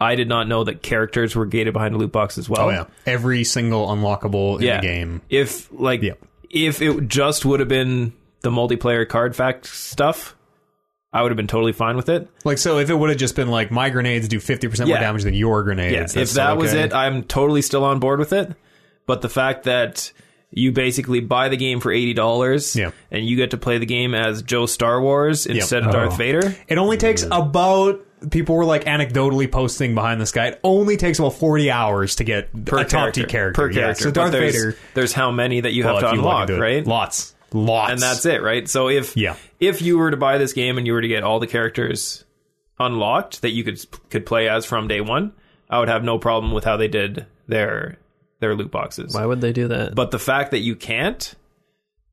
[SPEAKER 4] I did not know that characters were gated behind a loot box as well.
[SPEAKER 1] Oh yeah. Every single unlockable in
[SPEAKER 4] Yeah.
[SPEAKER 1] the game.
[SPEAKER 4] If like
[SPEAKER 1] Yep.
[SPEAKER 4] if it just would have been the multiplayer card fact stuff, I would have been totally fine with it.
[SPEAKER 1] Like so, if it would have just been like my grenades do fifty percent more
[SPEAKER 4] Yeah.
[SPEAKER 1] damage than your grenades.
[SPEAKER 4] Yeah, if
[SPEAKER 1] that's
[SPEAKER 4] that
[SPEAKER 1] still
[SPEAKER 4] was
[SPEAKER 1] okay.
[SPEAKER 4] it, uh, I'm totally still on board with it. But the fact that you basically buy the game for eighty dollars,
[SPEAKER 1] Yeah.
[SPEAKER 4] and you get to play the game as Joe Star Wars instead of Darth
[SPEAKER 1] Oh.
[SPEAKER 4] Vader.
[SPEAKER 1] It only takes about people were like anecdotally posting behind this guy. It only takes about forty hours to get a top tier character
[SPEAKER 4] per
[SPEAKER 1] Yeah,
[SPEAKER 4] character.
[SPEAKER 1] So
[SPEAKER 4] But
[SPEAKER 1] Darth
[SPEAKER 4] there's,
[SPEAKER 1] Vader.
[SPEAKER 4] There's how many that you
[SPEAKER 1] well,
[SPEAKER 4] have
[SPEAKER 1] if
[SPEAKER 4] to
[SPEAKER 1] you look
[SPEAKER 4] unlock,
[SPEAKER 1] into it,
[SPEAKER 4] right?
[SPEAKER 1] Lots. Lots.
[SPEAKER 4] and that's it, right? So if
[SPEAKER 1] Yeah.
[SPEAKER 4] if you were to buy this game and you were to get all the characters unlocked that you could could play as from day one, I would have no problem with how they did their their loot boxes.
[SPEAKER 3] Why would they do that?
[SPEAKER 4] But the fact that you can't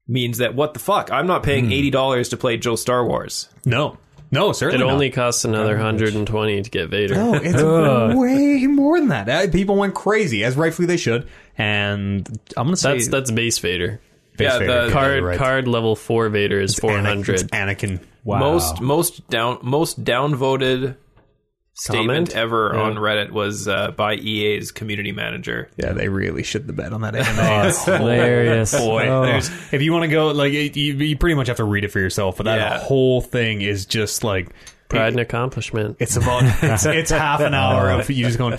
[SPEAKER 4] means that what the fuck? I'm not
[SPEAKER 1] Hmm.
[SPEAKER 4] paying eighty dollars to play Joe Star Wars.
[SPEAKER 1] No. No,
[SPEAKER 3] it
[SPEAKER 1] certainly not.
[SPEAKER 3] only costs another 120 to get Vader.
[SPEAKER 1] No, it's way more than that. Uh, People went crazy, as rightfully they should. And I'm gonna say
[SPEAKER 3] That's that's base Vader.
[SPEAKER 1] Base
[SPEAKER 4] yeah,
[SPEAKER 1] Vader,
[SPEAKER 4] the
[SPEAKER 1] you're
[SPEAKER 3] Card
[SPEAKER 1] right.
[SPEAKER 3] card level four Vader is
[SPEAKER 1] It's Anakin-
[SPEAKER 3] 400.
[SPEAKER 1] it's Anakin.
[SPEAKER 2] Wow.
[SPEAKER 4] Most most down most downvoted statement
[SPEAKER 3] Comment?
[SPEAKER 4] ever on Reddit was uh, by EA's community manager.
[SPEAKER 1] Yeah, they really shit the bed on that anime.
[SPEAKER 2] That's hilarious.
[SPEAKER 1] Boy,
[SPEAKER 2] Oh.
[SPEAKER 1] there's- if you want to go, like, it, you, you pretty much have to read it for yourself. But that
[SPEAKER 4] Yeah.
[SPEAKER 1] whole thing is just like
[SPEAKER 3] Pride and accomplishment.
[SPEAKER 1] It's about it's, it's half an hour of you just going.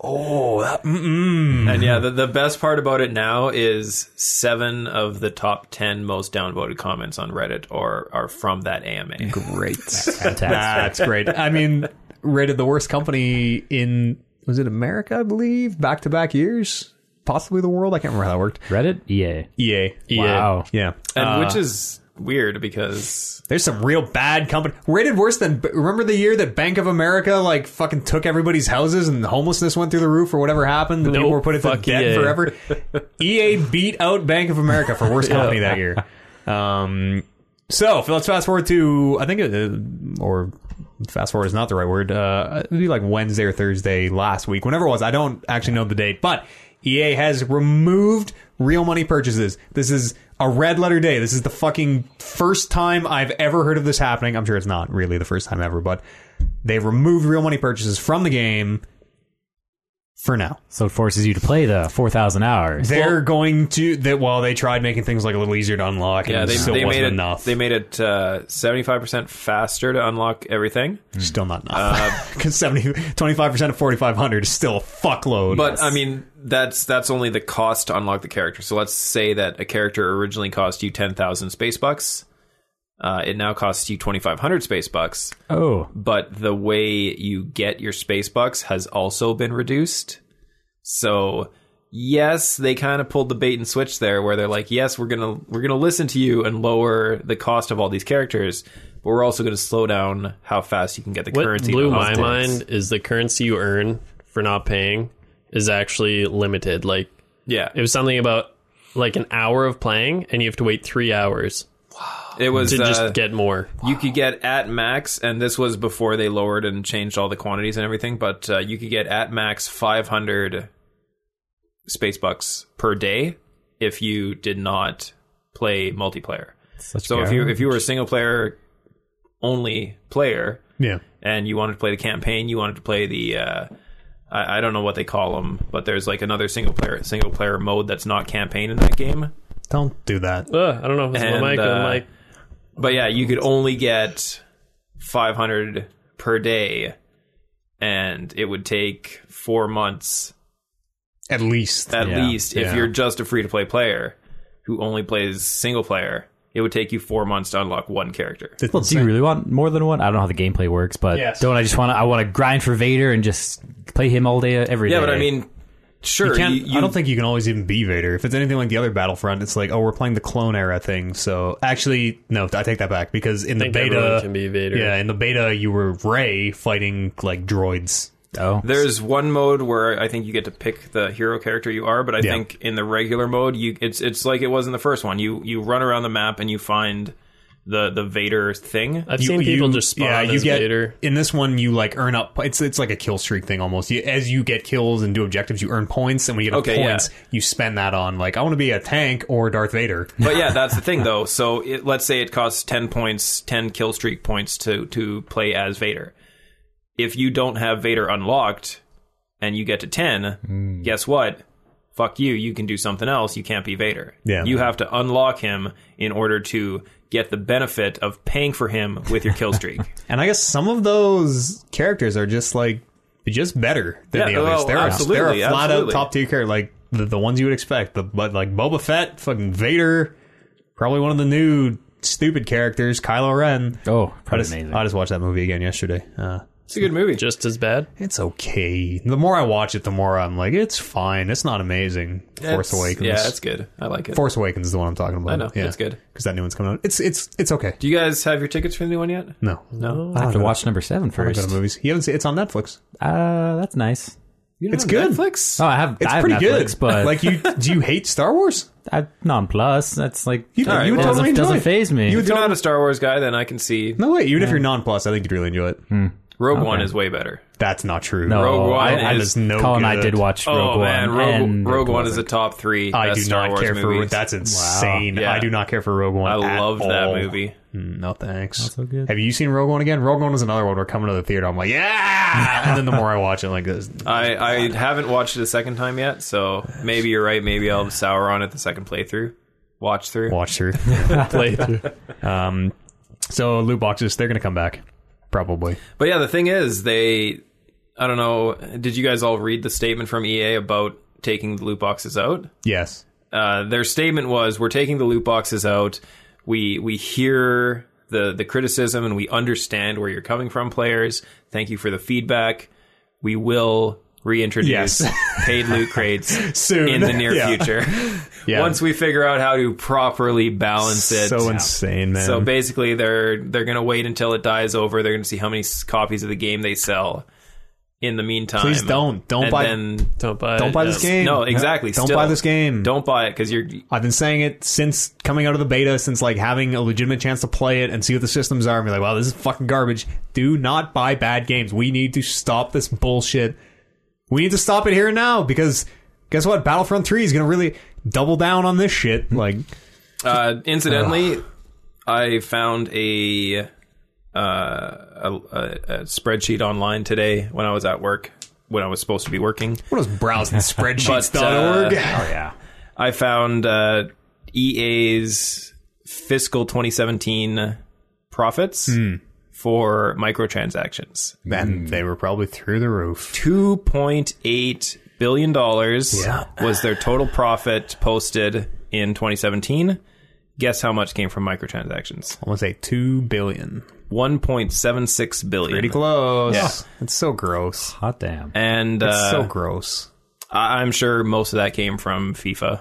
[SPEAKER 1] Oh, that, mm-mm.
[SPEAKER 4] And yeah, the, the best part about it now is seven of the top ten most downvoted comments on Reddit are are from that AMA.
[SPEAKER 1] great.
[SPEAKER 2] Fantastic.
[SPEAKER 1] That's Ah, great. I mean, rated the worst company in was it America? I believe back to back years, possibly the world. I can't remember how that worked.
[SPEAKER 2] Reddit? EA.
[SPEAKER 1] EA,
[SPEAKER 2] Wow.
[SPEAKER 1] E yeah.
[SPEAKER 4] And which is weird because
[SPEAKER 1] There's some real bad company rated worse than. Remember the year that Bank of America like fucking took everybody's houses and homelessness went through the roof or whatever happened. The
[SPEAKER 3] Nope.
[SPEAKER 1] people were put into
[SPEAKER 3] Fuck
[SPEAKER 1] debt
[SPEAKER 3] EA.
[SPEAKER 1] forever. EA beat out Bank of America for worst company that year. Um, so f- let's fast forward to I think uh, or fast forward is not the right word. Uh, it'd be like Wednesday or Thursday last week, whenever it was. I don't actually know the date, but EA has removed real money purchases. This is a red letter day. This is the fucking first time I've ever heard of this happening. I'm sure it's not really the first time ever, but they removed real money purchases from the game for now.
[SPEAKER 2] So it forces you to play the 4,000 hours.
[SPEAKER 1] They're going to that. Well, they tried making things like a little easier to unlock, and
[SPEAKER 4] yeah,
[SPEAKER 1] it
[SPEAKER 4] they,
[SPEAKER 1] still
[SPEAKER 4] they
[SPEAKER 1] wasn't
[SPEAKER 4] made it
[SPEAKER 1] enough.
[SPEAKER 4] they made it seventy five percent faster to unlock everything.
[SPEAKER 1] Still not
[SPEAKER 4] Uh,
[SPEAKER 1] enough. Because 25 percent of forty five hundred is still a fuckload.
[SPEAKER 4] But I mean, that's that's only the cost to unlock the character. So let's say that a character originally cost you ten thousand space bucks. Uh, it now costs you twenty five hundred space bucks,
[SPEAKER 2] Oh.
[SPEAKER 4] but the way you get your space bucks has also been reduced. So yes, they kind of pulled the bait and switch there, where they're like, yes, we're gonna we're gonna listen to you and lower the cost of all these characters, but we're also gonna slow down how fast you can get the
[SPEAKER 3] What
[SPEAKER 4] currency.
[SPEAKER 3] blew
[SPEAKER 4] to
[SPEAKER 3] my
[SPEAKER 4] unlock things.
[SPEAKER 3] mind is the currency you earn for not paying is actually limited. Like
[SPEAKER 4] Yeah,
[SPEAKER 3] it was something about like an hour of playing, and you have to wait three hours
[SPEAKER 4] it was
[SPEAKER 3] to
[SPEAKER 4] uh,
[SPEAKER 3] just get more.
[SPEAKER 4] You could get at max, and this was before they lowered and changed all the quantities and everything. But uh, you could get at max 500 space bucks per day if you did not play multiplayer. so if you if you were a single player only player
[SPEAKER 1] yeah,
[SPEAKER 4] and you wanted to play the campaign, you wanted to play the uh, I, I don't know what they call them, but there's like another single player single player mode that's not campaign in that game.
[SPEAKER 1] don't do that.
[SPEAKER 3] Ugh, I don't know if it's
[SPEAKER 4] And,
[SPEAKER 3] my mic or
[SPEAKER 4] uh,
[SPEAKER 3] my mic.
[SPEAKER 4] But yeah, you could only get 500 per day, and it would take four months
[SPEAKER 1] At least
[SPEAKER 4] at
[SPEAKER 2] Yeah.
[SPEAKER 4] least if
[SPEAKER 1] Yeah.
[SPEAKER 4] you're just a free to play player who only plays single player. It would take you four months to unlock one character.
[SPEAKER 1] It's
[SPEAKER 2] Well, do you
[SPEAKER 1] insane.
[SPEAKER 2] really want more than one? I don't know how the gameplay works, but
[SPEAKER 1] Yes.
[SPEAKER 2] don't I just want to? I want to grind for Vader and just play him all day, every day.
[SPEAKER 4] Yeah, but I mean, sure.
[SPEAKER 1] You can't-
[SPEAKER 4] you- you-
[SPEAKER 1] I don't think you can always even be Vader. If it's anything like the other Battlefront, it's like, oh, we're playing the clone era thing. So actually, no, I take that back because in the
[SPEAKER 3] think
[SPEAKER 1] beta,
[SPEAKER 3] everyone can be Vader.
[SPEAKER 1] yeah, in the beta, you were Ray fighting like droids.
[SPEAKER 2] oh,
[SPEAKER 4] There's one mode where I think you get to pick the hero character you are, but I think in the regular mode, you it's it's like it was in the first one. You you run around the map and you find the the Vader thing.
[SPEAKER 3] I've seen people just spawn
[SPEAKER 1] yeah, you
[SPEAKER 3] as
[SPEAKER 1] get,
[SPEAKER 3] Vader.
[SPEAKER 1] In this one, you like earn up. It's it's like a kill streak thing almost. You, as you get kills and do objectives, you earn points, and when you get
[SPEAKER 4] Okay,
[SPEAKER 1] up
[SPEAKER 4] yeah.
[SPEAKER 1] points, you spend that on like I want to be a tank or Darth Vader.
[SPEAKER 4] But yeah, that's the thing though. So it, let's say it costs ten points, ten kill streak points to to play as Vader. If you don't have Vader unlocked and you get to ten,
[SPEAKER 1] Hmm.
[SPEAKER 4] guess what? Fuck you. You can do something else. You can't be Vader.
[SPEAKER 1] Yeah.
[SPEAKER 4] You have to unlock him in order to get the benefit of paying for him with your kill streak.
[SPEAKER 1] And I guess some of those characters are just like just better than
[SPEAKER 4] Yeah,
[SPEAKER 1] the others.
[SPEAKER 4] well,
[SPEAKER 1] they're,
[SPEAKER 4] absolutely,
[SPEAKER 1] a, they're a flat out
[SPEAKER 4] absolutely.
[SPEAKER 1] top tier character, like the, the ones you would expect. The but like Boba Fett, fucking Vader, probably one of the new stupid characters, Kylo Ren.
[SPEAKER 2] oh,
[SPEAKER 1] I
[SPEAKER 2] pretty
[SPEAKER 1] just,
[SPEAKER 2] amazing.
[SPEAKER 1] I just watched that movie again yesterday. Uh,
[SPEAKER 4] It's a good movie.
[SPEAKER 3] Just as bad.
[SPEAKER 1] It's okay. The more I watch it, the more I'm like, it's fine. It's not amazing. Force
[SPEAKER 4] It's-
[SPEAKER 1] Awakens.
[SPEAKER 4] Yeah, it's good. I like it.
[SPEAKER 1] Force Awakens is the one I'm talking about.
[SPEAKER 4] I know,
[SPEAKER 1] Yeah.
[SPEAKER 4] it's good.
[SPEAKER 1] because that new one's coming out. It's it's it's okay.
[SPEAKER 4] Do you guys have your tickets for the new one yet?
[SPEAKER 1] No,
[SPEAKER 4] No.
[SPEAKER 2] I have to
[SPEAKER 1] no.
[SPEAKER 2] watch number seven
[SPEAKER 1] I don't go
[SPEAKER 2] first.
[SPEAKER 1] to movies. You haven't seen. It's on Netflix.
[SPEAKER 2] Uh, that's nice.
[SPEAKER 4] You don't
[SPEAKER 1] It's
[SPEAKER 4] have
[SPEAKER 1] good.
[SPEAKER 4] Netflix.
[SPEAKER 2] Oh, I have.
[SPEAKER 1] It's
[SPEAKER 2] I have
[SPEAKER 1] pretty
[SPEAKER 2] Netflix,
[SPEAKER 1] good.
[SPEAKER 2] but
[SPEAKER 1] like you, do you hate Star Wars?
[SPEAKER 2] I, non plus. That's like
[SPEAKER 1] You,
[SPEAKER 4] All right,
[SPEAKER 1] you would
[SPEAKER 4] well,
[SPEAKER 1] totally
[SPEAKER 2] doesn't,
[SPEAKER 1] enjoy
[SPEAKER 2] doesn't
[SPEAKER 1] it.
[SPEAKER 2] phase me.
[SPEAKER 1] You
[SPEAKER 4] If
[SPEAKER 1] would
[SPEAKER 4] you're
[SPEAKER 1] totally-
[SPEAKER 4] not a Star Wars guy, then I can see
[SPEAKER 1] No way. Even if you're non-plus, I think you'd really enjoy it.
[SPEAKER 4] Rogue One is way better.
[SPEAKER 1] That's not true.
[SPEAKER 2] Hmm. no,
[SPEAKER 4] Rogue One
[SPEAKER 2] I, I
[SPEAKER 1] is
[SPEAKER 2] just
[SPEAKER 1] no
[SPEAKER 2] Colin and I
[SPEAKER 1] good.
[SPEAKER 2] did watch Rogue
[SPEAKER 4] oh man,
[SPEAKER 2] One.
[SPEAKER 4] Rogue,
[SPEAKER 2] and
[SPEAKER 4] Rogue
[SPEAKER 2] it
[SPEAKER 4] One is
[SPEAKER 2] wasn't.
[SPEAKER 4] the top three.
[SPEAKER 1] I
[SPEAKER 4] best
[SPEAKER 1] do
[SPEAKER 4] Star
[SPEAKER 1] not
[SPEAKER 4] Wars
[SPEAKER 1] care for.
[SPEAKER 4] movies.
[SPEAKER 1] That's insane.
[SPEAKER 4] Yeah.
[SPEAKER 1] I do not care for Rogue One.
[SPEAKER 4] I
[SPEAKER 1] at
[SPEAKER 4] loved that
[SPEAKER 1] all.
[SPEAKER 4] movie.
[SPEAKER 1] Mm, No thanks.
[SPEAKER 2] so good.
[SPEAKER 1] Have you seen Rogue One again? Rogue One was another one. We're coming to the theater. I'm like, yeah. and then the more I watch it, like this.
[SPEAKER 4] I, I haven't watched it a second time yet, so maybe you're right. Maybe I'll sour on it the second playthrough, watch through.
[SPEAKER 1] watch through.
[SPEAKER 3] Play
[SPEAKER 1] um, so loot boxes, they're gonna come back, probably.
[SPEAKER 4] But yeah, the thing is, they. I don't know. Did you guys all read the statement from EA about taking the loot boxes out?
[SPEAKER 1] Yes.
[SPEAKER 4] Uh, their statement was, "We're taking the loot boxes out. We we hear the the criticism and we understand where you're coming from, players. Thank you for the feedback. We will reintroduce
[SPEAKER 1] Yes.
[SPEAKER 4] paid loot crates
[SPEAKER 1] Soon.
[SPEAKER 4] in the near
[SPEAKER 1] Yeah.
[SPEAKER 4] future.
[SPEAKER 1] Yeah.
[SPEAKER 4] Once we figure out how to properly balance it.
[SPEAKER 1] So insane, man.
[SPEAKER 4] So basically, they're they're gonna wait until it dies over. They're gonna see how many s- copies of the game they sell. In the meantime,
[SPEAKER 1] Please don't. Don't
[SPEAKER 4] And
[SPEAKER 1] buy-
[SPEAKER 4] Then,
[SPEAKER 3] Don't buy.
[SPEAKER 1] Don't
[SPEAKER 3] it,
[SPEAKER 1] buy
[SPEAKER 3] yeah.
[SPEAKER 1] this game.
[SPEAKER 4] No, exactly.
[SPEAKER 1] Don't
[SPEAKER 4] Still,
[SPEAKER 1] buy this game.
[SPEAKER 4] Don't buy it because you're.
[SPEAKER 1] I've been saying it since coming out of the beta, since like having a legitimate chance to play it and see what the systems are, and be like, "Wow, this is fucking garbage." Do not buy bad games. We need to stop this bullshit. We need to stop it here and now because guess what? Battlefront Three is gonna really double down on this shit. Like,
[SPEAKER 4] Uh, incidentally, I found a, uh, a, a a spreadsheet online today when I was at work when I was supposed to be working.
[SPEAKER 1] what is browsing spreadsheets.org?
[SPEAKER 4] But, uh,
[SPEAKER 1] oh yeah.
[SPEAKER 4] I found uh, EA's fiscal 2017 profits
[SPEAKER 1] Hmm.
[SPEAKER 4] for microtransactions.
[SPEAKER 1] Then they were probably through the roof.
[SPEAKER 4] $2.8 billion
[SPEAKER 1] Yeah.
[SPEAKER 4] was their total profit posted in 2017. Guess how much came from microtransactions?
[SPEAKER 1] I want to say two billion.
[SPEAKER 4] 1.76 billion.
[SPEAKER 1] Pretty close.
[SPEAKER 4] Yeah.
[SPEAKER 1] It's so gross.
[SPEAKER 2] Hot damn.
[SPEAKER 4] And
[SPEAKER 1] It's
[SPEAKER 4] uh,
[SPEAKER 1] so gross.
[SPEAKER 4] I- I'm sure most of that came from FIFA.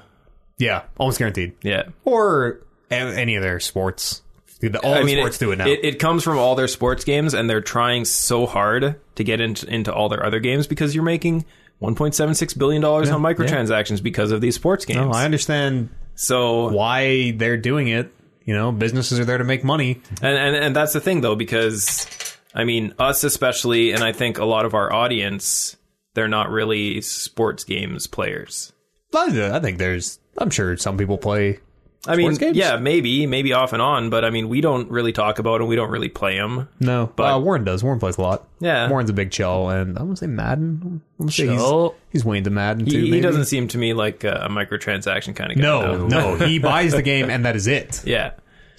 [SPEAKER 1] Yeah, almost guaranteed.
[SPEAKER 4] Yeah.
[SPEAKER 1] Or a- any of their sports. Dude, the- All
[SPEAKER 4] I
[SPEAKER 1] the
[SPEAKER 4] mean,
[SPEAKER 1] sports
[SPEAKER 4] it,
[SPEAKER 1] do it now.
[SPEAKER 4] It, it comes from all their sports games, and they're trying so hard to get in, into all their other games because you're making 1.76 billion dollars on microtransactions because of these sports games.
[SPEAKER 1] No, Oh, I understand
[SPEAKER 4] so
[SPEAKER 1] why they're doing it. You know, businesses are there to make money.
[SPEAKER 4] and, and and that's the thing though because I mean us especially, and I think a lot of our audience, they're not really sports games players.
[SPEAKER 1] I I think there's. I'm sure some people play.
[SPEAKER 4] I mean,
[SPEAKER 1] Sports games?
[SPEAKER 4] yeah, maybe, maybe off and on, but I mean, we don't really talk about them. We don't really play them.
[SPEAKER 1] No, but
[SPEAKER 4] But-
[SPEAKER 1] uh, Warren does. Warren plays a lot.
[SPEAKER 4] Yeah.
[SPEAKER 1] Warren's a big chill, and I'm gonna say Madden. I'm gonna say he's,
[SPEAKER 3] Chill.
[SPEAKER 1] he's way into Madden too.
[SPEAKER 4] He, he
[SPEAKER 1] maybe.
[SPEAKER 4] doesn't seem to me like a microtransaction kind of guy.
[SPEAKER 1] No, no, he buys the game, and that is it.
[SPEAKER 4] Yeah.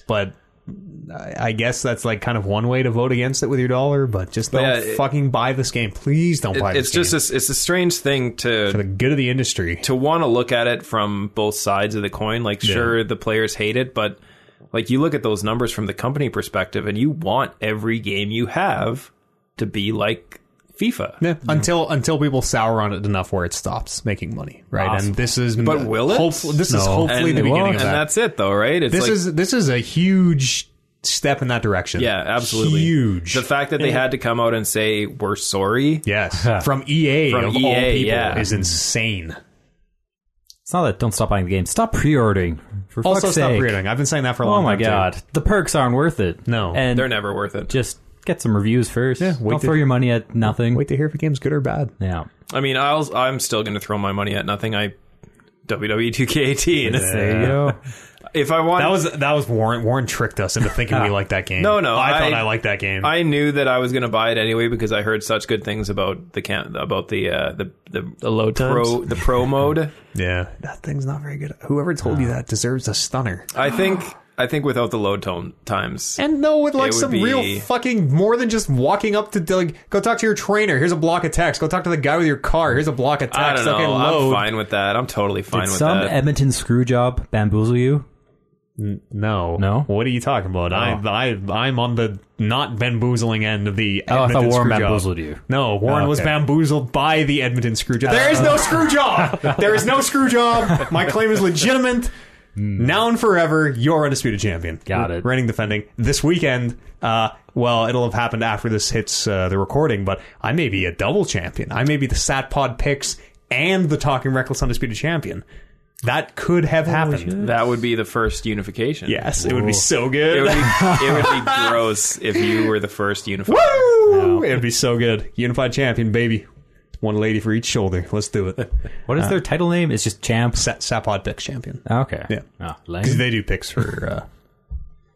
[SPEAKER 1] But I I guess that's like kind of one way to vote against it with your dollar. But just don't
[SPEAKER 4] yeah, it-
[SPEAKER 1] fucking buy this game, please. Don't buy.
[SPEAKER 4] It's
[SPEAKER 1] this game.
[SPEAKER 4] just a, it's a strange thing
[SPEAKER 1] for
[SPEAKER 4] to
[SPEAKER 1] the good of the industry.
[SPEAKER 4] to want to look at it from both sides of the coin. Like, sure, the players hate it, but like you look at those numbers from the company perspective, and you want every game you have to be like FIFA.
[SPEAKER 1] Yeah, until until people sour on it enough where it stops making money, right? And this is
[SPEAKER 4] But will it?
[SPEAKER 1] hopeful- this is
[SPEAKER 2] No.
[SPEAKER 1] hopefully
[SPEAKER 4] And,
[SPEAKER 1] the beginning
[SPEAKER 4] and
[SPEAKER 1] of that.
[SPEAKER 4] that's it, though, right? It's
[SPEAKER 1] This
[SPEAKER 4] like,
[SPEAKER 1] is this is a huge step in that direction.
[SPEAKER 4] yeah, absolutely
[SPEAKER 1] huge.
[SPEAKER 4] The fact that they had to come out and say we're sorry.
[SPEAKER 1] yes, from E EA
[SPEAKER 4] From
[SPEAKER 1] of all
[SPEAKER 4] EA,
[SPEAKER 1] people
[SPEAKER 4] yeah.
[SPEAKER 1] is insane.
[SPEAKER 2] It's not that don't stop buying the game. Stop pre-ordering. For
[SPEAKER 1] Also,
[SPEAKER 2] fuck's
[SPEAKER 1] stop
[SPEAKER 2] sake.
[SPEAKER 1] reading. I've been saying that for a long
[SPEAKER 2] Oh my
[SPEAKER 1] time. too.
[SPEAKER 2] god, the perks aren't worth it.
[SPEAKER 1] No.
[SPEAKER 2] and
[SPEAKER 4] They're never worth it.
[SPEAKER 2] just get some reviews first. Yeah,
[SPEAKER 1] wait
[SPEAKER 2] don't
[SPEAKER 1] to-
[SPEAKER 2] throw your money at nothing.
[SPEAKER 1] Wait to hear if a game's good or bad.
[SPEAKER 2] Yeah,
[SPEAKER 4] I mean, I'll, I'm still going to throw my money at nothing. I E WWE 2K18.
[SPEAKER 2] there you go.
[SPEAKER 4] If I want,
[SPEAKER 1] That was that was Warren. Warren tricked us into thinking we liked that game.
[SPEAKER 4] No, no,
[SPEAKER 1] I, thought
[SPEAKER 4] I-
[SPEAKER 1] I liked that game.
[SPEAKER 4] I knew that I was going to buy it anyway because I heard such good things about the cam- about the uh, the the, the
[SPEAKER 3] low
[SPEAKER 4] pro
[SPEAKER 3] times?
[SPEAKER 4] the pro mode.
[SPEAKER 1] yeah, that thing's not very good. Whoever told you that deserves a stunner.
[SPEAKER 4] I think I think without the low tone times,
[SPEAKER 1] And no, with like
[SPEAKER 4] It would
[SPEAKER 1] some
[SPEAKER 4] be-
[SPEAKER 1] real fucking more than just walking up to like go talk to your trainer. Here's a block of text. Go talk to the guy with your car. Here's a block of text.
[SPEAKER 4] I don't know.
[SPEAKER 1] Okay,
[SPEAKER 4] I'm
[SPEAKER 1] load.
[SPEAKER 4] fine with that. I'm totally fine
[SPEAKER 2] Did
[SPEAKER 4] with
[SPEAKER 2] some
[SPEAKER 4] that.
[SPEAKER 2] Edmonton screw job bamboozle you?
[SPEAKER 1] No,
[SPEAKER 2] No? Oh.
[SPEAKER 1] What are you talking about? I, I, I'm on the not bamboozling end of the.
[SPEAKER 2] Oh, I
[SPEAKER 1] Edmonton
[SPEAKER 2] thought Warren
[SPEAKER 1] screw job.
[SPEAKER 2] bamboozled you.
[SPEAKER 1] No, Warren
[SPEAKER 2] Oh,
[SPEAKER 1] was
[SPEAKER 2] okay. Oh.
[SPEAKER 1] bamboozled by the Edmonton screw job. There is no screw job. there is no screw job. My claim is legitimate. Now and forever, you're undisputed champion.
[SPEAKER 2] Hmm. Got it.
[SPEAKER 1] Reigning, defending this weekend. Uh, well, it'll have happened after this hits uh, the recording, but I may be a double champion. I may be the Satpod picks and the Talking Reckless undisputed champion. That could have
[SPEAKER 2] Oh,
[SPEAKER 1] happened.
[SPEAKER 4] That would be the first unification.
[SPEAKER 1] Yes, it would be so good.
[SPEAKER 4] It would be, it would be gross if you were the first unified.
[SPEAKER 1] Woo! It'd be so good. Unified champion, baby. One lady for each shoulder. Let's do it.
[SPEAKER 2] What is their title name? It's just champs.
[SPEAKER 1] Sa- Sapod picks champion.
[SPEAKER 2] Okay.
[SPEAKER 1] Yeah.
[SPEAKER 2] Oh,
[SPEAKER 1] Because
[SPEAKER 2] lame.
[SPEAKER 1] they do picks for. Uh,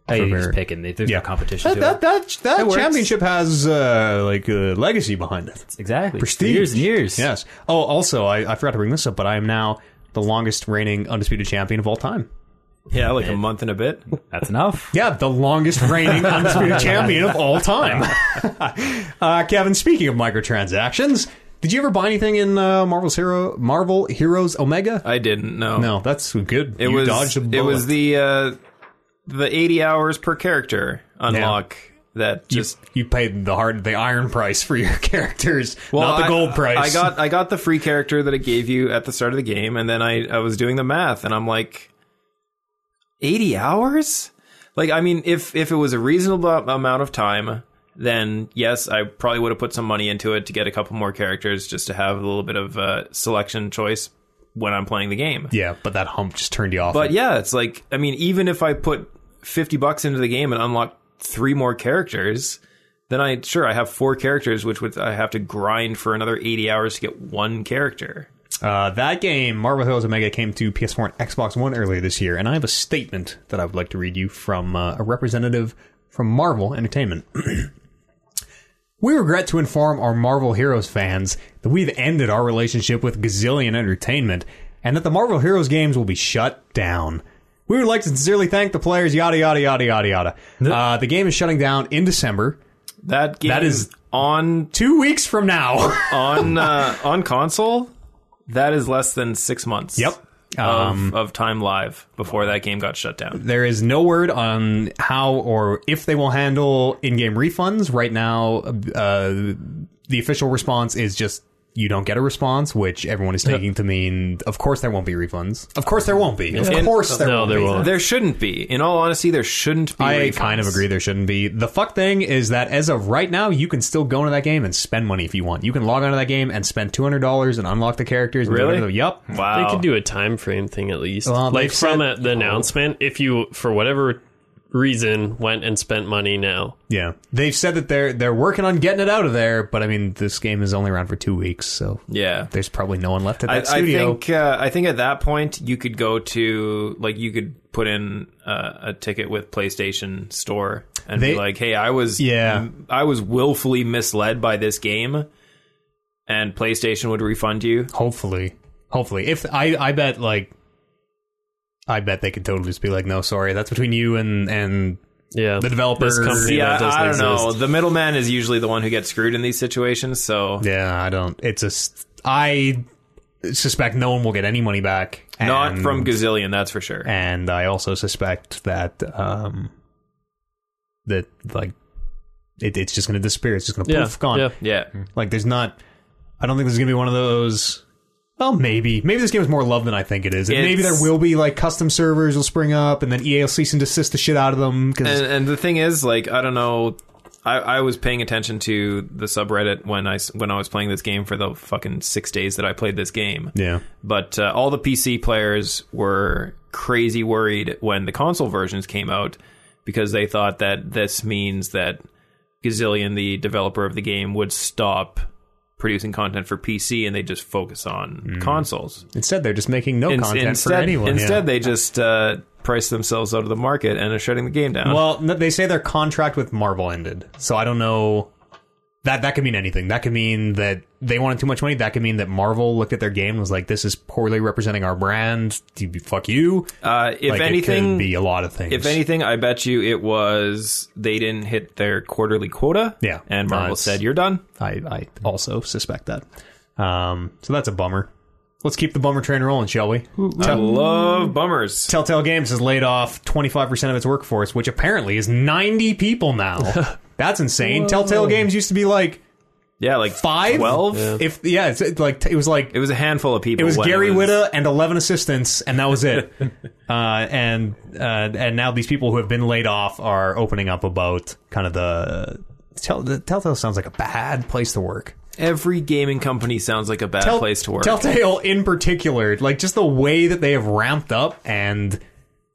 [SPEAKER 2] Hey, you
[SPEAKER 1] for-
[SPEAKER 2] just picking. They, there's
[SPEAKER 1] Yeah.
[SPEAKER 2] no competition.
[SPEAKER 1] that
[SPEAKER 2] to
[SPEAKER 1] that,
[SPEAKER 2] it.
[SPEAKER 1] that, that
[SPEAKER 2] works.
[SPEAKER 1] championship has uh, like a legacy behind it.
[SPEAKER 2] Exactly.
[SPEAKER 1] Prestige.
[SPEAKER 2] Years and years.
[SPEAKER 1] Yes. Oh, also, I, I forgot to bring this up, but I am now the longest reigning undisputed champion of all time.
[SPEAKER 4] Yeah, like a month and a bit.
[SPEAKER 2] That's enough.
[SPEAKER 1] Yeah, the longest reigning undisputed champion of all time. uh, Kevin, speaking of microtransactions, did you ever buy anything in uh, Marvel's Hero, Marvel Heroes Omega?
[SPEAKER 4] I didn't know.
[SPEAKER 1] No, that's good.
[SPEAKER 4] it
[SPEAKER 1] you
[SPEAKER 4] was
[SPEAKER 1] dodged a bullet.
[SPEAKER 4] it was the uh, the eighty hours per character unlock that just
[SPEAKER 1] you paid the hard the iron price for your characters, not the
[SPEAKER 4] I-
[SPEAKER 1] gold price.
[SPEAKER 4] I got I got the free character that it gave you at the start of the game, and then I, I was doing the math, and I'm like, eighty hours. Like, I mean, if if it was a reasonable a- amount of time, then yes, I probably would have put some money into it to get a couple more characters just to have a little bit of uh, selection choice when I'm playing the game.
[SPEAKER 1] yeah, but that hump just turned you off.
[SPEAKER 4] But yeah, it's like I mean, even if I put fifty bucks into the game and unlock three more characters, then I sure I have four characters, which would I have to grind for another eighty hours to get one character.
[SPEAKER 1] uh, that game, Marvel Heroes Omega, came to PS4 and Xbox One earlier this year, and I have a statement that I would like to read you from uh, a representative from Marvel Entertainment. We regret to inform our Marvel Heroes fans that we've ended our relationship with Gazillion Entertainment and that the Marvel Heroes games will be shut down. We would like to sincerely thank the players, yada, yada, yada, yada, yada. Uh, the game is shutting down in December,
[SPEAKER 4] That game
[SPEAKER 1] That is-
[SPEAKER 4] on
[SPEAKER 1] two weeks from now.
[SPEAKER 4] on uh, on console. That is less than six months.
[SPEAKER 1] Yep. Um,
[SPEAKER 4] Of, of time live before that game got shut down.
[SPEAKER 1] There is no word on how or if they will handle in-game refunds. Right now, uh, the official response is just you don't get a response, which everyone is taking to mean, of course there won't be refunds. Of course there won't be. Of
[SPEAKER 4] And-
[SPEAKER 1] course there
[SPEAKER 3] No,
[SPEAKER 1] won't
[SPEAKER 3] there
[SPEAKER 1] be.
[SPEAKER 3] won't.
[SPEAKER 4] There shouldn't be. In all honesty, there shouldn't be.
[SPEAKER 1] I
[SPEAKER 4] refunds.
[SPEAKER 1] kind of agree there shouldn't be. The fuck thing is that as of right now, you can still go into that game and spend money if you want. You can log onto that game and spend two hundred dollars and unlock the characters. and do
[SPEAKER 4] Really?
[SPEAKER 1] whatever the- Yup.
[SPEAKER 4] Wow.
[SPEAKER 3] They could do a time frame thing at least.
[SPEAKER 1] Well,
[SPEAKER 3] like
[SPEAKER 1] they've
[SPEAKER 3] from
[SPEAKER 1] said-
[SPEAKER 3] a, the announcement, if you for whatever reason went and spent money now.
[SPEAKER 1] Yeah, they've said that they're they're working on getting it out of there, but I mean, this game is only around for two weeks, so
[SPEAKER 4] yeah.
[SPEAKER 1] there's probably no one left at
[SPEAKER 4] I,
[SPEAKER 1] that
[SPEAKER 4] I
[SPEAKER 1] studio.
[SPEAKER 4] think uh, I think at that point you could go to like you could put in uh, a ticket with PlayStation Store and
[SPEAKER 1] They-
[SPEAKER 4] be like, "Hey, I was
[SPEAKER 1] Yeah.
[SPEAKER 4] I was willfully misled by this game," and PlayStation would refund you.
[SPEAKER 1] hopefully, hopefully, if I I bet like, I bet they could totally just be like, no, sorry, that's between you and and
[SPEAKER 3] Yeah,
[SPEAKER 1] The developers-
[SPEAKER 3] This company
[SPEAKER 4] Yeah,
[SPEAKER 3] that doesn't
[SPEAKER 4] I don't know.
[SPEAKER 3] exist.
[SPEAKER 4] The middleman is usually the one who gets screwed in these situations. So
[SPEAKER 1] yeah, I don't. It's a s- I suspect no one will get any money back.
[SPEAKER 4] not
[SPEAKER 1] and-
[SPEAKER 4] from Gazillion, that's for sure.
[SPEAKER 1] and I also suspect that um that like it, it's just going to disappear. It's just going to
[SPEAKER 3] Yeah,
[SPEAKER 1] poof gone.
[SPEAKER 3] yeah.
[SPEAKER 4] yeah,
[SPEAKER 1] Like, there's not. I don't think there's gonna be one of those. Well, maybe. Maybe this game is more love than I think it is. And maybe
[SPEAKER 4] It's-
[SPEAKER 1] there will be like custom servers will spring up, and then EA will cease and desist the shit out of them. Because
[SPEAKER 4] and, and the thing is, like, I don't know. I, I was paying attention to the subreddit when I s- when I was playing this game for the fucking six days that I played this game.
[SPEAKER 1] yeah,
[SPEAKER 4] But uh, all the PC players were crazy worried when the console versions came out because they thought that this means that Gazillion, the developer of the game, would stop producing content for PC and they just focus on consoles.
[SPEAKER 1] instead they're just making no
[SPEAKER 4] In-
[SPEAKER 1] Mm. content
[SPEAKER 4] instead,
[SPEAKER 1] for anyone.
[SPEAKER 4] instead
[SPEAKER 1] yeah.
[SPEAKER 4] they just uh, price themselves out of the market and are shutting the game down.
[SPEAKER 1] well, no, they say their contract with Marvel ended, so I don't know. That that could mean anything. That could mean that they wanted too much money. That could mean that Marvel looked at their game and was like, "This is poorly representing our brand. Do you- Fuck you."
[SPEAKER 4] uh, if
[SPEAKER 1] Like, it
[SPEAKER 4] anything,
[SPEAKER 1] could be a lot of things.
[SPEAKER 4] If anything, I bet you it was they didn't hit their quarterly quota.
[SPEAKER 1] Yeah.
[SPEAKER 4] And
[SPEAKER 1] No,
[SPEAKER 4] Marvel
[SPEAKER 1] it's-
[SPEAKER 4] said, You're done.
[SPEAKER 1] I, I also suspect that. Um, so that's a bummer. Let's keep the bummer train rolling, shall we?
[SPEAKER 4] I love bummers.
[SPEAKER 1] Telltale Games has laid off 25% of its workforce, which apparently is 90 people now. That's insane. Telltale Games used to be like
[SPEAKER 4] Yeah, like
[SPEAKER 1] five,
[SPEAKER 4] twelve.
[SPEAKER 1] If yeah, it's it, like it was like
[SPEAKER 4] It was a handful of people.
[SPEAKER 1] it was
[SPEAKER 4] when
[SPEAKER 1] Gary Witta and 11 assistants, and that was it. uh, and uh, and now these people who have been laid off are opening up about kind of the. Tell, the Telltale sounds like a bad place to work.
[SPEAKER 4] Every gaming company sounds like a bad
[SPEAKER 1] Tell-
[SPEAKER 4] place to work.
[SPEAKER 1] Telltale in particular, like just the way that they have ramped up and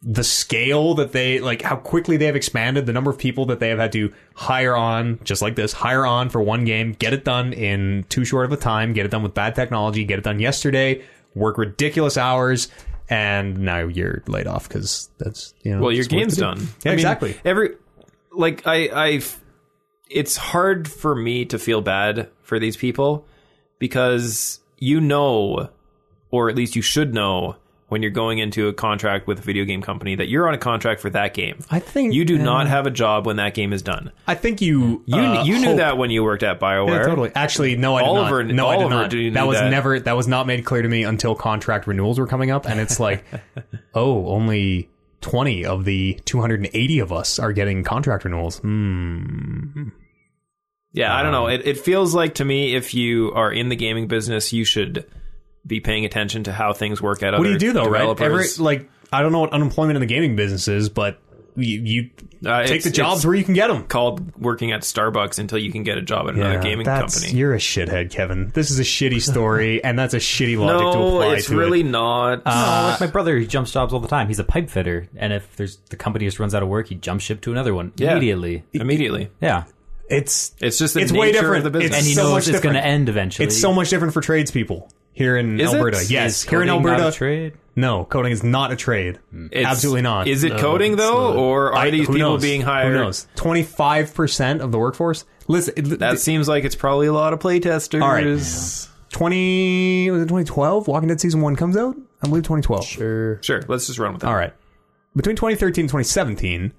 [SPEAKER 1] the scale that they like how quickly they have expanded, the number of people that they have had to hire on, just like this, hire on for one game, get it done in too short of a time, get it done with bad technology, get it done yesterday, work ridiculous hours, and now you're laid off because that's you know
[SPEAKER 4] well, your
[SPEAKER 1] just what
[SPEAKER 4] game's
[SPEAKER 1] they do.
[SPEAKER 4] done.
[SPEAKER 1] Yeah,
[SPEAKER 4] I mean,
[SPEAKER 1] exactly.
[SPEAKER 4] Every like I I it's hard for me to feel bad for these people because you know or at least you should know when you're going into a contract with a video game company that you're on a contract for that game.
[SPEAKER 1] I think
[SPEAKER 4] you do
[SPEAKER 1] uh,
[SPEAKER 4] not have a job when that game is done.
[SPEAKER 1] I think you
[SPEAKER 4] You
[SPEAKER 1] uh,
[SPEAKER 4] you knew
[SPEAKER 1] hope-
[SPEAKER 4] that when you worked at BioWare.
[SPEAKER 1] Yeah, totally. Actually, no, I did
[SPEAKER 4] Oliver-
[SPEAKER 1] not. No, I did
[SPEAKER 4] Oliver
[SPEAKER 1] not.
[SPEAKER 4] didn't
[SPEAKER 1] that
[SPEAKER 4] do
[SPEAKER 1] was
[SPEAKER 4] that.
[SPEAKER 1] never. That was not made clear to me until contract renewals were coming up, and it's like, oh, only twenty of the two hundred and eighty of us are getting contract renewals. Mm. Hmm.
[SPEAKER 4] Yeah, I don't know. It, it feels like to me, if you are in the gaming business, you should be paying attention to how things work at
[SPEAKER 1] What
[SPEAKER 4] other
[SPEAKER 1] do you do though, right? Every,
[SPEAKER 4] developers.
[SPEAKER 1] like, I don't know what unemployment in the gaming business is, but you, you
[SPEAKER 4] Uh,
[SPEAKER 1] take
[SPEAKER 4] it's-
[SPEAKER 1] the jobs
[SPEAKER 4] it's
[SPEAKER 1] where you can get them.
[SPEAKER 4] called working at Starbucks until you can get a job at another gaming
[SPEAKER 1] that's,
[SPEAKER 4] company.
[SPEAKER 1] You're a shithead, Kevin. This is a shitty story, and that's a shitty logic to
[SPEAKER 4] no,
[SPEAKER 1] apply
[SPEAKER 4] it's
[SPEAKER 1] to it.
[SPEAKER 4] really not.
[SPEAKER 2] Oh, like my brother, he jumps jobs all the time. He's a pipe fitter, and if there's the company just runs out of work, he jumps ship to another one
[SPEAKER 4] Yeah.
[SPEAKER 2] immediately.
[SPEAKER 4] immediately,
[SPEAKER 2] Yeah,
[SPEAKER 1] It's
[SPEAKER 4] it's just the
[SPEAKER 1] It's
[SPEAKER 4] nature
[SPEAKER 1] way
[SPEAKER 4] of
[SPEAKER 1] different.
[SPEAKER 4] the business.
[SPEAKER 2] and he
[SPEAKER 1] So much
[SPEAKER 2] knows it's going to
[SPEAKER 1] different.
[SPEAKER 2] end eventually.
[SPEAKER 1] It's so much different for tradespeople here in
[SPEAKER 4] Is it?
[SPEAKER 1] Alberta.
[SPEAKER 4] Is
[SPEAKER 1] Yes, here in
[SPEAKER 2] Coding, not a
[SPEAKER 1] Alberta.
[SPEAKER 2] trade.
[SPEAKER 1] no, coding is not a trade.
[SPEAKER 4] It's-
[SPEAKER 1] Absolutely not.
[SPEAKER 4] Is it coding
[SPEAKER 3] it's
[SPEAKER 4] though,
[SPEAKER 3] not.
[SPEAKER 4] or are
[SPEAKER 1] I-
[SPEAKER 4] these
[SPEAKER 1] who
[SPEAKER 4] people
[SPEAKER 1] knows?
[SPEAKER 4] being hired?
[SPEAKER 1] Who knows? Twenty five percent of the workforce. Listen, it-
[SPEAKER 4] That
[SPEAKER 1] th-
[SPEAKER 4] seems like it's probably a lot of playtesters.
[SPEAKER 1] All right. twenty was it twenty twelve? Walking Dead season one comes out. I believe twenty twelve.
[SPEAKER 3] Sure.
[SPEAKER 4] Sure, let's just run with it.
[SPEAKER 1] All right. Between 2013 and 2017,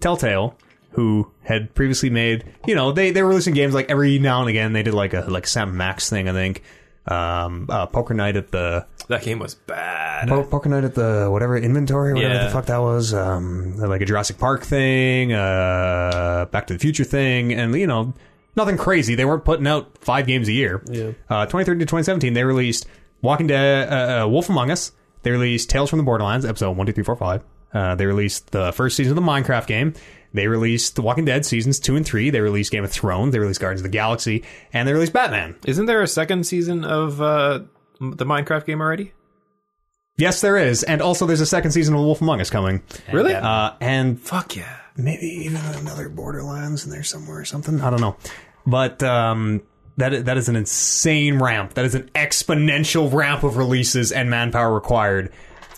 [SPEAKER 1] Telltale, who had previously made, you know, they, they were releasing games like every now and again. They did like a like Sam Max thing, I think. Um, uh, Poker Night at the
[SPEAKER 4] That game was bad.
[SPEAKER 1] Po- Poker Night at the whatever inventory, whatever
[SPEAKER 4] Yeah.
[SPEAKER 1] the fuck that was, um, like a Jurassic Park thing, uh, Back to the Future thing, and you know, nothing crazy. They weren't putting out five games a year.
[SPEAKER 3] Yeah.
[SPEAKER 1] Uh, 2013 to 2017, they released Walking Dead, uh, uh, Wolf Among Us. They released Tales from the Borderlands, episode one, two, three, four, five. Uh, they released the first season of the Minecraft game. They released The Walking Dead seasons two and three. They released Game of Thrones. They released Guardians of the Galaxy, and they released Batman.
[SPEAKER 4] Isn't there a second season of uh, m- the Minecraft game already?
[SPEAKER 1] Yes, there is, and also there's a second season of Wolf Among Us coming.
[SPEAKER 4] Really?
[SPEAKER 1] Uh, and
[SPEAKER 4] Fuck yeah.
[SPEAKER 1] maybe even another Borderlands in there somewhere or something. I don't know, but um, that i- that is an insane ramp. That is an exponential ramp of releases and manpower required.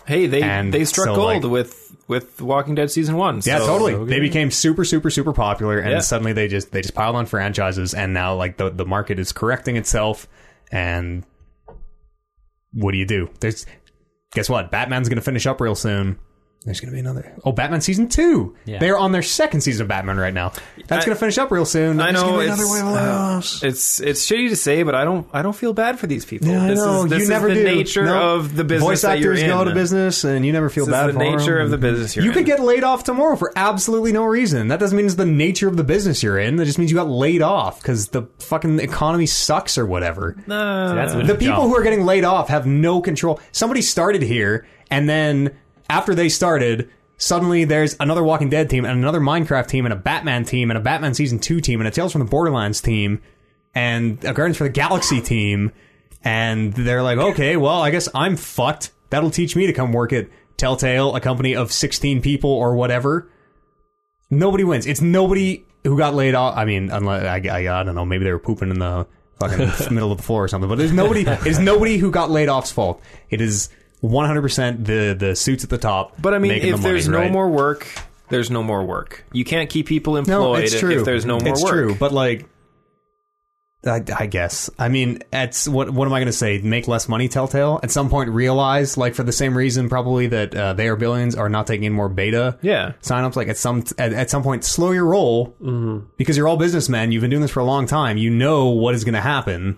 [SPEAKER 4] Hey, they
[SPEAKER 1] And
[SPEAKER 4] they struck
[SPEAKER 1] so,
[SPEAKER 4] gold
[SPEAKER 1] like-
[SPEAKER 4] with with Walking Dead season one.
[SPEAKER 1] Yeah,
[SPEAKER 4] so-
[SPEAKER 1] totally. they became super, super, super popular, and
[SPEAKER 4] Yeah.
[SPEAKER 1] suddenly they just they just piled on franchises, and now like the the market is correcting itself, and what do you do? There's guess what? Batman's going to finish up real soon. There's going to be another. Oh, Batman season two.
[SPEAKER 2] Yeah.
[SPEAKER 1] They're on their second season of Batman right now. That's
[SPEAKER 4] I-
[SPEAKER 1] going to finish up real soon.
[SPEAKER 4] I
[SPEAKER 1] There's gonna
[SPEAKER 4] know
[SPEAKER 1] be
[SPEAKER 4] it's
[SPEAKER 1] another wave of
[SPEAKER 4] uh,
[SPEAKER 1] layoffs.
[SPEAKER 4] it's it's shitty to say, but I don't I don't feel bad for these people.
[SPEAKER 1] Yeah, I
[SPEAKER 4] this
[SPEAKER 1] know.
[SPEAKER 4] is this
[SPEAKER 1] you
[SPEAKER 4] is
[SPEAKER 1] never
[SPEAKER 4] the
[SPEAKER 1] do.
[SPEAKER 4] nature
[SPEAKER 1] No.
[SPEAKER 4] of the business
[SPEAKER 1] Voice
[SPEAKER 4] that you're
[SPEAKER 1] actors
[SPEAKER 4] in.
[SPEAKER 1] go out of business, and you never feel
[SPEAKER 4] This
[SPEAKER 1] bad
[SPEAKER 4] is the
[SPEAKER 1] for 'em.
[SPEAKER 4] nature of the business you're
[SPEAKER 1] you
[SPEAKER 4] in.
[SPEAKER 1] could get laid off tomorrow for absolutely no reason. That doesn't mean it's the nature of the business you're in. That just means you got laid off because the fucking economy sucks or whatever.
[SPEAKER 4] Nah.
[SPEAKER 2] That's
[SPEAKER 1] The people who are getting laid off have no control. Somebody started here, and then after they started, suddenly there's another Walking Dead team, and another Minecraft team, and a Batman team, and a Batman Season 2 team, and a Tales from the Borderlands team, and a Guardians for the Galaxy team. And they're like, okay, well, I guess I'm fucked. That'll teach me to come work at Telltale, a company of 16 people or whatever. Nobody wins. It's nobody who got laid off. I mean, unless I, I, I don't know. Maybe they were pooping in the fucking middle of the floor or something. But there's nobody. It's nobody who got laid off's fault. It is 100 percent the the suits at the top.
[SPEAKER 4] But I mean,
[SPEAKER 1] making
[SPEAKER 4] if
[SPEAKER 1] the money,
[SPEAKER 4] there's
[SPEAKER 1] right?
[SPEAKER 4] no more work, there's no more work. You can't keep people employed
[SPEAKER 1] no, it's
[SPEAKER 4] if-
[SPEAKER 1] true.
[SPEAKER 4] if there's no more
[SPEAKER 1] it's
[SPEAKER 4] work.
[SPEAKER 1] true. But like, I, I guess. I mean, that's what. What am I going to say? Make less money, Telltale. At some point, realize like for the same reason probably that uh, they are billions are not taking in more beta.
[SPEAKER 4] Yeah.
[SPEAKER 1] signups like at some at, at some point slow your
[SPEAKER 4] Mm-hmm.
[SPEAKER 1] roll because you're all businessmen you've been doing this for a long time you know what is going to happen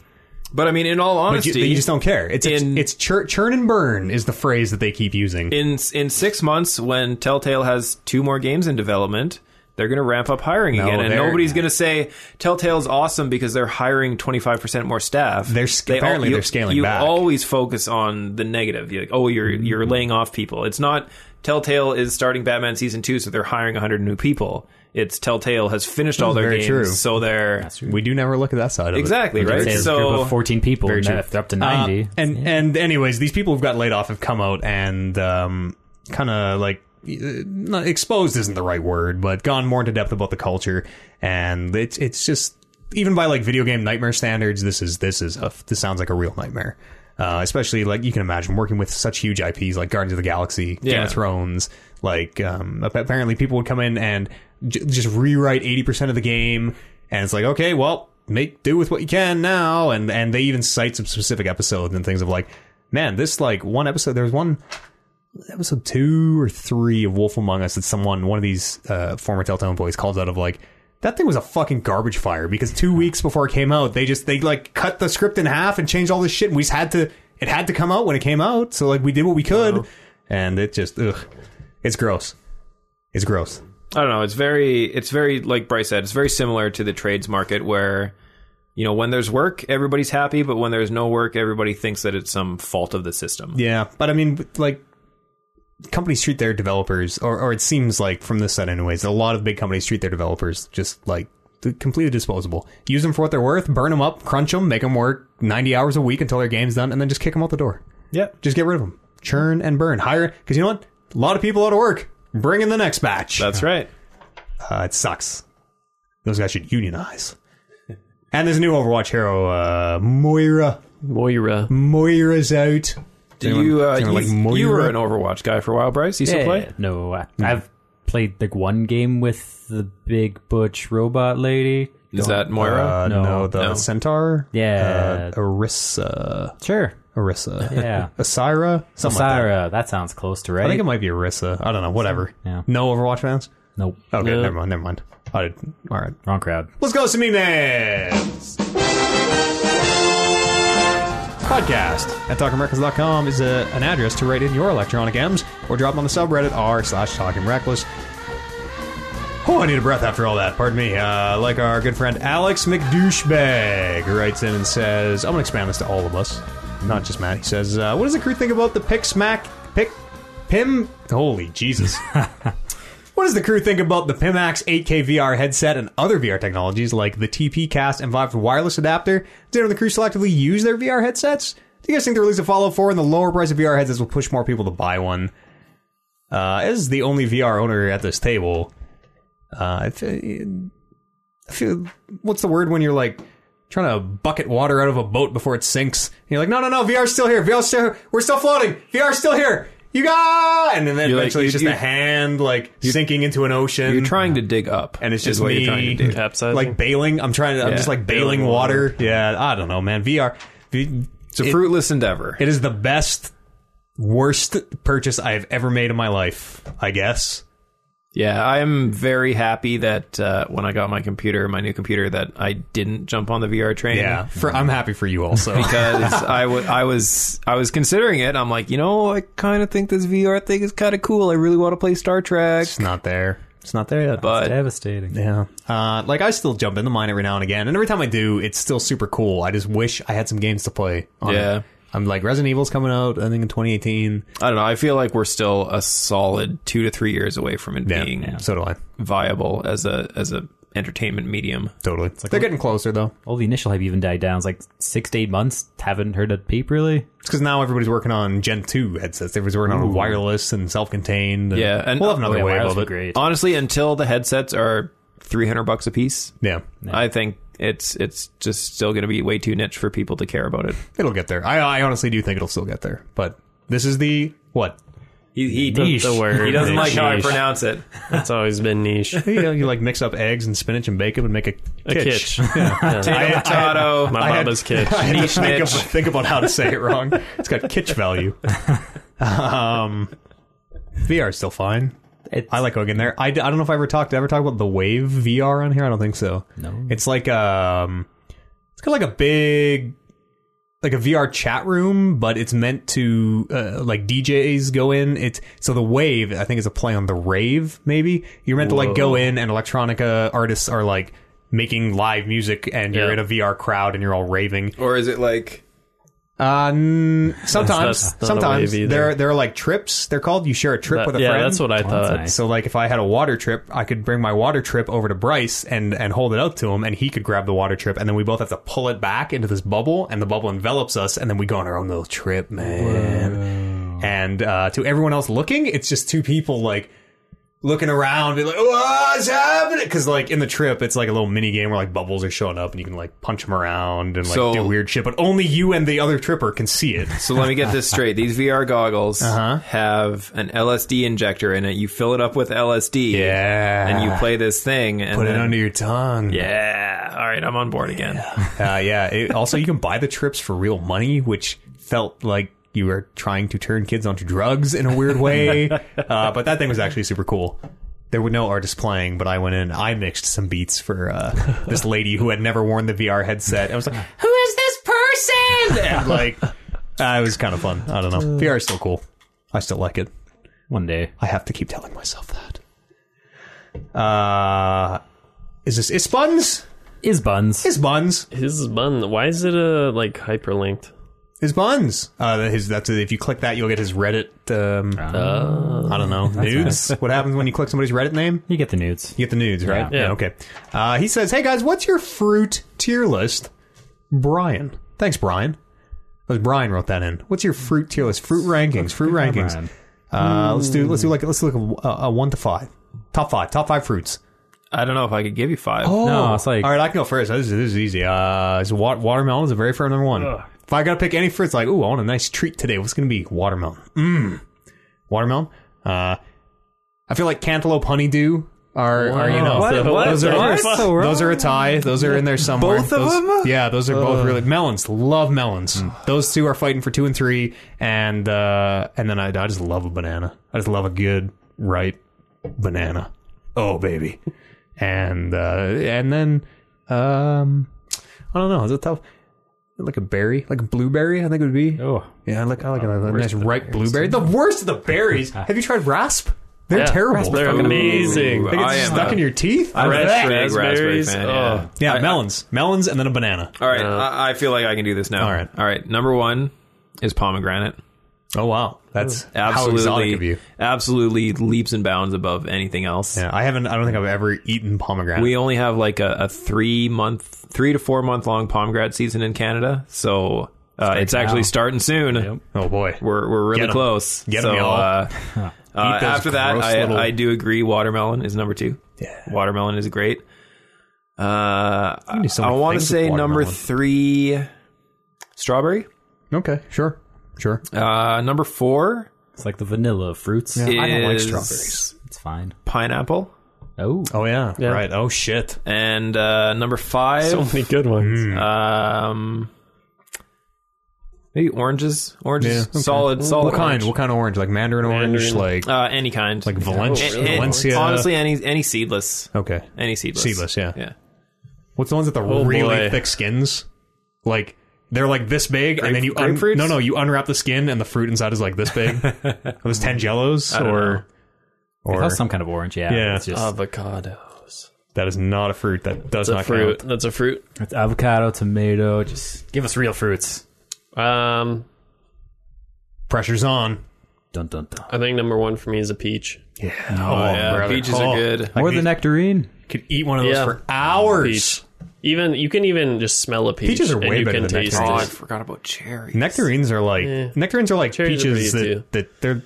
[SPEAKER 4] But I mean, in all
[SPEAKER 1] But
[SPEAKER 4] honesty,
[SPEAKER 1] you, you just don't care. It's
[SPEAKER 4] in-
[SPEAKER 1] it's chur, churn and burn is the phrase that they keep using.
[SPEAKER 4] in in six months when Telltale has two more games in development, they're going to ramp up hiring again, and
[SPEAKER 1] they're-
[SPEAKER 4] nobody's going to say Telltale's awesome because they're hiring twenty five percent more staff.
[SPEAKER 1] They're sc- apparently
[SPEAKER 4] you-
[SPEAKER 1] they're scaling
[SPEAKER 4] You
[SPEAKER 1] back. Mm-hmm.
[SPEAKER 4] always focus on the negative. You're like, oh, you're you're laying off people. It's not Telltale is starting Batman season two, so they're hiring hundred new people. It's Telltale has finished all their
[SPEAKER 1] very
[SPEAKER 4] games,
[SPEAKER 1] true.
[SPEAKER 4] so they're
[SPEAKER 1] we do never look at that side of
[SPEAKER 4] exactly
[SPEAKER 1] it.
[SPEAKER 4] right.
[SPEAKER 2] Say it's a group
[SPEAKER 4] So
[SPEAKER 2] of 14 people,
[SPEAKER 1] Very
[SPEAKER 2] and
[SPEAKER 1] true.
[SPEAKER 2] then if they're up to
[SPEAKER 1] Uh,
[SPEAKER 2] 90.
[SPEAKER 1] and and anyways, these people who've got laid off have come out and um, kind of like uh, not, exposed isn't the right word, but gone more into depth about the culture, and it's it's just even by like video game nightmare standards, this is this is a, this sounds like a real nightmare. Uh, especially like you can imagine working with such huge IPs like Guardians of the Galaxy, Game
[SPEAKER 4] Yeah.
[SPEAKER 1] of Thrones. Like um, ap- apparently people would come in and j- just rewrite eighty percent of the game, and it's like okay, well make do with what you can now. And and they even cite some specific episodes and things of like, man, this like one episode. There was one episode two or three of Wolf Among Us that someone, one of these uh, former Telltale employees, calls out of like that thing was a fucking garbage fire because two weeks before it came out, they just they like cut the script in half and changed all this shit, and we just had to it had to come out when it came out, so like we did what we could, and it just ugh, it's gross, it's gross.
[SPEAKER 4] I don't know. It's very, it's very like Bryce said. It's very similar to the trades market where, you know, when there's work, everybody's happy, but when there's no work, everybody thinks that it's some fault of the system.
[SPEAKER 1] Yeah, but I mean, like companies treat their developers, or or it seems like from this side, anyways, a lot of big companies treat their developers just like th- completely disposable. Use them for what they're worth, burn them up, crunch them, make them work ninety hours a week until their game's done, and then just kick them out the door.
[SPEAKER 4] Yeah.
[SPEAKER 1] Just get rid of them, churn and burn, hire because you know what? A lot of people out of work. Bring in the next batch.
[SPEAKER 4] That's right.
[SPEAKER 1] Uh, it sucks. Those guys should unionize. And there's a new Overwatch hero, uh, Moira.
[SPEAKER 3] Moira.
[SPEAKER 1] Moira's out.
[SPEAKER 4] Do you,
[SPEAKER 1] Does
[SPEAKER 4] uh, you,
[SPEAKER 1] anyone like Moira?
[SPEAKER 4] you were an Overwatch guy for a while, Bryce. You still
[SPEAKER 2] Yeah,
[SPEAKER 4] play?
[SPEAKER 2] No, I, I've played like one game with the big butch robot lady.
[SPEAKER 4] Is that Moira?
[SPEAKER 1] Uh, no,
[SPEAKER 2] No.
[SPEAKER 1] the
[SPEAKER 4] No.
[SPEAKER 1] centaur.
[SPEAKER 2] Yeah.
[SPEAKER 1] uh, Arissa,
[SPEAKER 2] Sure.
[SPEAKER 1] Arissa.
[SPEAKER 2] Yeah.
[SPEAKER 1] Asira. Something like that.
[SPEAKER 2] Sarah, that sounds close to right.
[SPEAKER 1] I think it might be Arissa. I don't know. Whatever.
[SPEAKER 2] Yeah.
[SPEAKER 1] No Overwatch fans.
[SPEAKER 2] nope.
[SPEAKER 1] Okay,
[SPEAKER 3] No.
[SPEAKER 1] never mind. Never mind. All right. All right.
[SPEAKER 2] Wrong crowd.
[SPEAKER 1] Let's go to some emails. Podcast at talkingreckless.com is a, an address to write in your electronic M's or drop them on the subreddit r slash talking reckless. Oh, I need a breath after all that. Pardon me. Uh, like our good friend Alex McDouchebag who writes in and says, I'm going to expand this to all of us, not just Matt. He says, uh, What does the crew think about the pick smack, pick, pim? Holy Jesus. What does the crew think about the Pimax 8K VR headset and other VR technologies like the TP Cast and Vive wireless adapter? Did the crew selectively use their VR headsets? Do you guys think the release of Fallout 4 and the lower price of VR headsets will push more people to buy one? Uh, as the only VR owner at this table, uh, I fe- I feel, what's the word when you're like trying to bucket water out of a boat before it sinks? And you're like, no, no, no, VR's still here. VR's still here. We're still floating. VR's still here. You got, and then
[SPEAKER 4] You're like-
[SPEAKER 1] eventually
[SPEAKER 4] you-
[SPEAKER 1] it's just
[SPEAKER 4] you-
[SPEAKER 1] a hand like sinking into an ocean.
[SPEAKER 4] You're trying to dig up,
[SPEAKER 1] and it's just
[SPEAKER 4] is what
[SPEAKER 1] me,
[SPEAKER 4] you're trying to do.
[SPEAKER 2] uh,
[SPEAKER 3] Capsizing.
[SPEAKER 1] like bailing. I'm trying to. I'm
[SPEAKER 4] Yeah,
[SPEAKER 1] just like bailing,
[SPEAKER 4] bailing
[SPEAKER 1] water. Yeah, I don't know, man. VR. V-
[SPEAKER 4] It's a fruitless endeavor.
[SPEAKER 1] It is the best, worst purchase I have ever made in my life. I guess.
[SPEAKER 4] Yeah, I am very happy that uh, when I got my computer, my new computer, that I didn't jump on the VR train.
[SPEAKER 1] Yeah. For, I'm happy for you also.
[SPEAKER 4] because I wa- I was I was considering it. I'm like, you know, I kind of think this VR thing is kind of cool. I really want to play Star Trek,
[SPEAKER 1] it's not there. It's not there yet.
[SPEAKER 4] but
[SPEAKER 2] Devastating.
[SPEAKER 1] Yeah. Uh, like I still jump into mine every now and again, and every time I do, it's still super cool. I just wish I had some games to play. On
[SPEAKER 4] Yeah.
[SPEAKER 1] It. I'm like Resident Evil's coming out, I think in 2018.
[SPEAKER 4] I don't know. I feel like we're still a solid two to three years away from it being
[SPEAKER 1] So do I.
[SPEAKER 4] viable as a as a entertainment medium.
[SPEAKER 1] Totally. They're getting closer though.
[SPEAKER 2] All the initial hype even died down. It's like six to eight months. Haven't heard a peep really.
[SPEAKER 1] It's because now everybody's working on Gen 2 headsets. Everybody's working on wireless and self-contained. and
[SPEAKER 4] Yeah, and- uh,
[SPEAKER 1] we'll have another
[SPEAKER 2] yeah,
[SPEAKER 1] wave
[SPEAKER 2] wireless
[SPEAKER 1] of
[SPEAKER 2] would
[SPEAKER 1] it.
[SPEAKER 2] be great.
[SPEAKER 4] Honestly, until the headsets are three hundred bucks a piece,
[SPEAKER 1] Yeah,
[SPEAKER 4] I think it's it's just still going to be way too niche for people to care about it.
[SPEAKER 1] it'll get there. I, I honestly do think it'll still get there. But this is the what?
[SPEAKER 4] He, he
[SPEAKER 2] Niche.
[SPEAKER 3] the word.
[SPEAKER 4] He doesn't like how I
[SPEAKER 3] Niche.
[SPEAKER 4] pronounce it.
[SPEAKER 3] It's always been niche.
[SPEAKER 1] you, know, you like mix up eggs and spinach and bacon and make a
[SPEAKER 3] A
[SPEAKER 1] kitch.
[SPEAKER 3] kitch. Yeah.
[SPEAKER 1] I- I-
[SPEAKER 4] Potato.
[SPEAKER 3] My
[SPEAKER 1] I had-
[SPEAKER 3] mama's kitch.
[SPEAKER 1] I had to
[SPEAKER 4] Niche,
[SPEAKER 1] think,
[SPEAKER 4] niche.
[SPEAKER 1] ab- think about how to say it wrong. It's got kitsch value. um, VR is still fine.
[SPEAKER 2] It's,
[SPEAKER 1] I like going in there. I, d- I don't know if I ever talked ever talk about the Wave VR on here. I don't think so.
[SPEAKER 2] No.
[SPEAKER 1] it's like um, it's kind of like a big like a VR chat room, but it's meant to uh, like DJs go in. It's so the wave I think is a play on the rave. Maybe you're meant to like go in and electronica artists are like making live music, and you're
[SPEAKER 3] Yeah.
[SPEAKER 1] in a VR crowd and you're all raving.
[SPEAKER 4] Or is it like
[SPEAKER 1] Uh, n- sometimes,
[SPEAKER 3] that's not a
[SPEAKER 1] sometimes
[SPEAKER 3] wave either.
[SPEAKER 1] they're they're like trips. They're called. You share a trip
[SPEAKER 3] That-
[SPEAKER 1] with a
[SPEAKER 3] yeah,
[SPEAKER 1] friend.
[SPEAKER 3] that's what I
[SPEAKER 2] that's
[SPEAKER 3] thought.
[SPEAKER 2] nice.
[SPEAKER 1] So like if I had a water trip, I could bring my water trip over to Bryce and and hold it out to him, and he could grab the water trip, and then we both have to pull it back into this bubble, and the bubble envelops us, and then we go on our own little trip, man. And uh, to everyone else looking, it's just two people like looking around, be like, "What's happening?" Because like in the trip, it's like a little mini game where like bubbles are showing up, and you can like punch them around and like
[SPEAKER 4] So-
[SPEAKER 1] do weird shit, but only you and the other tripper can see it.
[SPEAKER 4] So let me get this straight. These VR goggles
[SPEAKER 1] Uh-huh.
[SPEAKER 4] have an LSD injector in it. You fill it up with LSD.
[SPEAKER 1] Yeah.
[SPEAKER 4] And you play this thing and
[SPEAKER 1] Put it
[SPEAKER 4] then-
[SPEAKER 1] under your tongue.
[SPEAKER 4] Yeah. All right, I'm on board again.
[SPEAKER 1] Uh, yeah. It, also, you can buy the trips for real money, which felt like you were trying to turn kids onto drugs in a weird way. uh, but that thing was actually super cool. There were no artists playing, but I went in. I mixed some beats for uh, this lady who had never worn the VR headset. I was like, "Who is this person?" And like, uh, it was kind of fun. I don't know. VR is still cool. I still like it.
[SPEAKER 2] One day.
[SPEAKER 1] I have to keep telling myself that. Uh, is this is buns?
[SPEAKER 2] Is buns.
[SPEAKER 1] Is buns?
[SPEAKER 3] His bun. Why is it uh like hyperlinked?
[SPEAKER 1] His buns. Uh, his that's if you click that, you'll get his Reddit. Um, I don't know nudes. what happens when you click somebody's Reddit name?
[SPEAKER 2] You get the nudes.
[SPEAKER 1] You get the nudes, right?
[SPEAKER 3] Yeah.
[SPEAKER 1] okay. Uh, he says, "Hey guys, what's your fruit tier list?" Brian. Thanks, Brian. That was Brian wrote that in. What's your fruit tier list? Fruit rankings. Fruit rankings.
[SPEAKER 2] Brian.
[SPEAKER 1] Uh, let's do. Let's do like. Let's look at uh, a, a one to five. Top five. Top five fruits.
[SPEAKER 4] I don't know if I could give you five.
[SPEAKER 1] Oh,
[SPEAKER 2] No, it's like-
[SPEAKER 1] all right. I can go first. This is, this is easy. Uh, it's wa- watermelon is a very firm number one. If I gotta pick any fruit, it's like, ooh, I want a nice treat today. What's it gonna be watermelon? Mmm, watermelon. Uh, I feel like cantaloupe honeydew are, are you know
[SPEAKER 2] What? What?
[SPEAKER 1] those are
[SPEAKER 2] What? So wrong.
[SPEAKER 1] those are a tie. Those are in there somewhere.
[SPEAKER 4] Both of
[SPEAKER 1] Those-
[SPEAKER 4] them?
[SPEAKER 1] Yeah, those are both really melons. Love melons.
[SPEAKER 2] Mm.
[SPEAKER 1] Those two are fighting for two and three, and uh, and then I, I just love a banana. I just love a good ripe banana. Oh baby, and uh, and then um, I don't know. Is it tough? Like a berry, like a blueberry, I think it would be.
[SPEAKER 2] Oh.
[SPEAKER 1] Yeah, I like I like a, a nice ripe blueberry. The worst of the berries. Have you tried rasp? They're
[SPEAKER 3] Yeah,
[SPEAKER 1] terrible.
[SPEAKER 3] They're
[SPEAKER 1] Fucking-
[SPEAKER 3] amazing.
[SPEAKER 4] Ooh.
[SPEAKER 1] They get
[SPEAKER 4] I am
[SPEAKER 1] stuck
[SPEAKER 4] a-
[SPEAKER 1] in your teeth.
[SPEAKER 4] I'm a
[SPEAKER 3] Red
[SPEAKER 4] big raspberry
[SPEAKER 3] raspberries.
[SPEAKER 4] fan.
[SPEAKER 3] Oh.
[SPEAKER 4] Yeah.
[SPEAKER 1] Yeah, melons, melons, and then a banana.
[SPEAKER 4] All right, I, I feel like I can do this now.
[SPEAKER 1] All right.
[SPEAKER 4] all right. Number one is pomegranate.
[SPEAKER 1] Oh wow, that's
[SPEAKER 4] Absolutely,
[SPEAKER 1] how exotic of you.
[SPEAKER 4] absolutely leaps and bounds above anything else.
[SPEAKER 1] Yeah, I haven't. I don't think I've ever eaten pomegranate.
[SPEAKER 4] We only have like a, a three month, three to four month long pomegranate season in Canada, so uh, it's actually starting soon.
[SPEAKER 1] oh boy,
[SPEAKER 4] We're we're really
[SPEAKER 1] Get 'em.
[SPEAKER 4] close.
[SPEAKER 1] Get 'em,
[SPEAKER 4] so,
[SPEAKER 1] y'all.
[SPEAKER 4] uh, uh,
[SPEAKER 1] those
[SPEAKER 4] after that,
[SPEAKER 1] gross
[SPEAKER 4] I,
[SPEAKER 1] little-
[SPEAKER 4] I do agree. Watermelon is number two.
[SPEAKER 1] Yeah.
[SPEAKER 4] watermelon is great. Uh,
[SPEAKER 1] can do so
[SPEAKER 4] I
[SPEAKER 1] many
[SPEAKER 4] want to
[SPEAKER 1] things with
[SPEAKER 4] say number
[SPEAKER 1] watermelon.
[SPEAKER 4] three, strawberry.
[SPEAKER 1] okay, sure, sure.
[SPEAKER 4] Uh, number four
[SPEAKER 2] It's like the vanilla of fruits.
[SPEAKER 1] I don't like
[SPEAKER 4] is
[SPEAKER 1] strawberries.
[SPEAKER 2] It's fine.
[SPEAKER 4] Pineapple.
[SPEAKER 2] Oh.
[SPEAKER 1] Oh yeah, right. Oh shit.
[SPEAKER 4] And uh, number five,
[SPEAKER 3] So many good ones.
[SPEAKER 1] Mm.
[SPEAKER 4] um, maybe oranges. Oranges,
[SPEAKER 1] Yeah, okay.
[SPEAKER 4] solid, solid.
[SPEAKER 1] What kind?
[SPEAKER 4] orange.
[SPEAKER 1] What kind of orange? Like mandarin orange?
[SPEAKER 3] Mandarin.
[SPEAKER 1] Like
[SPEAKER 4] Uh, any kind.
[SPEAKER 1] like Valencia?
[SPEAKER 4] A- a-
[SPEAKER 1] Valencia.
[SPEAKER 4] Honestly, any any seedless.
[SPEAKER 1] okay.
[SPEAKER 4] Any seedless.
[SPEAKER 1] Seedless, yeah.
[SPEAKER 4] Yeah.
[SPEAKER 1] What's the ones with the
[SPEAKER 4] Oh,
[SPEAKER 1] really
[SPEAKER 3] boy.
[SPEAKER 1] thick skins? Like they're like this big, and then you un-
[SPEAKER 4] grapefruits?
[SPEAKER 1] no no you unwrap the skin, and the fruit inside is like this big. Those tangelos
[SPEAKER 4] don't
[SPEAKER 1] or
[SPEAKER 2] Or,
[SPEAKER 1] or
[SPEAKER 2] some kind of orange, yeah.
[SPEAKER 1] Yeah.
[SPEAKER 2] It's just
[SPEAKER 3] Avocados.
[SPEAKER 1] that is not a fruit. That does
[SPEAKER 3] It's a
[SPEAKER 1] not
[SPEAKER 3] fruit.
[SPEAKER 1] count.
[SPEAKER 3] That's a fruit.
[SPEAKER 2] it's avocado, tomato. Just give us real fruits.
[SPEAKER 3] Um,
[SPEAKER 1] Pressure's on.
[SPEAKER 2] Dun dun dun.
[SPEAKER 3] I think number one for me is a peach.
[SPEAKER 1] Yeah.
[SPEAKER 4] Oh, yeah, peaches are good.
[SPEAKER 1] I
[SPEAKER 2] Or
[SPEAKER 1] could
[SPEAKER 2] the
[SPEAKER 1] eat- Oh,
[SPEAKER 2] nectarine.
[SPEAKER 1] Could eat one of those
[SPEAKER 3] Yeah.
[SPEAKER 1] for hours.
[SPEAKER 3] Peach. Even you can even just smell a peach.
[SPEAKER 1] Peaches are
[SPEAKER 3] and
[SPEAKER 1] way
[SPEAKER 3] you
[SPEAKER 1] better
[SPEAKER 3] can
[SPEAKER 1] than
[SPEAKER 3] taste
[SPEAKER 1] nectarines.
[SPEAKER 4] Oh, I
[SPEAKER 3] it.
[SPEAKER 4] forgot about cherry.
[SPEAKER 1] Nectarines are like nectarines are like
[SPEAKER 3] Cherries are
[SPEAKER 1] peaches
[SPEAKER 3] pretty
[SPEAKER 1] that,
[SPEAKER 3] too.
[SPEAKER 1] that they're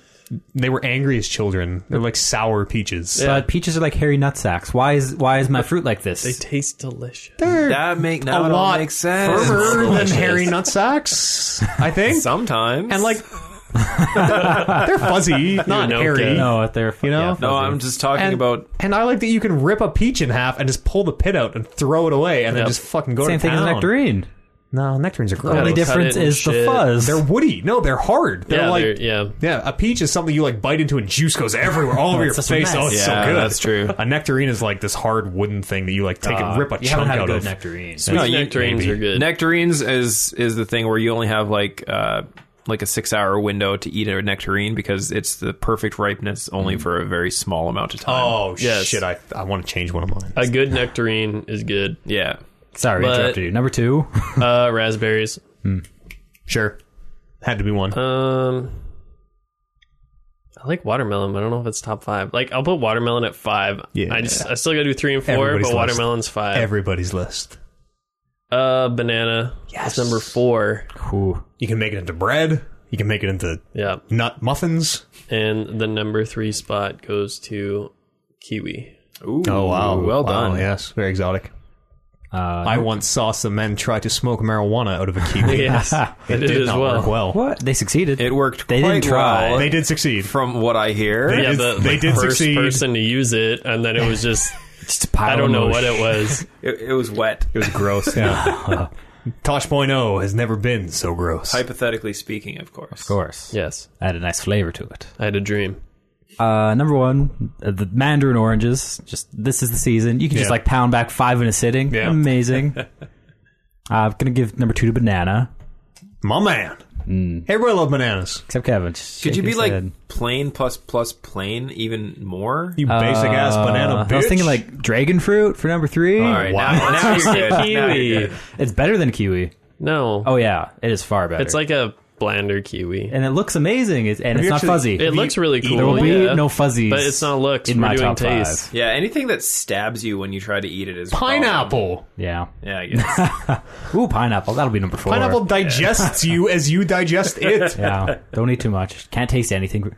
[SPEAKER 1] they were angry as children. They're like sour peaches.
[SPEAKER 2] But peaches are like hairy nut sacks. Why is why is my fruit like this?
[SPEAKER 3] They taste delicious.
[SPEAKER 1] They're
[SPEAKER 4] That make now it
[SPEAKER 1] a
[SPEAKER 4] all
[SPEAKER 1] lot
[SPEAKER 4] makes sense.
[SPEAKER 1] firmer than hairy nutsacks. I think.
[SPEAKER 4] Sometimes
[SPEAKER 1] and like they're fuzzy, not
[SPEAKER 3] no
[SPEAKER 1] hairy.
[SPEAKER 3] kidding.
[SPEAKER 2] no, they're you
[SPEAKER 1] know?
[SPEAKER 4] no, I'm just talking
[SPEAKER 1] And,
[SPEAKER 4] about
[SPEAKER 1] and I like that you can rip a peach in half and just pull the pit out and throw it away and then
[SPEAKER 3] Yep.
[SPEAKER 1] just fucking go
[SPEAKER 2] same
[SPEAKER 1] to
[SPEAKER 2] thing
[SPEAKER 1] town.
[SPEAKER 2] as nectarine.
[SPEAKER 1] No, nectarines are gross.
[SPEAKER 2] only
[SPEAKER 3] they'll cut
[SPEAKER 2] difference
[SPEAKER 3] it and
[SPEAKER 2] is the
[SPEAKER 3] shit.
[SPEAKER 2] fuzz.
[SPEAKER 1] They're woody. No, they're hard. They're
[SPEAKER 3] yeah,
[SPEAKER 1] like
[SPEAKER 3] they're- yeah.
[SPEAKER 1] yeah, a peach is something you like bite into and juice goes everywhere, all over your
[SPEAKER 2] such a
[SPEAKER 1] face.
[SPEAKER 2] mess.
[SPEAKER 1] Oh, it's
[SPEAKER 4] Yeah,
[SPEAKER 1] so good.
[SPEAKER 4] that's true.
[SPEAKER 1] A nectarine is like this hard wooden thing that you like take and rip a
[SPEAKER 2] you
[SPEAKER 1] chunk
[SPEAKER 2] haven't had a
[SPEAKER 1] out
[SPEAKER 2] good
[SPEAKER 1] of.
[SPEAKER 2] nectarine.
[SPEAKER 3] Sweet
[SPEAKER 4] No, you-
[SPEAKER 3] nectarines
[SPEAKER 1] maybe.
[SPEAKER 3] are good.
[SPEAKER 4] Nectarines is is the thing where you only have like uh like a six hour window to eat a nectarine because it's the perfect ripeness only for a very small amount of time.
[SPEAKER 1] Mm. Oh
[SPEAKER 3] Yes.
[SPEAKER 1] shit! I I want to change one of mine.
[SPEAKER 3] a good nectarine is good.
[SPEAKER 4] Yeah.
[SPEAKER 2] Sorry,
[SPEAKER 3] But-
[SPEAKER 2] interrupted you. Number two.
[SPEAKER 3] Uh, raspberries.
[SPEAKER 1] sure, had to be one.
[SPEAKER 3] Um, I like watermelon. But I don't know if it's top five. Like I'll put watermelon at five.
[SPEAKER 1] Yeah.
[SPEAKER 3] I just I still gotta do three and four,
[SPEAKER 1] Everybody's
[SPEAKER 3] but
[SPEAKER 1] lost.
[SPEAKER 3] watermelon's five.
[SPEAKER 1] Everybody's list.
[SPEAKER 3] uh, banana.
[SPEAKER 1] Yes.
[SPEAKER 3] is number four.
[SPEAKER 2] Ooh.
[SPEAKER 1] You can make it into bread. You can make it into
[SPEAKER 3] Yeah,
[SPEAKER 1] nut muffins.
[SPEAKER 3] and the number three spot goes to kiwi.
[SPEAKER 4] Ooh.
[SPEAKER 1] Wow,
[SPEAKER 4] Oh, Well done.
[SPEAKER 1] yes, very exotic.
[SPEAKER 2] Uh,
[SPEAKER 1] I once saw some men try to smoke marijuana out of a kiwi.
[SPEAKER 3] Yes,
[SPEAKER 1] It
[SPEAKER 3] it
[SPEAKER 1] did
[SPEAKER 3] is
[SPEAKER 1] not work well.
[SPEAKER 3] well.
[SPEAKER 2] what? They succeeded.
[SPEAKER 4] It worked
[SPEAKER 2] They
[SPEAKER 4] quite
[SPEAKER 2] didn't try.
[SPEAKER 4] well,
[SPEAKER 1] They did succeed.
[SPEAKER 4] from what I hear.
[SPEAKER 1] They
[SPEAKER 3] Yeah,
[SPEAKER 1] did-
[SPEAKER 3] the,
[SPEAKER 1] they
[SPEAKER 3] the
[SPEAKER 1] did
[SPEAKER 3] first
[SPEAKER 1] succeed.
[SPEAKER 3] person to use it, and then it was just
[SPEAKER 2] Just a pile
[SPEAKER 3] I don't
[SPEAKER 2] of
[SPEAKER 3] know what
[SPEAKER 2] mush.
[SPEAKER 3] it was.
[SPEAKER 4] It, it was wet.
[SPEAKER 1] It was gross. Yeah. Tosh.0 has never been so gross.
[SPEAKER 4] Hypothetically speaking, of course.
[SPEAKER 2] Of course.
[SPEAKER 3] yes,
[SPEAKER 2] Add a nice flavor to it.
[SPEAKER 3] I had a dream.
[SPEAKER 2] Uh, number one, uh, the mandarin oranges. Just this is the season. You can just
[SPEAKER 1] Yeah.
[SPEAKER 2] like pound back five in a sitting.
[SPEAKER 1] Yeah.
[SPEAKER 2] Amazing. uh, I'm gonna give number two to banana.
[SPEAKER 1] My man. Everybody love bananas.
[SPEAKER 2] Except Kevin. Just
[SPEAKER 4] Could
[SPEAKER 2] shake
[SPEAKER 4] you be
[SPEAKER 2] his
[SPEAKER 4] like
[SPEAKER 2] head.
[SPEAKER 4] plain plus plus plain even more?
[SPEAKER 1] You basic ass banana bitch.
[SPEAKER 2] Uh, I was thinking like dragon fruit for number three.
[SPEAKER 4] All right,
[SPEAKER 1] Wow.
[SPEAKER 4] now, now you're good. Now you're
[SPEAKER 3] Kiwi.
[SPEAKER 4] good.
[SPEAKER 2] It's better than kiwi.
[SPEAKER 3] No,
[SPEAKER 2] Oh yeah, it is far better.
[SPEAKER 3] it's like a blander kiwi.
[SPEAKER 2] and it looks amazing. It's, and it's not
[SPEAKER 1] actually-
[SPEAKER 2] fuzzy.
[SPEAKER 3] It looks really cool.
[SPEAKER 2] there will be
[SPEAKER 3] yeah.
[SPEAKER 2] no fuzzies,
[SPEAKER 3] but it's not looks.
[SPEAKER 2] in
[SPEAKER 3] We're
[SPEAKER 2] my
[SPEAKER 3] doing
[SPEAKER 2] top
[SPEAKER 3] taste.
[SPEAKER 2] five.
[SPEAKER 4] Yeah, anything that stabs you when you try to eat it is a problem.
[SPEAKER 1] pineapple.
[SPEAKER 2] Yeah.
[SPEAKER 4] Yeah, I guess.
[SPEAKER 2] Ooh, pineapple. That'll be number four.
[SPEAKER 1] Pineapple digests you as you digest it.
[SPEAKER 2] Yeah. Don't eat too much. Can't taste anything.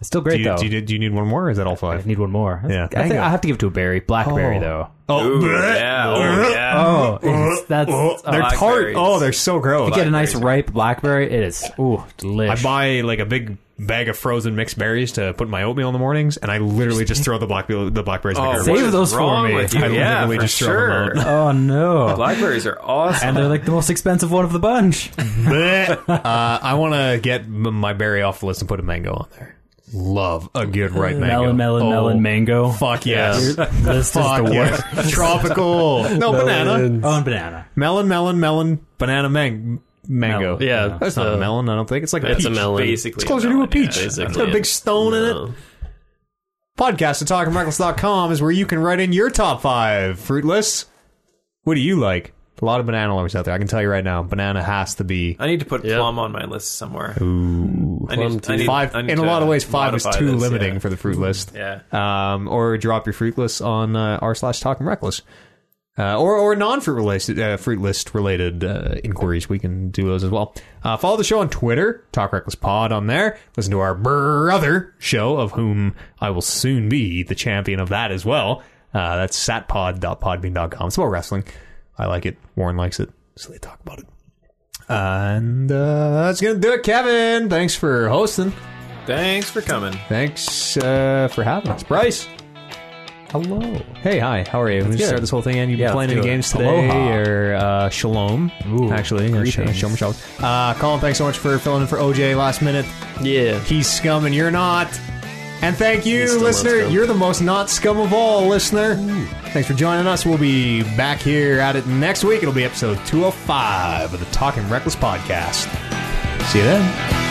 [SPEAKER 2] It's still
[SPEAKER 1] Do
[SPEAKER 2] great
[SPEAKER 1] you,
[SPEAKER 2] though.
[SPEAKER 1] do, you, do you need one more or is that all
[SPEAKER 2] I
[SPEAKER 1] five?
[SPEAKER 2] need one more.
[SPEAKER 1] Yeah.
[SPEAKER 2] I, think
[SPEAKER 1] Mango.
[SPEAKER 2] I have to give it to a berry. Blackberry
[SPEAKER 1] Oh.
[SPEAKER 2] though.
[SPEAKER 1] Oh,
[SPEAKER 4] Ooh,
[SPEAKER 1] bleh.
[SPEAKER 4] yeah. Oh, yeah.
[SPEAKER 2] Oh, it's, that's
[SPEAKER 1] Oh,
[SPEAKER 2] oh,
[SPEAKER 1] they're tart.
[SPEAKER 4] blackberries.
[SPEAKER 1] Oh, they're so gross.
[SPEAKER 2] get a nice ripe blackberry. It is. Ooh,
[SPEAKER 1] I
[SPEAKER 2] delicious.
[SPEAKER 1] buy like a big bag of frozen mixed berries to put in my oatmeal in the mornings, and I literally just throw the black the blackberries in the
[SPEAKER 4] Oh,
[SPEAKER 1] garbage.
[SPEAKER 2] Save
[SPEAKER 4] what is
[SPEAKER 2] those for
[SPEAKER 4] wrong
[SPEAKER 2] me.
[SPEAKER 4] With you?
[SPEAKER 1] I
[SPEAKER 4] yeah,
[SPEAKER 1] literally
[SPEAKER 4] for
[SPEAKER 1] just throw them
[SPEAKER 4] sure.
[SPEAKER 2] oh no.
[SPEAKER 4] Blackberries are awesome.
[SPEAKER 2] And they're like the most expensive one of the bunch.
[SPEAKER 1] Bleh. uh, I want to get m- my berry off the list and put a mango on there. Love a good ripe mango.
[SPEAKER 2] Melon, melon,
[SPEAKER 1] Oh,
[SPEAKER 2] melon, mango.
[SPEAKER 1] Fuck yes.
[SPEAKER 2] This is the
[SPEAKER 1] Fuck
[SPEAKER 2] worst.
[SPEAKER 1] yes. Tropical. No, banana.
[SPEAKER 2] Oh, and banana.
[SPEAKER 1] Melon, melon, melon, banana, mang- mango.
[SPEAKER 2] Melon.
[SPEAKER 3] Yeah,
[SPEAKER 1] That's not
[SPEAKER 3] uh,
[SPEAKER 1] a melon, I don't think. It's like a
[SPEAKER 3] it's a
[SPEAKER 1] peach.
[SPEAKER 3] melon.
[SPEAKER 4] Basically,
[SPEAKER 1] It's closer to a peach.
[SPEAKER 4] Yeah,
[SPEAKER 1] it's
[SPEAKER 4] basically.
[SPEAKER 1] got a big stone in it. Podcast at talkingreckless.com is where you can write in your top five. Fruitless, what do you like? A lot of banana lovers out there. I can tell you right now, banana has to be
[SPEAKER 4] I need to put
[SPEAKER 3] Yeah.
[SPEAKER 4] plum on my list somewhere. I
[SPEAKER 3] Plum
[SPEAKER 4] need, I
[SPEAKER 3] too.
[SPEAKER 4] need,
[SPEAKER 1] five.
[SPEAKER 4] I need
[SPEAKER 1] In a
[SPEAKER 4] to
[SPEAKER 1] lot of ways, five is
[SPEAKER 4] modify
[SPEAKER 1] too
[SPEAKER 4] this,
[SPEAKER 1] limiting
[SPEAKER 4] yeah.
[SPEAKER 1] for the fruit list.
[SPEAKER 4] Yeah.
[SPEAKER 1] Um, or drop your fruit list on uh, r slash talking reckless. Uh, or or non fruit related uh, fruit list related uh, inquiries, we can do those as well. Uh, follow the show on Twitter, Talk Reckless Pod on there. Listen to our brother show, of whom I will soon be the champion of that as well. Uh, that's satpod.podbean.com. It's about wrestling. I like it. Warren likes it, so they talk about it. And uh, that's gonna do it, Kevin. Thanks for hosting.
[SPEAKER 4] Thanks for coming.
[SPEAKER 1] Thanks uh, for having us, Bryce.
[SPEAKER 2] Hello.
[SPEAKER 1] Hey, hi. How are you? we
[SPEAKER 2] good.
[SPEAKER 1] start this whole thing, and you've
[SPEAKER 2] Yeah,
[SPEAKER 1] been
[SPEAKER 2] let's
[SPEAKER 1] playing any
[SPEAKER 2] do it.
[SPEAKER 1] games today,
[SPEAKER 2] Aloha.
[SPEAKER 1] or uh, shalom?
[SPEAKER 2] Ooh,
[SPEAKER 1] actually, yeah, sh-
[SPEAKER 2] greetings.
[SPEAKER 1] shalom, shalom. Uh, Colin, thanks so much for filling in for OJ last minute.
[SPEAKER 3] Yeah.
[SPEAKER 1] He's scum, and you're not. And thank you,
[SPEAKER 3] still not
[SPEAKER 1] listener.
[SPEAKER 3] scum.
[SPEAKER 1] You're the most not scum of all, listener. Thanks for joining us. We'll be back here at it oh next week. It'll be episode 205 of the Talking Reckless podcast. See you then.